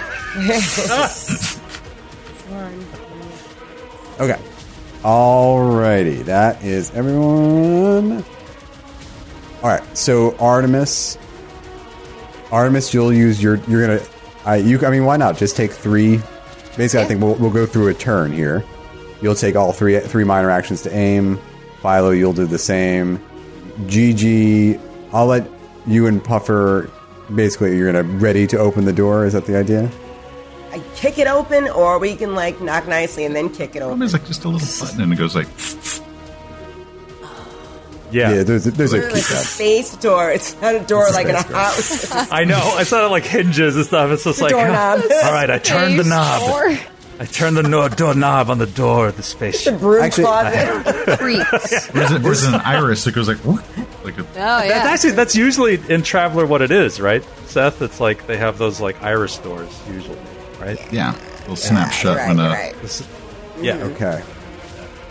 Speaker 1: Okay. Alrighty. That is everyone. Alright, so Artemis. Artemis, you'll use your you're gonna I you I mean why not? Just take three basically I think we'll we'll go through a turn here. You'll take all three three minor actions to aim. Philo, you'll do the same. Gigi, I'll let you and Puffer basically you're gonna ready to open the door, is that the idea?
Speaker 4: I kick it open, or we can like knock nicely and then kick it
Speaker 5: problem
Speaker 4: open.
Speaker 5: is like just a little button and it goes like
Speaker 2: yeah.
Speaker 1: there's there's a
Speaker 4: It's a
Speaker 1: keypad.
Speaker 4: space door. It's not a door like in a
Speaker 1: space door.
Speaker 4: house.
Speaker 2: I know. I saw it like hinges and stuff. It's just like,
Speaker 4: doorknob.
Speaker 2: all right, I turned the
Speaker 3: Ace
Speaker 2: knob.
Speaker 3: Or
Speaker 2: I turned the no- door knob on the door of the spaceship.
Speaker 4: broom
Speaker 1: Actually,
Speaker 4: closet.
Speaker 3: creeps.
Speaker 5: there's, a, there's an iris. It goes like whoop, like a,
Speaker 3: Oh yeah.
Speaker 2: That's actually that's usually in Traveler what it is, right, Seth? It's like they have those like iris doors usually, right?
Speaker 5: yeah, it'll snap shut
Speaker 4: right,
Speaker 5: when uh,
Speaker 4: right.
Speaker 2: This- yeah.
Speaker 1: Okay.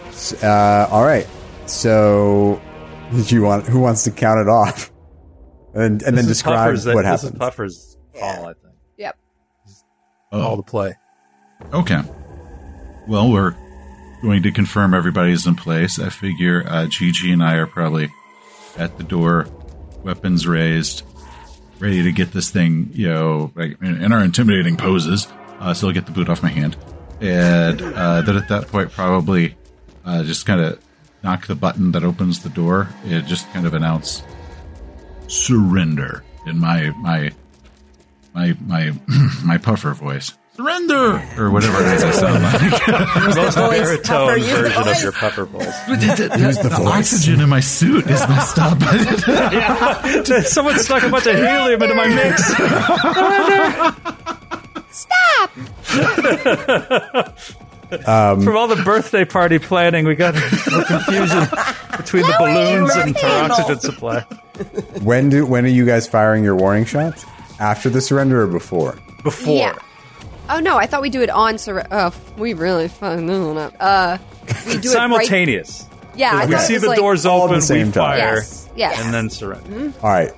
Speaker 1: S- Uh, all right. So, did you want? Who wants to count it off? And and
Speaker 2: This
Speaker 1: then
Speaker 2: is
Speaker 1: describe
Speaker 2: Puffer's,
Speaker 1: what
Speaker 2: This
Speaker 1: happened.
Speaker 2: is Puffer's call, I think.
Speaker 3: Yep.
Speaker 2: Call to play.
Speaker 5: Okay. Well, we're going to confirm everybody's in place. I figure uh, Gigi and I are probably at the door, weapons raised, ready to get this thing, you know, like in, in our intimidating poses. Uh, so I'll get the boot off my hand. And uh, then at that point, probably uh, just kind of knock the button that opens the door. It just kind of announce surrender in my my my my my puffer voice. Surrender or whatever it is I sound like.
Speaker 2: Most
Speaker 4: Puffer,
Speaker 2: baritone
Speaker 4: use the
Speaker 2: version of
Speaker 4: voice.
Speaker 2: your puffer balls.
Speaker 5: the, oxygen in my suit is messed up.
Speaker 2: Someone stuck a bunch of helium into my mix.
Speaker 3: Stop.
Speaker 2: Um, From all the birthday party planning, we got confusion between the balloons and
Speaker 4: remember?
Speaker 2: our oxygen supply.
Speaker 1: when do when are you guys firing your warning shots? After the surrender or before?
Speaker 2: Before.
Speaker 3: Yeah. Oh no, I thought we do it on sur- Oh, we really fucking no, no, no. Uh, we do it
Speaker 2: Simultaneous.
Speaker 3: right- Yeah, I
Speaker 2: we
Speaker 3: thought it
Speaker 2: see
Speaker 3: was
Speaker 2: the
Speaker 3: like-
Speaker 2: doors
Speaker 1: All at the
Speaker 2: open, we
Speaker 1: same time. Mm-hmm.
Speaker 2: fire,
Speaker 3: Yes, yes.
Speaker 2: and then surrender.
Speaker 1: All right.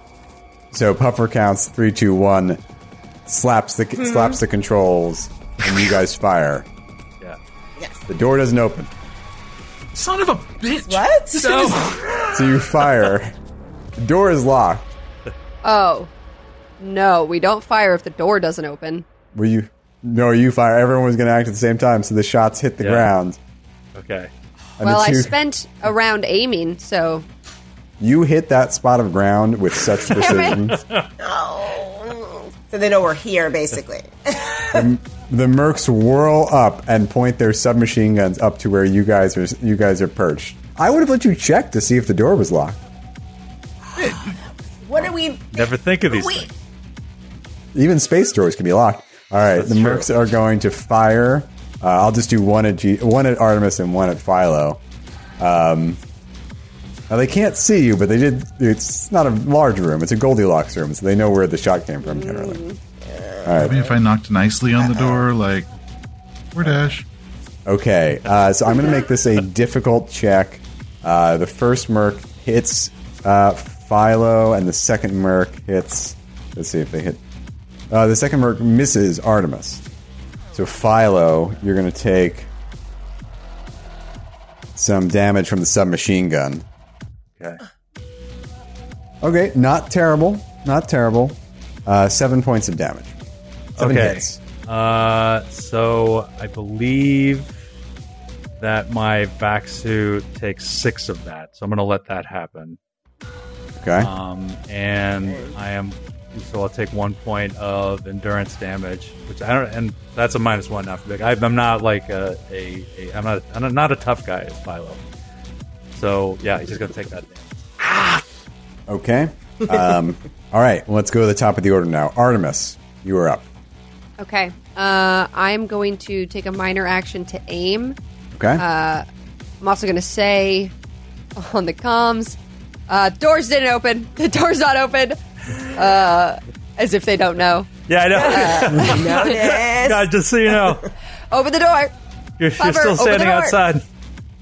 Speaker 1: So Puffer counts three, two, one. Slaps the
Speaker 2: Hmm.
Speaker 1: slaps the controls, and you guys fire.
Speaker 2: Yeah.
Speaker 1: The door doesn't open,
Speaker 5: Son of a bitch.
Speaker 4: What?
Speaker 1: so you fire. the door is locked.
Speaker 3: Oh no, we don't fire if the door doesn't open.
Speaker 1: Were you? No, you fire. Everyone was going to act at the same time, so the shots hit the
Speaker 2: Yeah.
Speaker 1: ground.
Speaker 2: Okay.
Speaker 1: And
Speaker 3: Well,
Speaker 1: the
Speaker 3: I
Speaker 1: two-
Speaker 3: spent a round aiming, so
Speaker 1: You hit that spot of ground with such precision.
Speaker 4: so they know we're here, basically.
Speaker 1: the mercs whirl up and point their submachine guns up to where you guys are. You guys are perched. I would have let you check to see if the door was locked.
Speaker 4: What are we?
Speaker 2: Never think of these
Speaker 4: We-
Speaker 2: things.
Speaker 1: Even space doors can be locked. All right, the mercs are going to fire. Uh, I'll just do one at G- one at Artemis and one at Philo. Um, now they can't see you, but they did. It's not a large room; it's a Goldilocks room, so they know where the shot came from generally.
Speaker 5: I mean, if I knocked nicely on the door, like, four dash.
Speaker 1: Okay, uh, so I'm going to make this a difficult check. Uh, the first merc hits uh, Philo, and the second merc hits. Let's see if they hit. Uh, the second merc misses Artemis. So Philo, you're going to take some damage from the submachine gun.
Speaker 2: Okay.
Speaker 1: Okay, not terrible, not terrible. Uh, seven points of damage. Seven
Speaker 2: Okay.
Speaker 1: hits.
Speaker 2: Uh, so I believe that my Vaxu takes six of that, so I'm going to let that happen.
Speaker 1: Okay.
Speaker 2: Um, and I am so I'll take one point of endurance damage, which I don't, and that's a minus one, not for big. I, I'm not like a, a, a I'm not, I'm not a tough guy as Philo. So yeah, he's just gonna take that. Damage.
Speaker 1: Okay. Um, all right. Let's go to the top of the order now. Artemis, you are up.
Speaker 3: Okay. Uh, I'm going to take a minor action to aim.
Speaker 1: Okay.
Speaker 3: I'm also going to say on the comms, uh, doors didn't open. The door's not open. Uh, as if they don't know.
Speaker 2: Yeah, I know. God, just so you know,
Speaker 3: Open the door.
Speaker 2: you're, you're
Speaker 3: Flubber,
Speaker 2: still
Speaker 3: open the
Speaker 2: standing
Speaker 3: door.
Speaker 2: outside.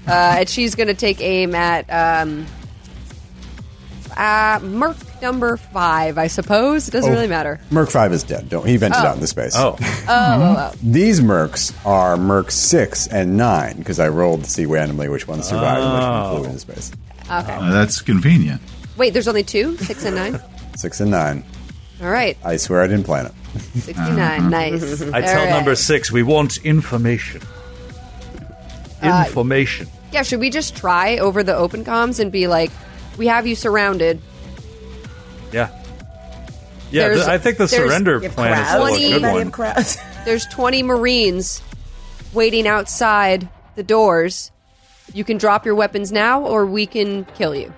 Speaker 3: Uh, and she's going to take aim at um, uh, Merc number five, I suppose. It doesn't really matter.
Speaker 1: Merc 5 is dead. Don't, he ventured out into space.
Speaker 2: Oh,
Speaker 1: These mercs are merc 6 and 9 because I rolled to see randomly which one survived and which one flew into space.
Speaker 5: Uh, that's convenient.
Speaker 3: Wait, there's only two? Six and nine?
Speaker 1: 6 and 9.
Speaker 3: All right.
Speaker 1: I swear I didn't plan it.
Speaker 3: 69. Nice.
Speaker 2: I tell number six, we want information. Information.
Speaker 3: Yeah, should we just try over the open comms and be like, we have you surrounded?
Speaker 2: yeah. Yeah,
Speaker 3: There's-
Speaker 2: th- I think the
Speaker 3: there's-
Speaker 2: surrender
Speaker 4: You have
Speaker 2: plan is
Speaker 4: crowds.
Speaker 2: still a good
Speaker 4: Anybody
Speaker 2: one.
Speaker 4: have crowds?
Speaker 3: There's 20 Marines waiting outside the doors. You can drop your weapons now, or we can kill you.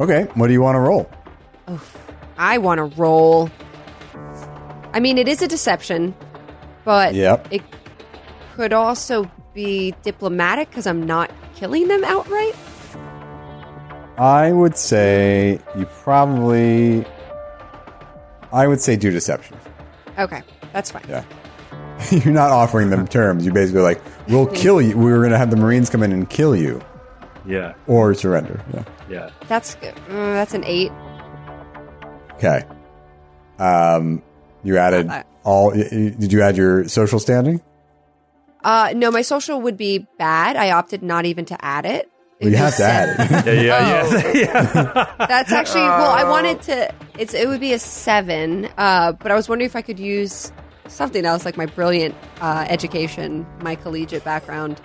Speaker 1: Okay. What do you want to roll?
Speaker 3: I want to roll. I mean, it is a deception, but
Speaker 1: Yep.
Speaker 3: it could also be diplomatic because I'm not killing them outright.
Speaker 1: I would say you probably. I would say do deception.
Speaker 3: Okay, that's fine.
Speaker 1: Yeah. You're not offering them terms. You basically like, we'll kill you. We were going to have the Marines come in and kill you
Speaker 2: Yeah,
Speaker 1: or surrender. Yeah.
Speaker 2: yeah.
Speaker 3: That's good. Uh, that's an eight.
Speaker 1: Okay. Um, you added
Speaker 3: I-
Speaker 1: all. y- y- Did you add your social standing?
Speaker 3: Uh, no, my social would be bad. I opted not even to add it.
Speaker 1: Well, you have to add it.
Speaker 2: Yeah, yeah, yeah.
Speaker 3: That's actually well. I wanted to. It's it would be a seven, uh, but I was wondering if I could use something else, like my brilliant uh, education, my collegiate background.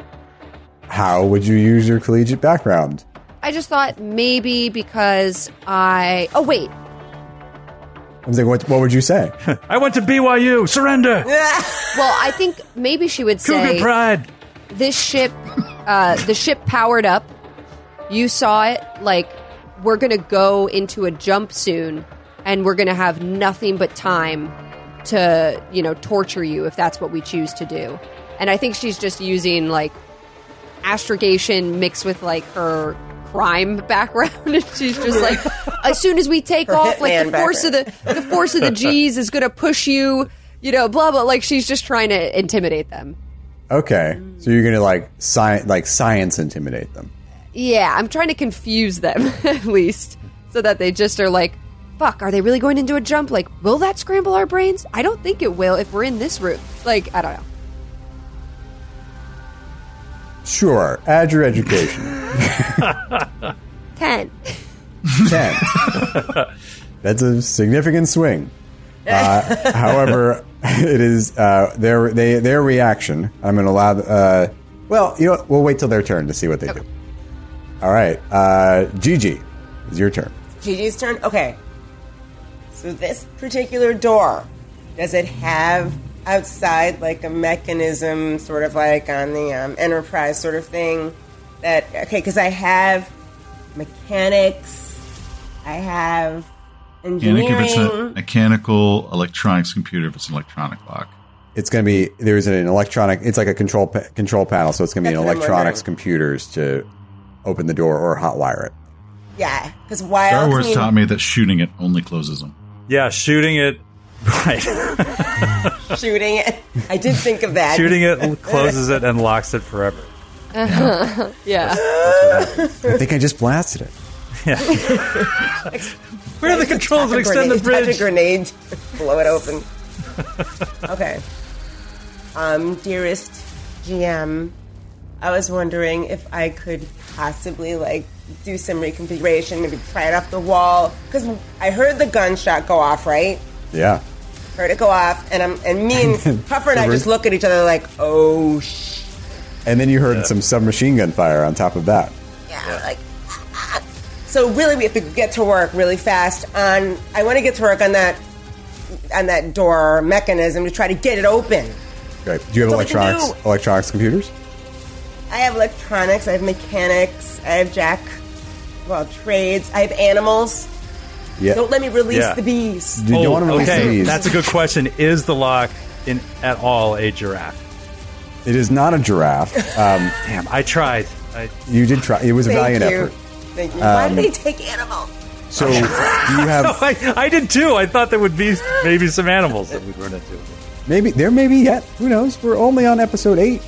Speaker 1: How would you use your collegiate background?
Speaker 3: I just thought maybe because I. Oh wait,
Speaker 1: I was like, what, what would you say?
Speaker 2: I went to BYU. Surrender.
Speaker 3: well I think maybe she would
Speaker 2: Cougar
Speaker 3: say
Speaker 2: pride.
Speaker 3: this ship, uh, the ship powered up. You saw it. Like we're gonna go into a jump soon, and we're gonna have nothing but time to you know torture you if that's what we choose to do. And I think she's just using like astrogation mixed with like her crime background and she's just like as soon as we take off like the
Speaker 4: hitman
Speaker 3: force of the the force of the g's is gonna push you you know blah blah like she's just trying to intimidate them
Speaker 1: Okay, so you're gonna like science, like science, intimidate them.
Speaker 3: Yeah, I'm trying to confuse them at least, so that they just are like, "Fuck, are they really going into a jump? Like, will that scramble our brains? I don't think it will if we're in this room. Like, I don't know.
Speaker 1: Sure, add your education.
Speaker 3: Ten.
Speaker 1: Ten. That's a significant swing. Uh, however, it is uh, their they, their reaction. I'm gonna allow. Uh, well, you know, what? we'll wait till their turn to see what they do. All right, uh, Gigi, it's your turn.
Speaker 4: Gigi's turn. Okay. So this particular door, does it have outside like a mechanism, sort of like on the um, Enterprise sort of thing? That okay? Because I have mechanics. I have
Speaker 5: Mechanic if it's a
Speaker 4: engineering.
Speaker 5: mechanical, electronics, computer if it's an electronic lock.
Speaker 1: It's gonna be there's an electronic. It's like a control pa- control panel, so it's gonna be
Speaker 4: That's
Speaker 1: an
Speaker 4: what I'm
Speaker 1: electronics
Speaker 4: wondering.
Speaker 1: computers to open the door or hotwire it.
Speaker 4: Yeah, because why?
Speaker 5: Star
Speaker 4: else
Speaker 5: Wars
Speaker 4: can you-
Speaker 5: taught me that shooting it only closes them.
Speaker 2: Yeah, shooting it. Right,
Speaker 4: shooting it. I did think of that.
Speaker 2: shooting it closes it and locks it forever.
Speaker 3: Yeah.
Speaker 1: I think I just blasted it.
Speaker 2: Where are the controls that
Speaker 4: Touch a
Speaker 2: extend the
Speaker 4: grenade- touch
Speaker 2: bridge?
Speaker 4: a grenade, blow it open. okay. Um, dearest GM, I was wondering if I could possibly like do some reconfiguration, maybe pry it off the wall because I heard the gunshot go off, right?
Speaker 1: Yeah.
Speaker 4: Heard it go off, and I'm and me and Puffer and I just look at each other like, oh sh.
Speaker 1: And then you heard some submachine gun fire on top of that.
Speaker 4: yeah, like So really, we have to get to work really fast on. I want to get to work on that on that door mechanism to try to get it open.
Speaker 1: Okay. Do you have
Speaker 4: all we can
Speaker 1: electronics?
Speaker 4: do.
Speaker 1: Electronics computers?
Speaker 4: I have electronics. I have mechanics. I have jack. Well, trades. I have animals.
Speaker 1: Yeah.
Speaker 4: Don't let me release
Speaker 2: Yeah.
Speaker 4: the bees.
Speaker 1: you don't want to release
Speaker 2: Oh, okay,
Speaker 1: the bees.
Speaker 2: that's a good question. Is the lock in at all a giraffe?
Speaker 1: it is not a giraffe. Um,
Speaker 2: Damn, I tried. I,
Speaker 1: you did try. It was a
Speaker 4: Thank
Speaker 1: valiant
Speaker 4: you.
Speaker 1: effort. Um,
Speaker 4: Thank you. Why do they take animals?
Speaker 1: So do you have
Speaker 2: I, I did too. I thought there would be maybe some animals that we'd run into.
Speaker 1: maybe there may be yet. Who knows? We're only on episode eight.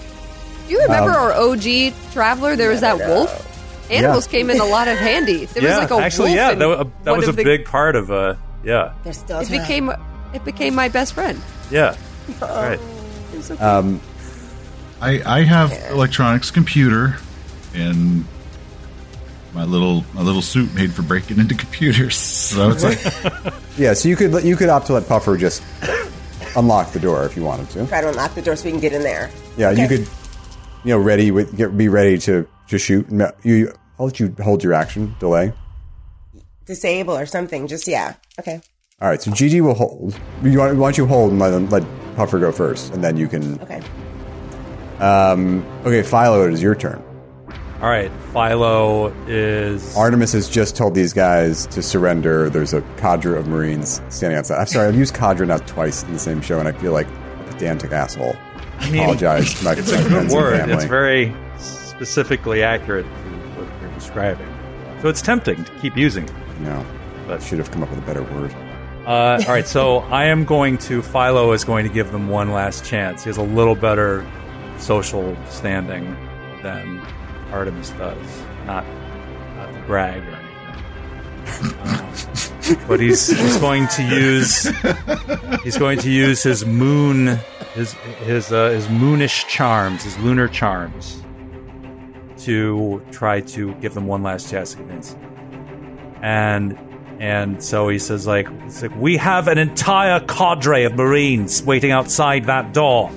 Speaker 3: Do you
Speaker 2: Um,
Speaker 3: remember our OG traveler? There was that wolf. Animals
Speaker 1: Yeah.
Speaker 3: came in a lot of handy. There
Speaker 2: yeah,
Speaker 3: was like a
Speaker 2: actually,
Speaker 3: wolf
Speaker 2: yeah,
Speaker 3: in
Speaker 2: that, wa- uh, that
Speaker 3: one
Speaker 2: was a
Speaker 3: of the-
Speaker 2: big part of uh, yeah,
Speaker 4: They're still.
Speaker 3: It
Speaker 4: time.
Speaker 3: became it became my best friend.
Speaker 2: yeah, right.
Speaker 3: Oh.
Speaker 1: Um,
Speaker 5: I, I have electronics computer and my little my little suit made for breaking into computers. So it's like
Speaker 1: yeah. So you could let- you could opt to let Puffer just unlock the door if you wanted to.
Speaker 4: try to unlock the door so we can get in there.
Speaker 1: Yeah, you
Speaker 4: Okay.
Speaker 1: could, you know, ready with get, be ready to to shoot. No, You, I'll let you hold your action delay.
Speaker 4: disable or something. Just yeah. Okay.
Speaker 1: All right, so Gigi will hold. You want, why don't you hold and let them, let Puffer go first, and then you can.
Speaker 4: Okay.
Speaker 1: Um, okay, Philo, it is your turn.
Speaker 2: All right, Philo is
Speaker 1: Artemis has just told these guys to surrender. There's a cadre of Marines standing outside. I'm sorry, I've used cadre now twice in the same show, and I feel like a pedantic asshole. I
Speaker 2: mean,
Speaker 1: apologize to my
Speaker 2: It's a good
Speaker 1: friends and
Speaker 2: word.
Speaker 1: family.
Speaker 2: It's very specifically accurate to what you're describing. So it's tempting to keep using it.
Speaker 1: no,
Speaker 2: But-
Speaker 1: should have come up with a better word.
Speaker 2: Uh, all right, so I am going to. Philo is going to give them one last chance. He has a little better social standing than Artemis does. Not, not to brag or anything. Um, but he's he's going to use he's going to use his moon his his uh, his moonish charms his lunar charms to try to give them one last chance to convince and and so he says like, it's like we have an entire cadre of marines waiting outside that door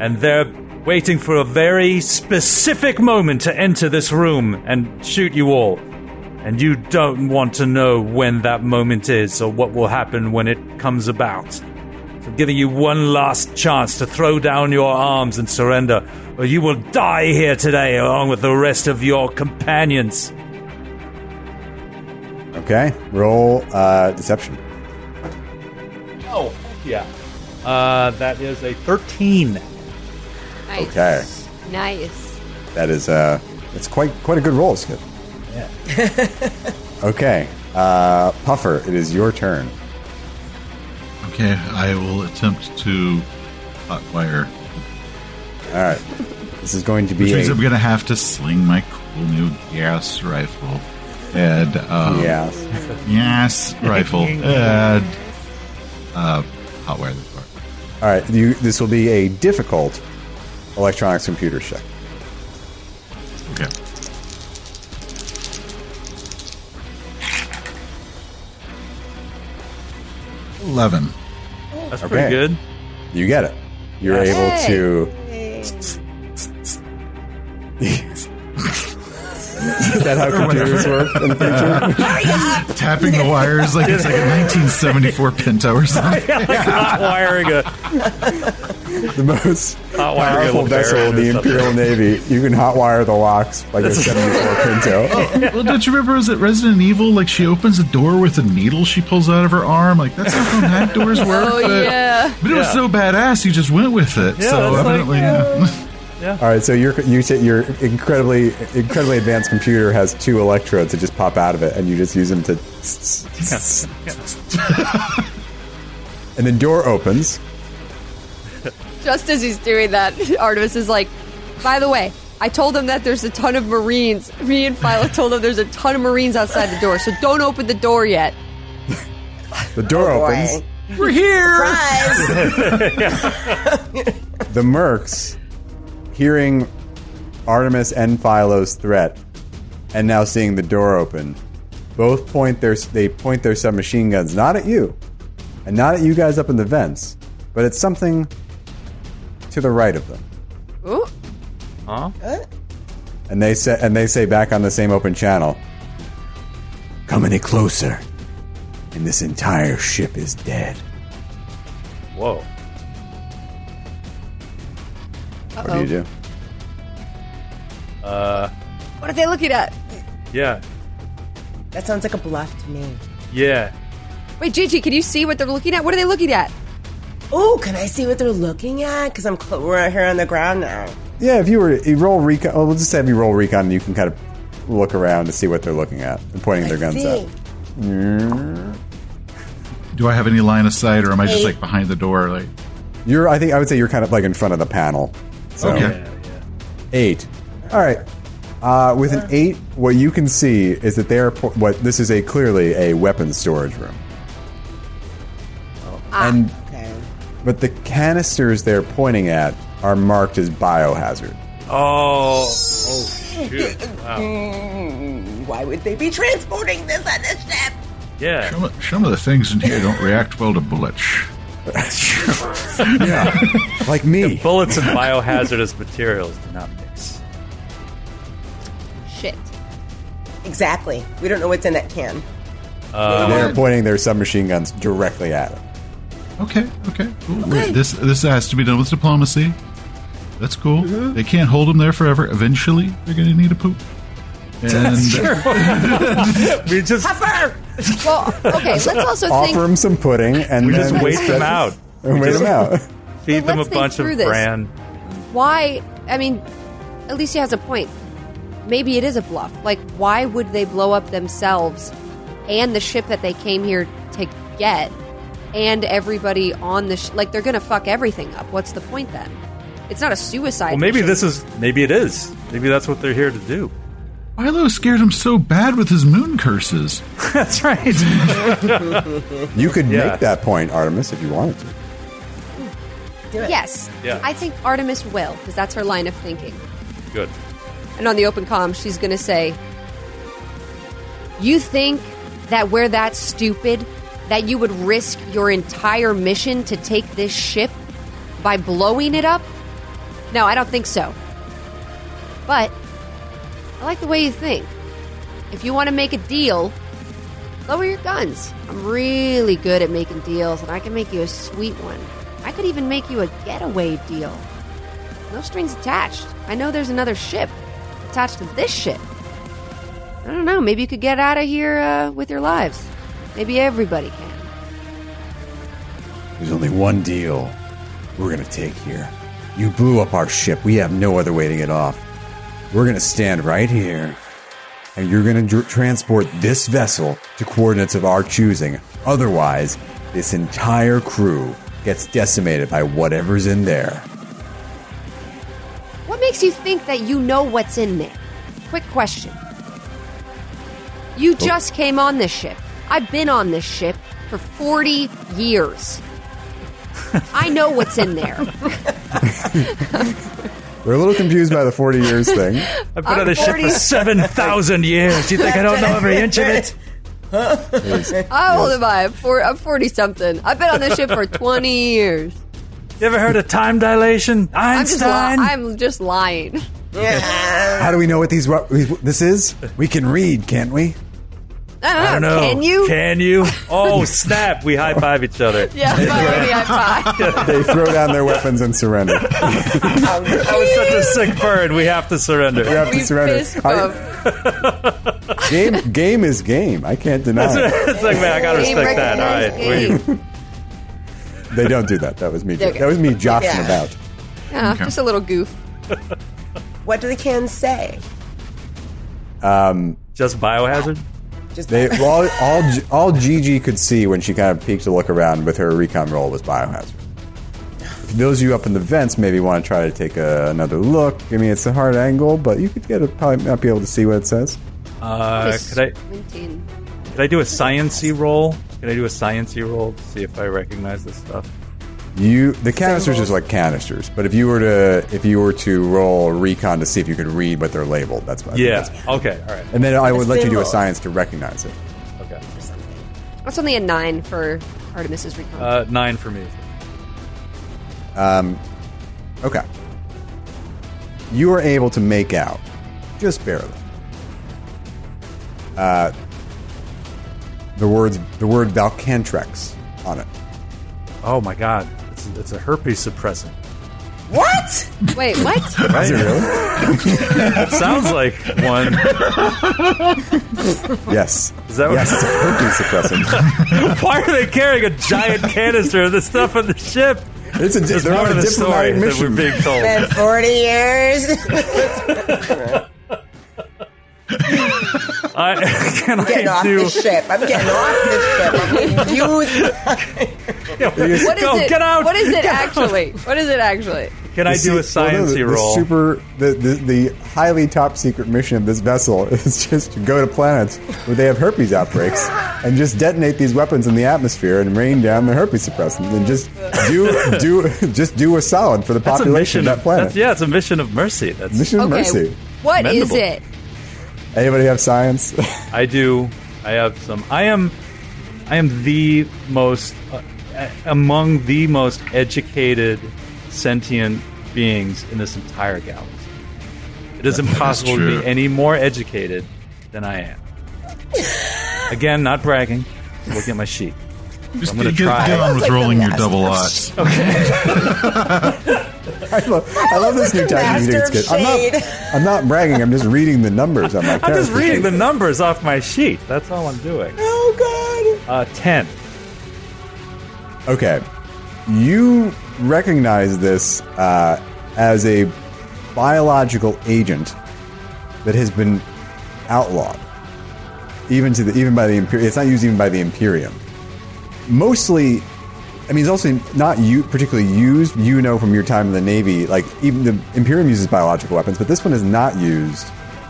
Speaker 2: and they're waiting for a very specific moment to enter this room and shoot you all and you don't want to know when that moment is or what will happen when it comes about so I'm giving you one last chance to throw down your arms and surrender or you will die here today along with the rest of your companions
Speaker 1: Okay, roll uh, deception.
Speaker 2: Oh, heck yeah. Uh, that is a 13.
Speaker 3: Nice.
Speaker 1: Okay.
Speaker 3: Nice.
Speaker 1: That is uh it's quite quite a good roll, Skip. Yeah. okay. Uh Puffer, it is your turn.
Speaker 5: okay, I will attempt to hotwire,
Speaker 1: This is going to
Speaker 5: which
Speaker 1: be
Speaker 5: means I'm
Speaker 1: a,
Speaker 5: gonna have to sling my cool new gas rifle and um,
Speaker 1: yeah.
Speaker 5: gas rifle and uh, hotwire the door.
Speaker 1: All right, you this will be a difficult electronics computer check.
Speaker 5: Okay. Eleven.
Speaker 2: That's
Speaker 1: Okay.
Speaker 2: pretty good.
Speaker 1: You get it. You're
Speaker 3: Yes.
Speaker 1: able to Is that how computers work in the future?
Speaker 5: Tapping the wires like it's like a 1974 Pinto or something.
Speaker 2: like hot wiring a
Speaker 1: The most
Speaker 2: hot wiring a
Speaker 1: powerful vessel in the Imperial Navy. You can hotwire the locks like a 74 Pinto.
Speaker 5: Well, don't you remember? Was it Resident Evil? Like she opens a door with a needle she pulls out of her arm. Like that's not how that doors work.
Speaker 3: Oh
Speaker 5: but,
Speaker 3: yeah.
Speaker 5: but it was
Speaker 2: Yeah.
Speaker 5: so badass, you just went with it.
Speaker 2: Yeah,
Speaker 5: so
Speaker 2: that's like,
Speaker 5: evidently, yeah.
Speaker 1: All right, so your you say your incredibly incredibly advanced computer has two electrodes that just pop out of it, and you just use them to. and the door opens.
Speaker 3: Just as he's doing that, Artemis is like, by the way, I told him that there's a ton of Marines. Me and Philo told him there's a ton of Marines outside the door, so don't open the door yet.
Speaker 1: The door opens.
Speaker 4: Boy.
Speaker 2: We're here!
Speaker 4: Guys,
Speaker 1: The mercs, hearing Artemis and Philo's threat, and now seeing the door open, both point their they point their submachine guns not at you, and not at you guys up in the vents, but at something to the right of them.
Speaker 3: Ooh.
Speaker 2: Huh?
Speaker 1: and they say and they say back on the same open channel come any closer, and this entire ship is dead.
Speaker 2: Whoa.
Speaker 6: What do
Speaker 3: Uh-oh.
Speaker 6: you do?
Speaker 2: Uh,
Speaker 3: What are they looking at?
Speaker 2: yeah,
Speaker 4: That sounds like a bluff to me.
Speaker 2: yeah.
Speaker 3: Wait, Gigi, can you see what they're looking at? What are they looking at?
Speaker 4: Oh, can I see what they're looking at? Because I'm cl- we're out here on the ground now.
Speaker 1: Yeah, if you were you roll recon, oh, we'll just have you roll recon, and you can kind of look around to see what they're looking at and pointing their guns at.
Speaker 4: See,
Speaker 5: Do I have any line of sight, or am I just
Speaker 4: Eight.
Speaker 5: like behind the door? Like,
Speaker 1: You're, I think, I would say you're kind of like in front of the panel. So
Speaker 5: okay,
Speaker 1: eight. All right. Uh, with an eight, what you can see is that they are. Po- what this is a clearly a weapons storage room. And
Speaker 4: okay.
Speaker 1: but the canisters they're pointing at are marked as biohazard.
Speaker 2: Oh, oh shoot! Wow.
Speaker 4: Mm, Why would they be transporting this on a ship?
Speaker 2: Yeah,
Speaker 5: some of, some of the things in here don't react well to bullets.
Speaker 1: Yeah, like me.
Speaker 2: bullets and biohazardous materials do not mix.
Speaker 3: Shit.
Speaker 4: Exactly. We don't know what's in that can.
Speaker 1: They're pointing their submachine guns directly at it.
Speaker 5: Okay, okay, cool. Wait, this this has to be done with diplomacy. That's cool.
Speaker 2: Mm-hmm.
Speaker 5: They can't hold them there forever. Eventually, they're going to need a poop. And
Speaker 2: We just
Speaker 4: Puffer!
Speaker 3: Well, okay, let's also think.
Speaker 1: Offer them some pudding, and
Speaker 2: we
Speaker 1: then
Speaker 2: just wait them out,
Speaker 1: And wait them out.
Speaker 2: feed them a
Speaker 3: let's think
Speaker 2: bunch of
Speaker 3: through this.
Speaker 2: bran.
Speaker 3: why i mean alicia has a point maybe it is a bluff like why would they blow up themselves and the ship that they came here to get and everybody on the sh- like they're gonna fuck everything up what's the point then it's not a suicide
Speaker 2: Well, maybe
Speaker 3: mission.
Speaker 2: this is maybe it is. Maybe that's what they're here to do.
Speaker 5: Milo scared him so bad with his moon curses.
Speaker 2: That's right.
Speaker 1: You could
Speaker 2: Yeah.
Speaker 1: make that point, Artemis, if you wanted to.
Speaker 3: yes
Speaker 2: Yeah.
Speaker 3: i think artemis will because that's her line of thinking
Speaker 2: Good.
Speaker 3: And on the open comm, she's going to say, You think that we're that stupid that you would risk your entire mission to take this ship by blowing it up? No, I don't think so. But I like the way you think. If you want to make a deal, lower your guns. I'm really good at making deals, and I can make you a sweet one. I could even make you a getaway deal. No strings attached. I know there's another ship attached to this ship. I don't know. Maybe you could get out of here uh, with your lives. Maybe everybody can.
Speaker 1: There's only one deal we're going to take here. You blew up our ship. We have no other way to get off. We're going to stand right here, and you're going to dr- transport this vessel to coordinates of our choosing. Otherwise, this entire crew gets decimated by whatever's in there.
Speaker 3: What makes you think that you know what's in there? Quick question. You
Speaker 2: Oh.
Speaker 3: just came on this ship. I've been on this ship for 40 years. I know what's in there.
Speaker 1: We're a little confused by the 40 years thing.
Speaker 2: I've been on this ship for
Speaker 3: 40.
Speaker 2: seven thousand years. You think I don't know every inch of it?
Speaker 3: How old am I? I'm four- I'm 40 something. I've been on this ship for 20 years.
Speaker 2: You ever heard of time dilation?
Speaker 3: I'm just, li-
Speaker 2: Einstein.
Speaker 3: I'm just lying.
Speaker 4: Yeah.
Speaker 1: How do we know what these ru- this is? We can read, can't we?
Speaker 3: I don't,
Speaker 2: I don't
Speaker 3: know.
Speaker 2: know.
Speaker 3: Can you?
Speaker 2: Can you? Oh snap! We high five each other.
Speaker 3: yeah, probably I five.
Speaker 1: They throw down their weapons and surrender.
Speaker 2: I was such a sick bird. We have to surrender.
Speaker 1: We have to
Speaker 3: We
Speaker 1: surrender.
Speaker 3: fist
Speaker 1: I-
Speaker 3: bump.
Speaker 1: game, game is game. I can't deny. it.
Speaker 2: it's like man, I gotta
Speaker 3: Game
Speaker 2: respect that. All right.
Speaker 3: recognized game.
Speaker 1: They don't do that. That was me.
Speaker 3: Okay.
Speaker 1: That was me joshing
Speaker 4: Yeah.
Speaker 1: about.
Speaker 3: Yeah, just a little goof.
Speaker 4: What do the cans say?
Speaker 2: Just biohazard.
Speaker 4: Just
Speaker 1: They well, all all G- all Gigi could see when she kind of peeked to look around with her recon roll was biohazard. If those of you up in the vents maybe want to try to take a, another look. I mean, it's a hard angle, but you could get a, probably not be able to see what it says.
Speaker 2: Uh,
Speaker 3: Just
Speaker 2: could I
Speaker 3: squinting.
Speaker 2: could I do a sciency roll? Could I do a sciency roll to see if I recognize this stuff?
Speaker 1: You the canisters is like canisters, but if you were to if you were to roll recon to see if you could read what they're labeled, that's what. I think
Speaker 2: Yeah.
Speaker 1: that's-
Speaker 2: Okay. All right.
Speaker 1: And then I would let you do a
Speaker 4: Symbols.
Speaker 1: science to recognize it.
Speaker 2: Okay.
Speaker 3: That's only a nine for Artemis's recon.
Speaker 2: Uh, nine for me.
Speaker 1: Okay. You are able to make out, just barely, uh, the words the word Valcantrex on it.
Speaker 2: Oh my god, it's, it's a herpes suppressant.
Speaker 4: What?
Speaker 3: Wait, what?
Speaker 1: Is it really?
Speaker 2: That sounds like one.
Speaker 1: yes.
Speaker 2: Is that what-
Speaker 1: yes, it's a herpes suppressant.
Speaker 2: Why are they carrying a giant canister of this stuff on the ship?
Speaker 1: It's a, di-
Speaker 2: It's
Speaker 1: they're
Speaker 2: part
Speaker 1: on
Speaker 2: of
Speaker 1: a
Speaker 2: the story
Speaker 1: diplomatic
Speaker 2: that we're
Speaker 1: mission.
Speaker 2: being told.
Speaker 4: Been 40 years.
Speaker 2: I, can
Speaker 4: getting
Speaker 2: I
Speaker 4: off
Speaker 2: do?
Speaker 4: this ship. I'm getting off this ship. I'm getting used.
Speaker 3: What is
Speaker 2: Go,
Speaker 3: it?
Speaker 2: get out!
Speaker 3: What is it actually? What is it actually?
Speaker 2: Can I
Speaker 1: The
Speaker 2: do a
Speaker 1: se- well, no,
Speaker 2: sciency
Speaker 1: the,
Speaker 2: roll?
Speaker 1: The super the, the, the highly top secret mission of this vessel is just to go to planets where they have herpes outbreaks and just detonate these weapons in the atmosphere and rain down the herpes suppressants and just do do just do a solid for the
Speaker 2: that's a
Speaker 1: population
Speaker 2: mission
Speaker 1: of that planet.
Speaker 2: That's, yeah, it's a mission of mercy. That's
Speaker 1: Mission of
Speaker 3: Okay.
Speaker 1: mercy.
Speaker 3: What is
Speaker 2: Commendable.
Speaker 3: it?
Speaker 1: Anybody have science?
Speaker 2: I do. I have some. I am. I am the most uh, uh, among the most educated sentient beings in this entire galaxy. It is impossible to
Speaker 5: true.
Speaker 2: be any more educated than I am. Again, not bragging. Look at my sheet.
Speaker 5: Just
Speaker 2: I'm gonna
Speaker 5: get, get
Speaker 2: try.
Speaker 5: on with
Speaker 4: Like the
Speaker 5: rolling your
Speaker 4: last person.
Speaker 5: double odds.
Speaker 1: I love, I love this new tactic. you
Speaker 4: Master
Speaker 1: think
Speaker 4: of
Speaker 1: it's good. I'm
Speaker 4: shade.
Speaker 1: not, I'm not bragging. I'm just reading the numbers on my
Speaker 2: I'm just
Speaker 1: character
Speaker 2: reading
Speaker 1: sheet.
Speaker 2: the numbers off my sheet. That's all I'm doing.
Speaker 4: Oh God!
Speaker 2: Uh, ten.
Speaker 1: Okay. You recognize this uh, as a biological agent that has been outlawed, even to the even by the Imperium. It's not used even by the Imperium. Mostly, I mean, it's also not you particularly used. You know from your time in the Navy, like even the Imperium uses biological weapons, but this one is not used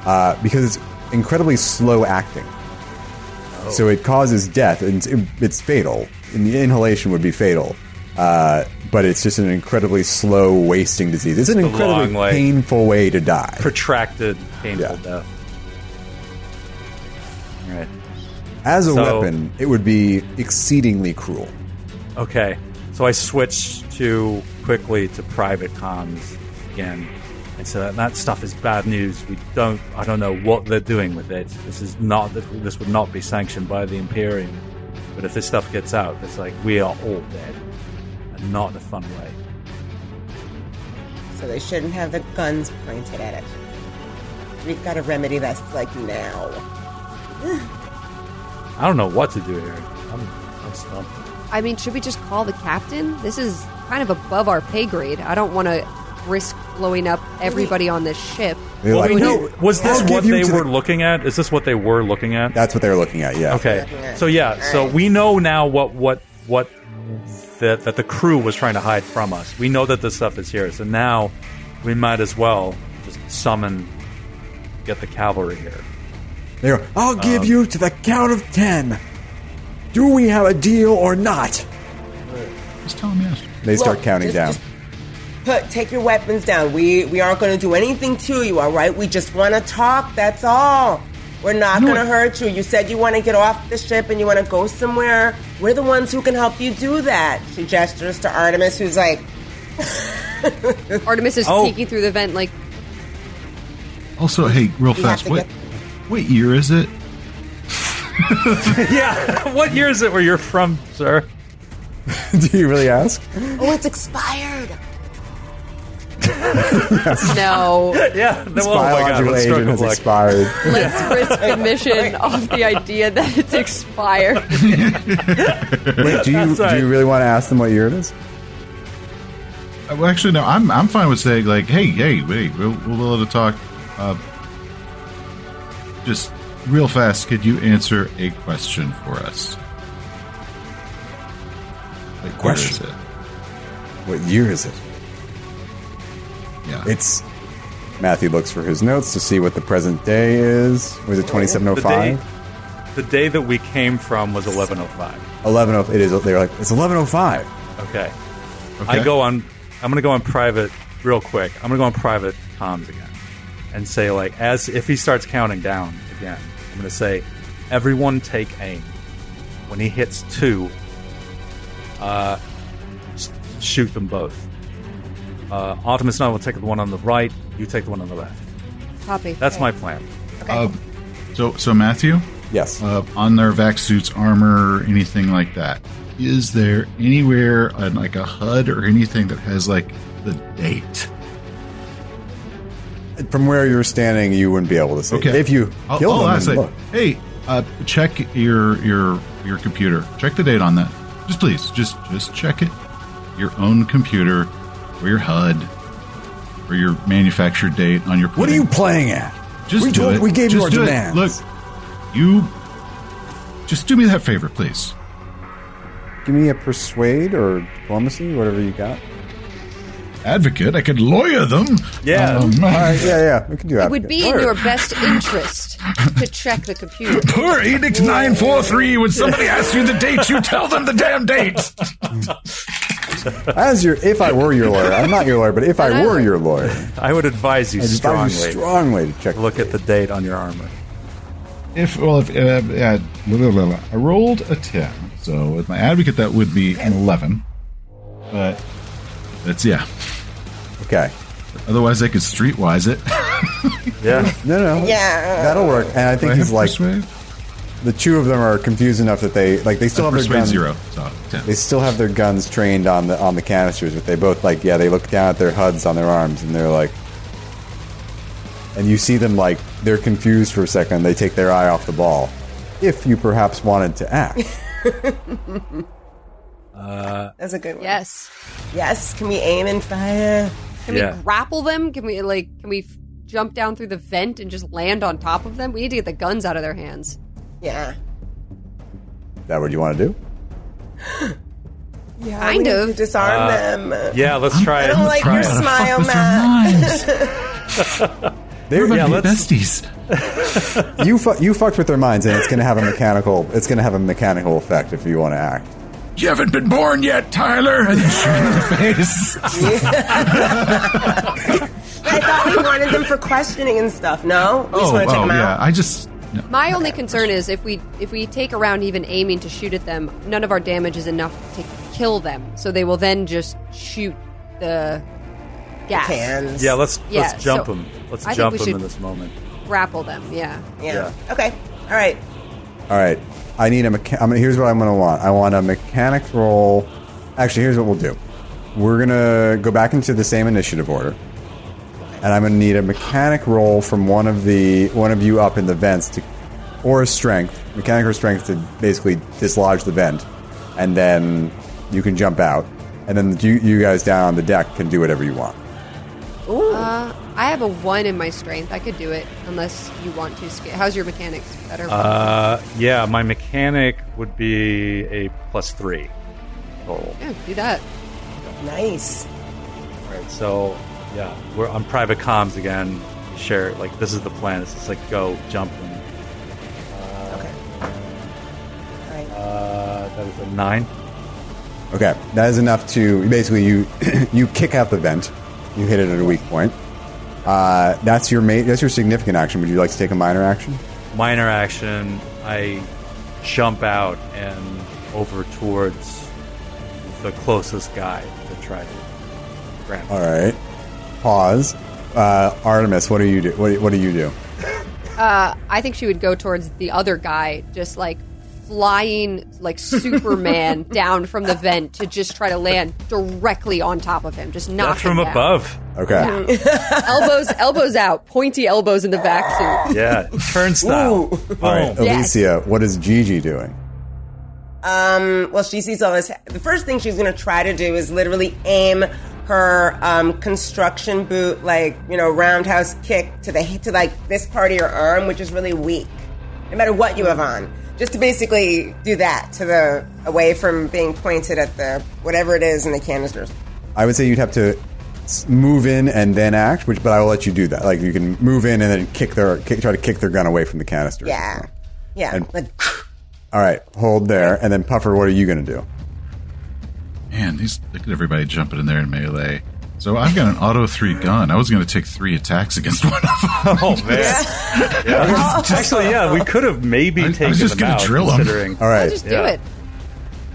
Speaker 1: uh, because it's incredibly slow acting.
Speaker 2: Oh.
Speaker 1: So it causes death, and it's- it's fatal. And the inhalation would be fatal, uh, but it's just an incredibly slow, wasting disease. It's an incredibly
Speaker 2: long way.
Speaker 1: painful way to die.
Speaker 2: Protracted, painful
Speaker 1: Yeah.
Speaker 2: death. All right.
Speaker 1: As a
Speaker 2: So-
Speaker 1: weapon, it would be exceedingly cruel.
Speaker 2: Okay, so I switch to quickly to private comms again, and so that, that stuff is bad news. We don't, I don't know what they're doing with it. This is not, this would not be sanctioned by the Imperium. But if this stuff gets out, it's like we are all dead, and not in a fun way.
Speaker 4: So they shouldn't have the guns pointed at it. We've got to remedy this like now.
Speaker 2: I don't know what to do here. I'm, I'm stumped.
Speaker 3: I mean, should we just call the captain? This is kind of above our pay grade. I don't want to risk blowing up everybody on this ship.
Speaker 1: They're
Speaker 2: Well,
Speaker 1: like,
Speaker 2: we know.
Speaker 1: "Hey,
Speaker 2: Was this
Speaker 1: I'll
Speaker 2: what
Speaker 1: give you
Speaker 2: they
Speaker 1: to the-"
Speaker 2: were looking at? Is this what they were looking at?
Speaker 1: That's what they're looking at. Yeah.
Speaker 2: Okay. So yeah, so we know now what what what that that the crew was trying to hide from us. We know that this stuff is here. So now we might as well just summon get the cavalry here.
Speaker 1: They go, I'll give
Speaker 2: Um,
Speaker 1: you to the count of ten. Do we have a deal or not?
Speaker 5: Just tell him yes.
Speaker 1: They start
Speaker 4: Look,
Speaker 1: counting
Speaker 4: just-
Speaker 1: down.
Speaker 4: just Put take your weapons down. We we aren't going to do anything to you. All right. We just want to talk. That's all. We're not
Speaker 5: No,
Speaker 4: going to
Speaker 5: I-
Speaker 4: hurt you. You said you want to get off the ship and you want to go somewhere. We're the ones who can help you do that. She gestures to Artemis, who's like,
Speaker 3: Artemis is
Speaker 2: Oh.
Speaker 3: peeking through the vent like,
Speaker 5: Also, hey, real
Speaker 4: We have
Speaker 5: fast,
Speaker 4: to
Speaker 5: what
Speaker 4: get-
Speaker 5: what year is it?
Speaker 2: yeah. what year is it where you're from, sir?
Speaker 1: Do you really ask?
Speaker 4: "Oh, it's expired."
Speaker 3: no,
Speaker 2: Yeah.
Speaker 1: This
Speaker 2: well, oh my God,
Speaker 1: biological
Speaker 2: what a stroke
Speaker 1: agent
Speaker 2: of
Speaker 1: has
Speaker 2: luck.
Speaker 1: expired.
Speaker 3: let's risk the mission off the idea that it's expired.
Speaker 1: Wait, do you
Speaker 2: That's right.
Speaker 1: do you really want to ask them what year it is?
Speaker 5: Uh, Well, actually, no. I'm I'm fine with saying like, hey, hey, hey, we'll we'll let it talk. Uh, just real fast, could you answer a question for us? Like,
Speaker 1: Question?
Speaker 5: Where is it?
Speaker 1: What year is it?
Speaker 5: Yeah,
Speaker 1: It's Matthew looks for his notes to see what the present day is. Was it
Speaker 2: The day,
Speaker 1: 2705?
Speaker 2: the day that we came from was 1105.
Speaker 1: 11 oh, it is they're like it's 1105.
Speaker 2: Okay.
Speaker 5: Okay.
Speaker 2: I go on. I'm going to go on private real quick. I'm going to go on private comms again and say like, as if he starts counting down again, I'm going to say, everyone take aim. When he hits two, uh, s- shoot them both. Uh, Artemis and I will take the one on the right. You take the one on the left.
Speaker 3: Copy.
Speaker 2: That's my plan.
Speaker 5: Uh, so so Matthew,
Speaker 1: Yes.
Speaker 5: uh, on their vac suits, armor, or anything like that. Is there anywhere on like a HUD or anything that has like the date?
Speaker 1: From where you're standing, you wouldn't be able to see.
Speaker 5: Okay. Oh,
Speaker 1: If you
Speaker 5: I'll,
Speaker 1: kill
Speaker 5: I'll
Speaker 1: them,
Speaker 5: ask,
Speaker 1: then
Speaker 5: like,
Speaker 1: look.
Speaker 5: hey, uh, check your your your computer. Check the date on that. Just please, just just check it. Your own computer, or your HUD, or your manufacturer date on your.
Speaker 6: What are
Speaker 5: pudding.
Speaker 6: you playing at?
Speaker 5: Just
Speaker 6: we
Speaker 5: do
Speaker 6: told-
Speaker 5: it.
Speaker 6: We gave
Speaker 5: just
Speaker 6: you our
Speaker 5: do it.
Speaker 6: demands.
Speaker 5: Look, you. Just do me that favor, please.
Speaker 1: Give me a persuade or diplomacy, whatever you got.
Speaker 5: Advocate, I could lawyer them.
Speaker 2: Yeah.
Speaker 5: Um,
Speaker 1: All right, yeah, yeah, we can do that.
Speaker 3: It would be in your best interest to check the computer.
Speaker 5: Per Edict 943, when somebody asks you the date, you tell them the damn date.
Speaker 1: As your, if I were your lawyer, I'm not your lawyer, but if I were your lawyer,
Speaker 2: I would advise you
Speaker 1: I'd
Speaker 2: strongly
Speaker 1: advise you strongly to check.
Speaker 2: look at the date on your armor.
Speaker 5: If, well, if, uh, uh, blah, blah, blah, blah. I rolled a 10. So with my advocate, that would be an 11. But that's, yeah.
Speaker 1: Okay,
Speaker 5: Otherwise, I could streetwise it.
Speaker 2: Yeah.
Speaker 1: no, no,
Speaker 4: Yeah. uh,
Speaker 1: that'll work. And I think
Speaker 5: I
Speaker 1: he's
Speaker 5: have
Speaker 1: like
Speaker 5: persuade?
Speaker 1: the two of them are confused enough that they like they still have their
Speaker 5: persuade
Speaker 1: guns.
Speaker 5: zero. So, 10.
Speaker 1: They still have their guns trained on the on the canisters, but they both like yeah. They look down at their HUDs on their arms, and they're like, and you see them like they're confused for a second. They take their eye off the ball. If you perhaps wanted to act,
Speaker 4: That's a good one.
Speaker 3: Yes.
Speaker 4: Yes. Can we aim and fire?
Speaker 3: Can
Speaker 2: Yeah.
Speaker 3: we grapple them? Can we like? Can we f- jump down through the vent and just land on top of them? We need to get the guns out of their hands.
Speaker 4: Yeah.
Speaker 1: is that what you want to do?
Speaker 4: Yeah.
Speaker 3: Kind
Speaker 4: we need
Speaker 3: of.
Speaker 4: to disarm
Speaker 5: Uh,
Speaker 4: them.
Speaker 2: Yeah, let's try
Speaker 4: I
Speaker 2: it.
Speaker 4: don't like your
Speaker 5: Try to
Speaker 4: smile,
Speaker 5: fuck with
Speaker 4: Matt.
Speaker 5: their minds.
Speaker 1: They're,
Speaker 2: Yeah,
Speaker 5: Be
Speaker 2: let's-
Speaker 5: besties.
Speaker 1: you fu- you fucked with their minds, and it's going to have a mechanical it's going to have a mechanical effect if you want to act.
Speaker 5: You haven't been born yet, Tyler! And then shoot him in the face.
Speaker 4: I thought we wanted them for questioning and stuff. No, we just
Speaker 5: Oh,
Speaker 4: want to check
Speaker 5: oh,
Speaker 4: them
Speaker 5: yeah.
Speaker 4: out.
Speaker 5: I just. no.
Speaker 3: My only concern is if we if we take a round even aiming to shoot at them, none of our damage is enough to kill them. So they will then just shoot the gas.
Speaker 4: Cans.
Speaker 2: Yeah, let's
Speaker 3: Yeah,
Speaker 2: let's jump
Speaker 3: so
Speaker 2: them. Let's
Speaker 3: I think
Speaker 2: jump
Speaker 3: we
Speaker 2: them in
Speaker 3: should-
Speaker 2: this moment.
Speaker 3: Grapple them. Yeah.
Speaker 4: Yeah. Okay. All right.
Speaker 1: All right, I need a mecha- I'm gonna, here's what I'm going to want. I want a mechanic roll. Actually, here's what we'll do. We're going to go back into the same initiative order, and I'm going to need a mechanic roll from one of the one of you up in the vents to, or a strength mechanic or strength to basically dislodge the vent, and then you can jump out, and then you, you guys down on the deck can do whatever you want.
Speaker 3: Uh, I have a one in my strength. I could do it unless you want to. Sca- How's your mechanics better?
Speaker 2: Uh, yeah, my mechanic would be a plus three total.
Speaker 3: yeah, do that.
Speaker 4: Nice.
Speaker 2: Right. So yeah, we're on private comms again. We share like this is the plan. It's just like go jump them.
Speaker 4: All right.
Speaker 2: Uh, that is a nine.
Speaker 1: Okay, that is enough to basically you you kick out the vent. You hit it at a weak point. Uh, that's your ma- that's your significant action. Would you like to take a minor action?
Speaker 2: Minor action. I jump out and over towards the closest guy to try to grab.
Speaker 1: All right. Pause. Uh, Artemis, what do you do? What, what do you do?
Speaker 3: I think she would go towards the other guy, just like flying like Superman down from the vent to just try to land directly on top of him, just knock
Speaker 2: That's from
Speaker 3: him down.
Speaker 2: above.
Speaker 1: Okay.
Speaker 3: elbows, elbows out, pointy elbows in the back suit.
Speaker 2: Yeah, turnstile.
Speaker 1: All right,
Speaker 3: Yes.
Speaker 1: Alicia, what is Gigi doing?
Speaker 4: Um, well, she sees all this. The first thing she's going to try to do is literally aim her um, construction boot, like you know, roundhouse kick to the to like this part of your arm, which is really weak. No matter what you have on, just to basically do that to the away from being pointed at the whatever it is in the canisters.
Speaker 1: I would say you'd have to s- move in and then act, which but I will let you do that. Like you can move in and then kick their kick, try to kick their gun away from the canister.
Speaker 4: Yeah, yeah.
Speaker 1: And-
Speaker 4: like,
Speaker 1: All right, hold there, and then Puffer, what are you going to do?
Speaker 5: Man, these look at everybody jumping in there in melee. So I've got an auto three gun. I was going to take three attacks against one of them.
Speaker 2: Oh man. Yeah. Actually, yeah, we could have maybe
Speaker 5: I- I was
Speaker 2: taken
Speaker 5: just
Speaker 2: them
Speaker 5: gonna
Speaker 2: out,
Speaker 5: drill 'em.
Speaker 2: considering.
Speaker 1: All right.
Speaker 3: Just
Speaker 2: Yeah.
Speaker 3: do it.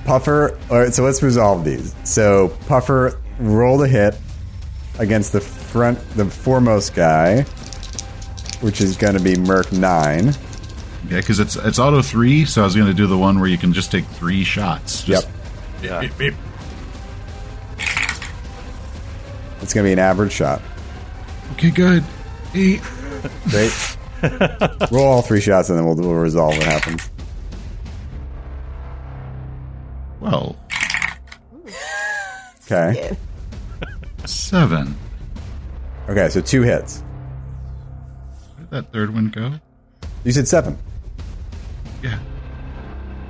Speaker 1: Puffer. All right, so let's resolve these. So Puffer rolled a hit against the front, the foremost guy, which is going to be Merc Nine.
Speaker 5: Yeah, because it's it's auto three, so I was going to do the one where you can just take three shots. Just
Speaker 1: Yep.
Speaker 2: Yeah.
Speaker 5: beep, beep, beep.
Speaker 1: It's going to be an average shot.
Speaker 5: Okay, good. Eight.
Speaker 1: Great. Roll all three shots and then we'll, we'll resolve what happens.
Speaker 5: Well,
Speaker 1: Okay.
Speaker 5: seven.
Speaker 1: Okay, so two hits.
Speaker 5: Where did that third one go?
Speaker 1: You said seven.
Speaker 5: Yeah.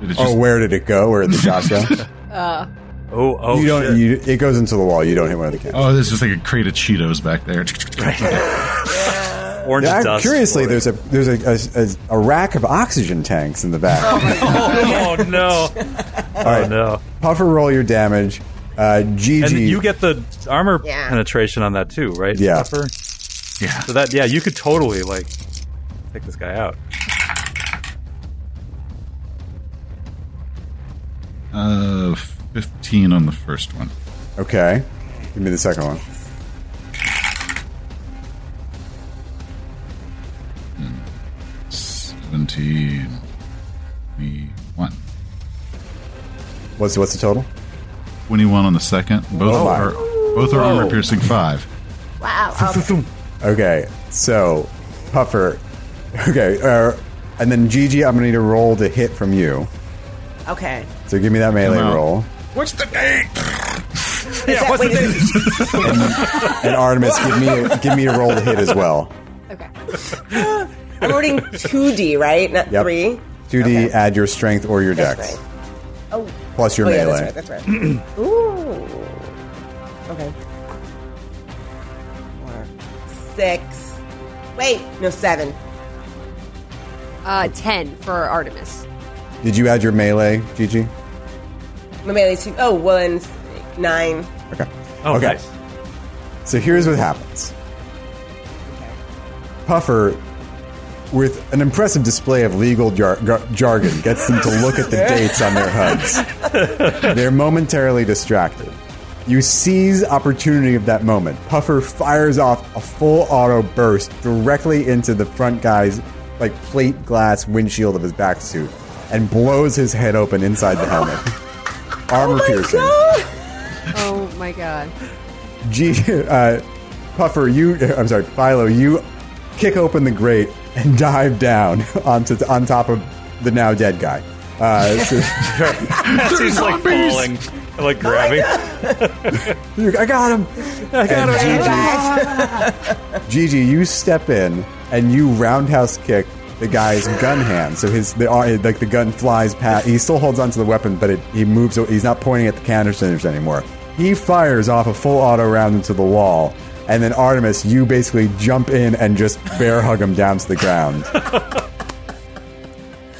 Speaker 5: Did it just,
Speaker 1: Oh, where did it go? Where did the shot go?
Speaker 2: Oh, oh,
Speaker 1: you don't.
Speaker 2: shit.
Speaker 1: You, it goes into the wall. You don't hit one of the cans.
Speaker 5: oh, there's just like a crate of Cheetos back there.
Speaker 2: orange
Speaker 1: Yeah,
Speaker 2: dust.
Speaker 1: curiously, there's a there's a, a, a, a rack of oxygen tanks in the back.
Speaker 2: oh no,
Speaker 1: All right,
Speaker 2: oh no.
Speaker 1: puffer, roll your damage. Uh, GG.
Speaker 2: And you get the armor
Speaker 4: Yeah.
Speaker 2: penetration on that too, right?
Speaker 1: Yeah.
Speaker 2: Puffer?
Speaker 5: yeah.
Speaker 2: So that yeah, you could totally like take this guy out.
Speaker 5: Uh, fifteen on the first one.
Speaker 1: okay. Give me the second one.
Speaker 5: Seventeen. Twenty-one.
Speaker 1: What's what's the total?
Speaker 5: Twenty-one on the second. Both
Speaker 1: Oh, my.
Speaker 5: are both are armor piercing five.
Speaker 1: Okay, so puffer. Okay, uh, and then GG. I'm gonna need a roll to hit from you.
Speaker 4: Okay.
Speaker 1: So give me that melee
Speaker 5: Come out.
Speaker 1: roll.
Speaker 5: What's the date?
Speaker 4: Is that, wait, is it-
Speaker 1: And Artemis, give me a, give me a roll to hit as well.
Speaker 3: Okay.
Speaker 4: I'm ordering 2D, right? Not
Speaker 1: Yep.
Speaker 4: 3?
Speaker 1: Two D. Add your strength or your dex
Speaker 4: That's right. Oh,
Speaker 1: plus your
Speaker 4: oh yeah,
Speaker 1: melee.
Speaker 4: that's right. That's right. Ooh. Okay. Four. Six. Wait, no, seven.
Speaker 3: Uh, ten for Artemis.
Speaker 1: Did you add your melee, GG?
Speaker 4: My melee's two. Oh, well, and s- nine.
Speaker 1: Okay.
Speaker 2: Oh,
Speaker 1: okay.
Speaker 2: nice.
Speaker 1: So here's what happens. Puffer, with an impressive display of legal jar- gar- jargon, gets them to look at the dates on their HUDs. They're momentarily distracted. You seize opportunity of that moment. Puffer fires off a full auto burst directly into the front guy's like plate glass windshield of his back suit and blows his head open inside the helmet. Armor piercing.
Speaker 3: Oh my god.
Speaker 1: G, uh, Puffer, you, I'm sorry, Philo, you kick open the grate and dive down onto on top of the now dead guy. Uh, so-
Speaker 2: He's like falling, like grabbing.
Speaker 1: you're, I got him. I got Ah. Gigi, you step in and you roundhouse kick the guy's gun hand. So his the ar- like the gun flies past. He still holds onto the weapon, but it, he moves. He's not pointing at the canisters anymore. He fires off a full auto round into the wall, and then Artemis, you basically jump in and just bear hug him down to the ground.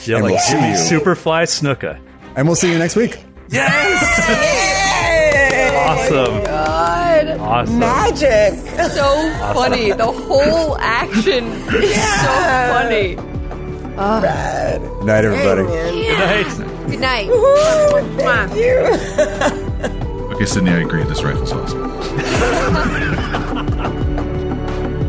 Speaker 2: Yeah,
Speaker 1: And
Speaker 2: like
Speaker 1: we'll see you.
Speaker 2: Superfly Snooka.
Speaker 1: And we'll see you next week.
Speaker 2: Yes! awesome. Awesome.
Speaker 4: Magic.
Speaker 3: So funny. The whole action is so funny.
Speaker 1: Good night, everybody.
Speaker 2: Nice.
Speaker 3: Good night.
Speaker 4: Oh, Ooh, thank you.
Speaker 5: Okay, Sydney, I agree. This rifle's awesome.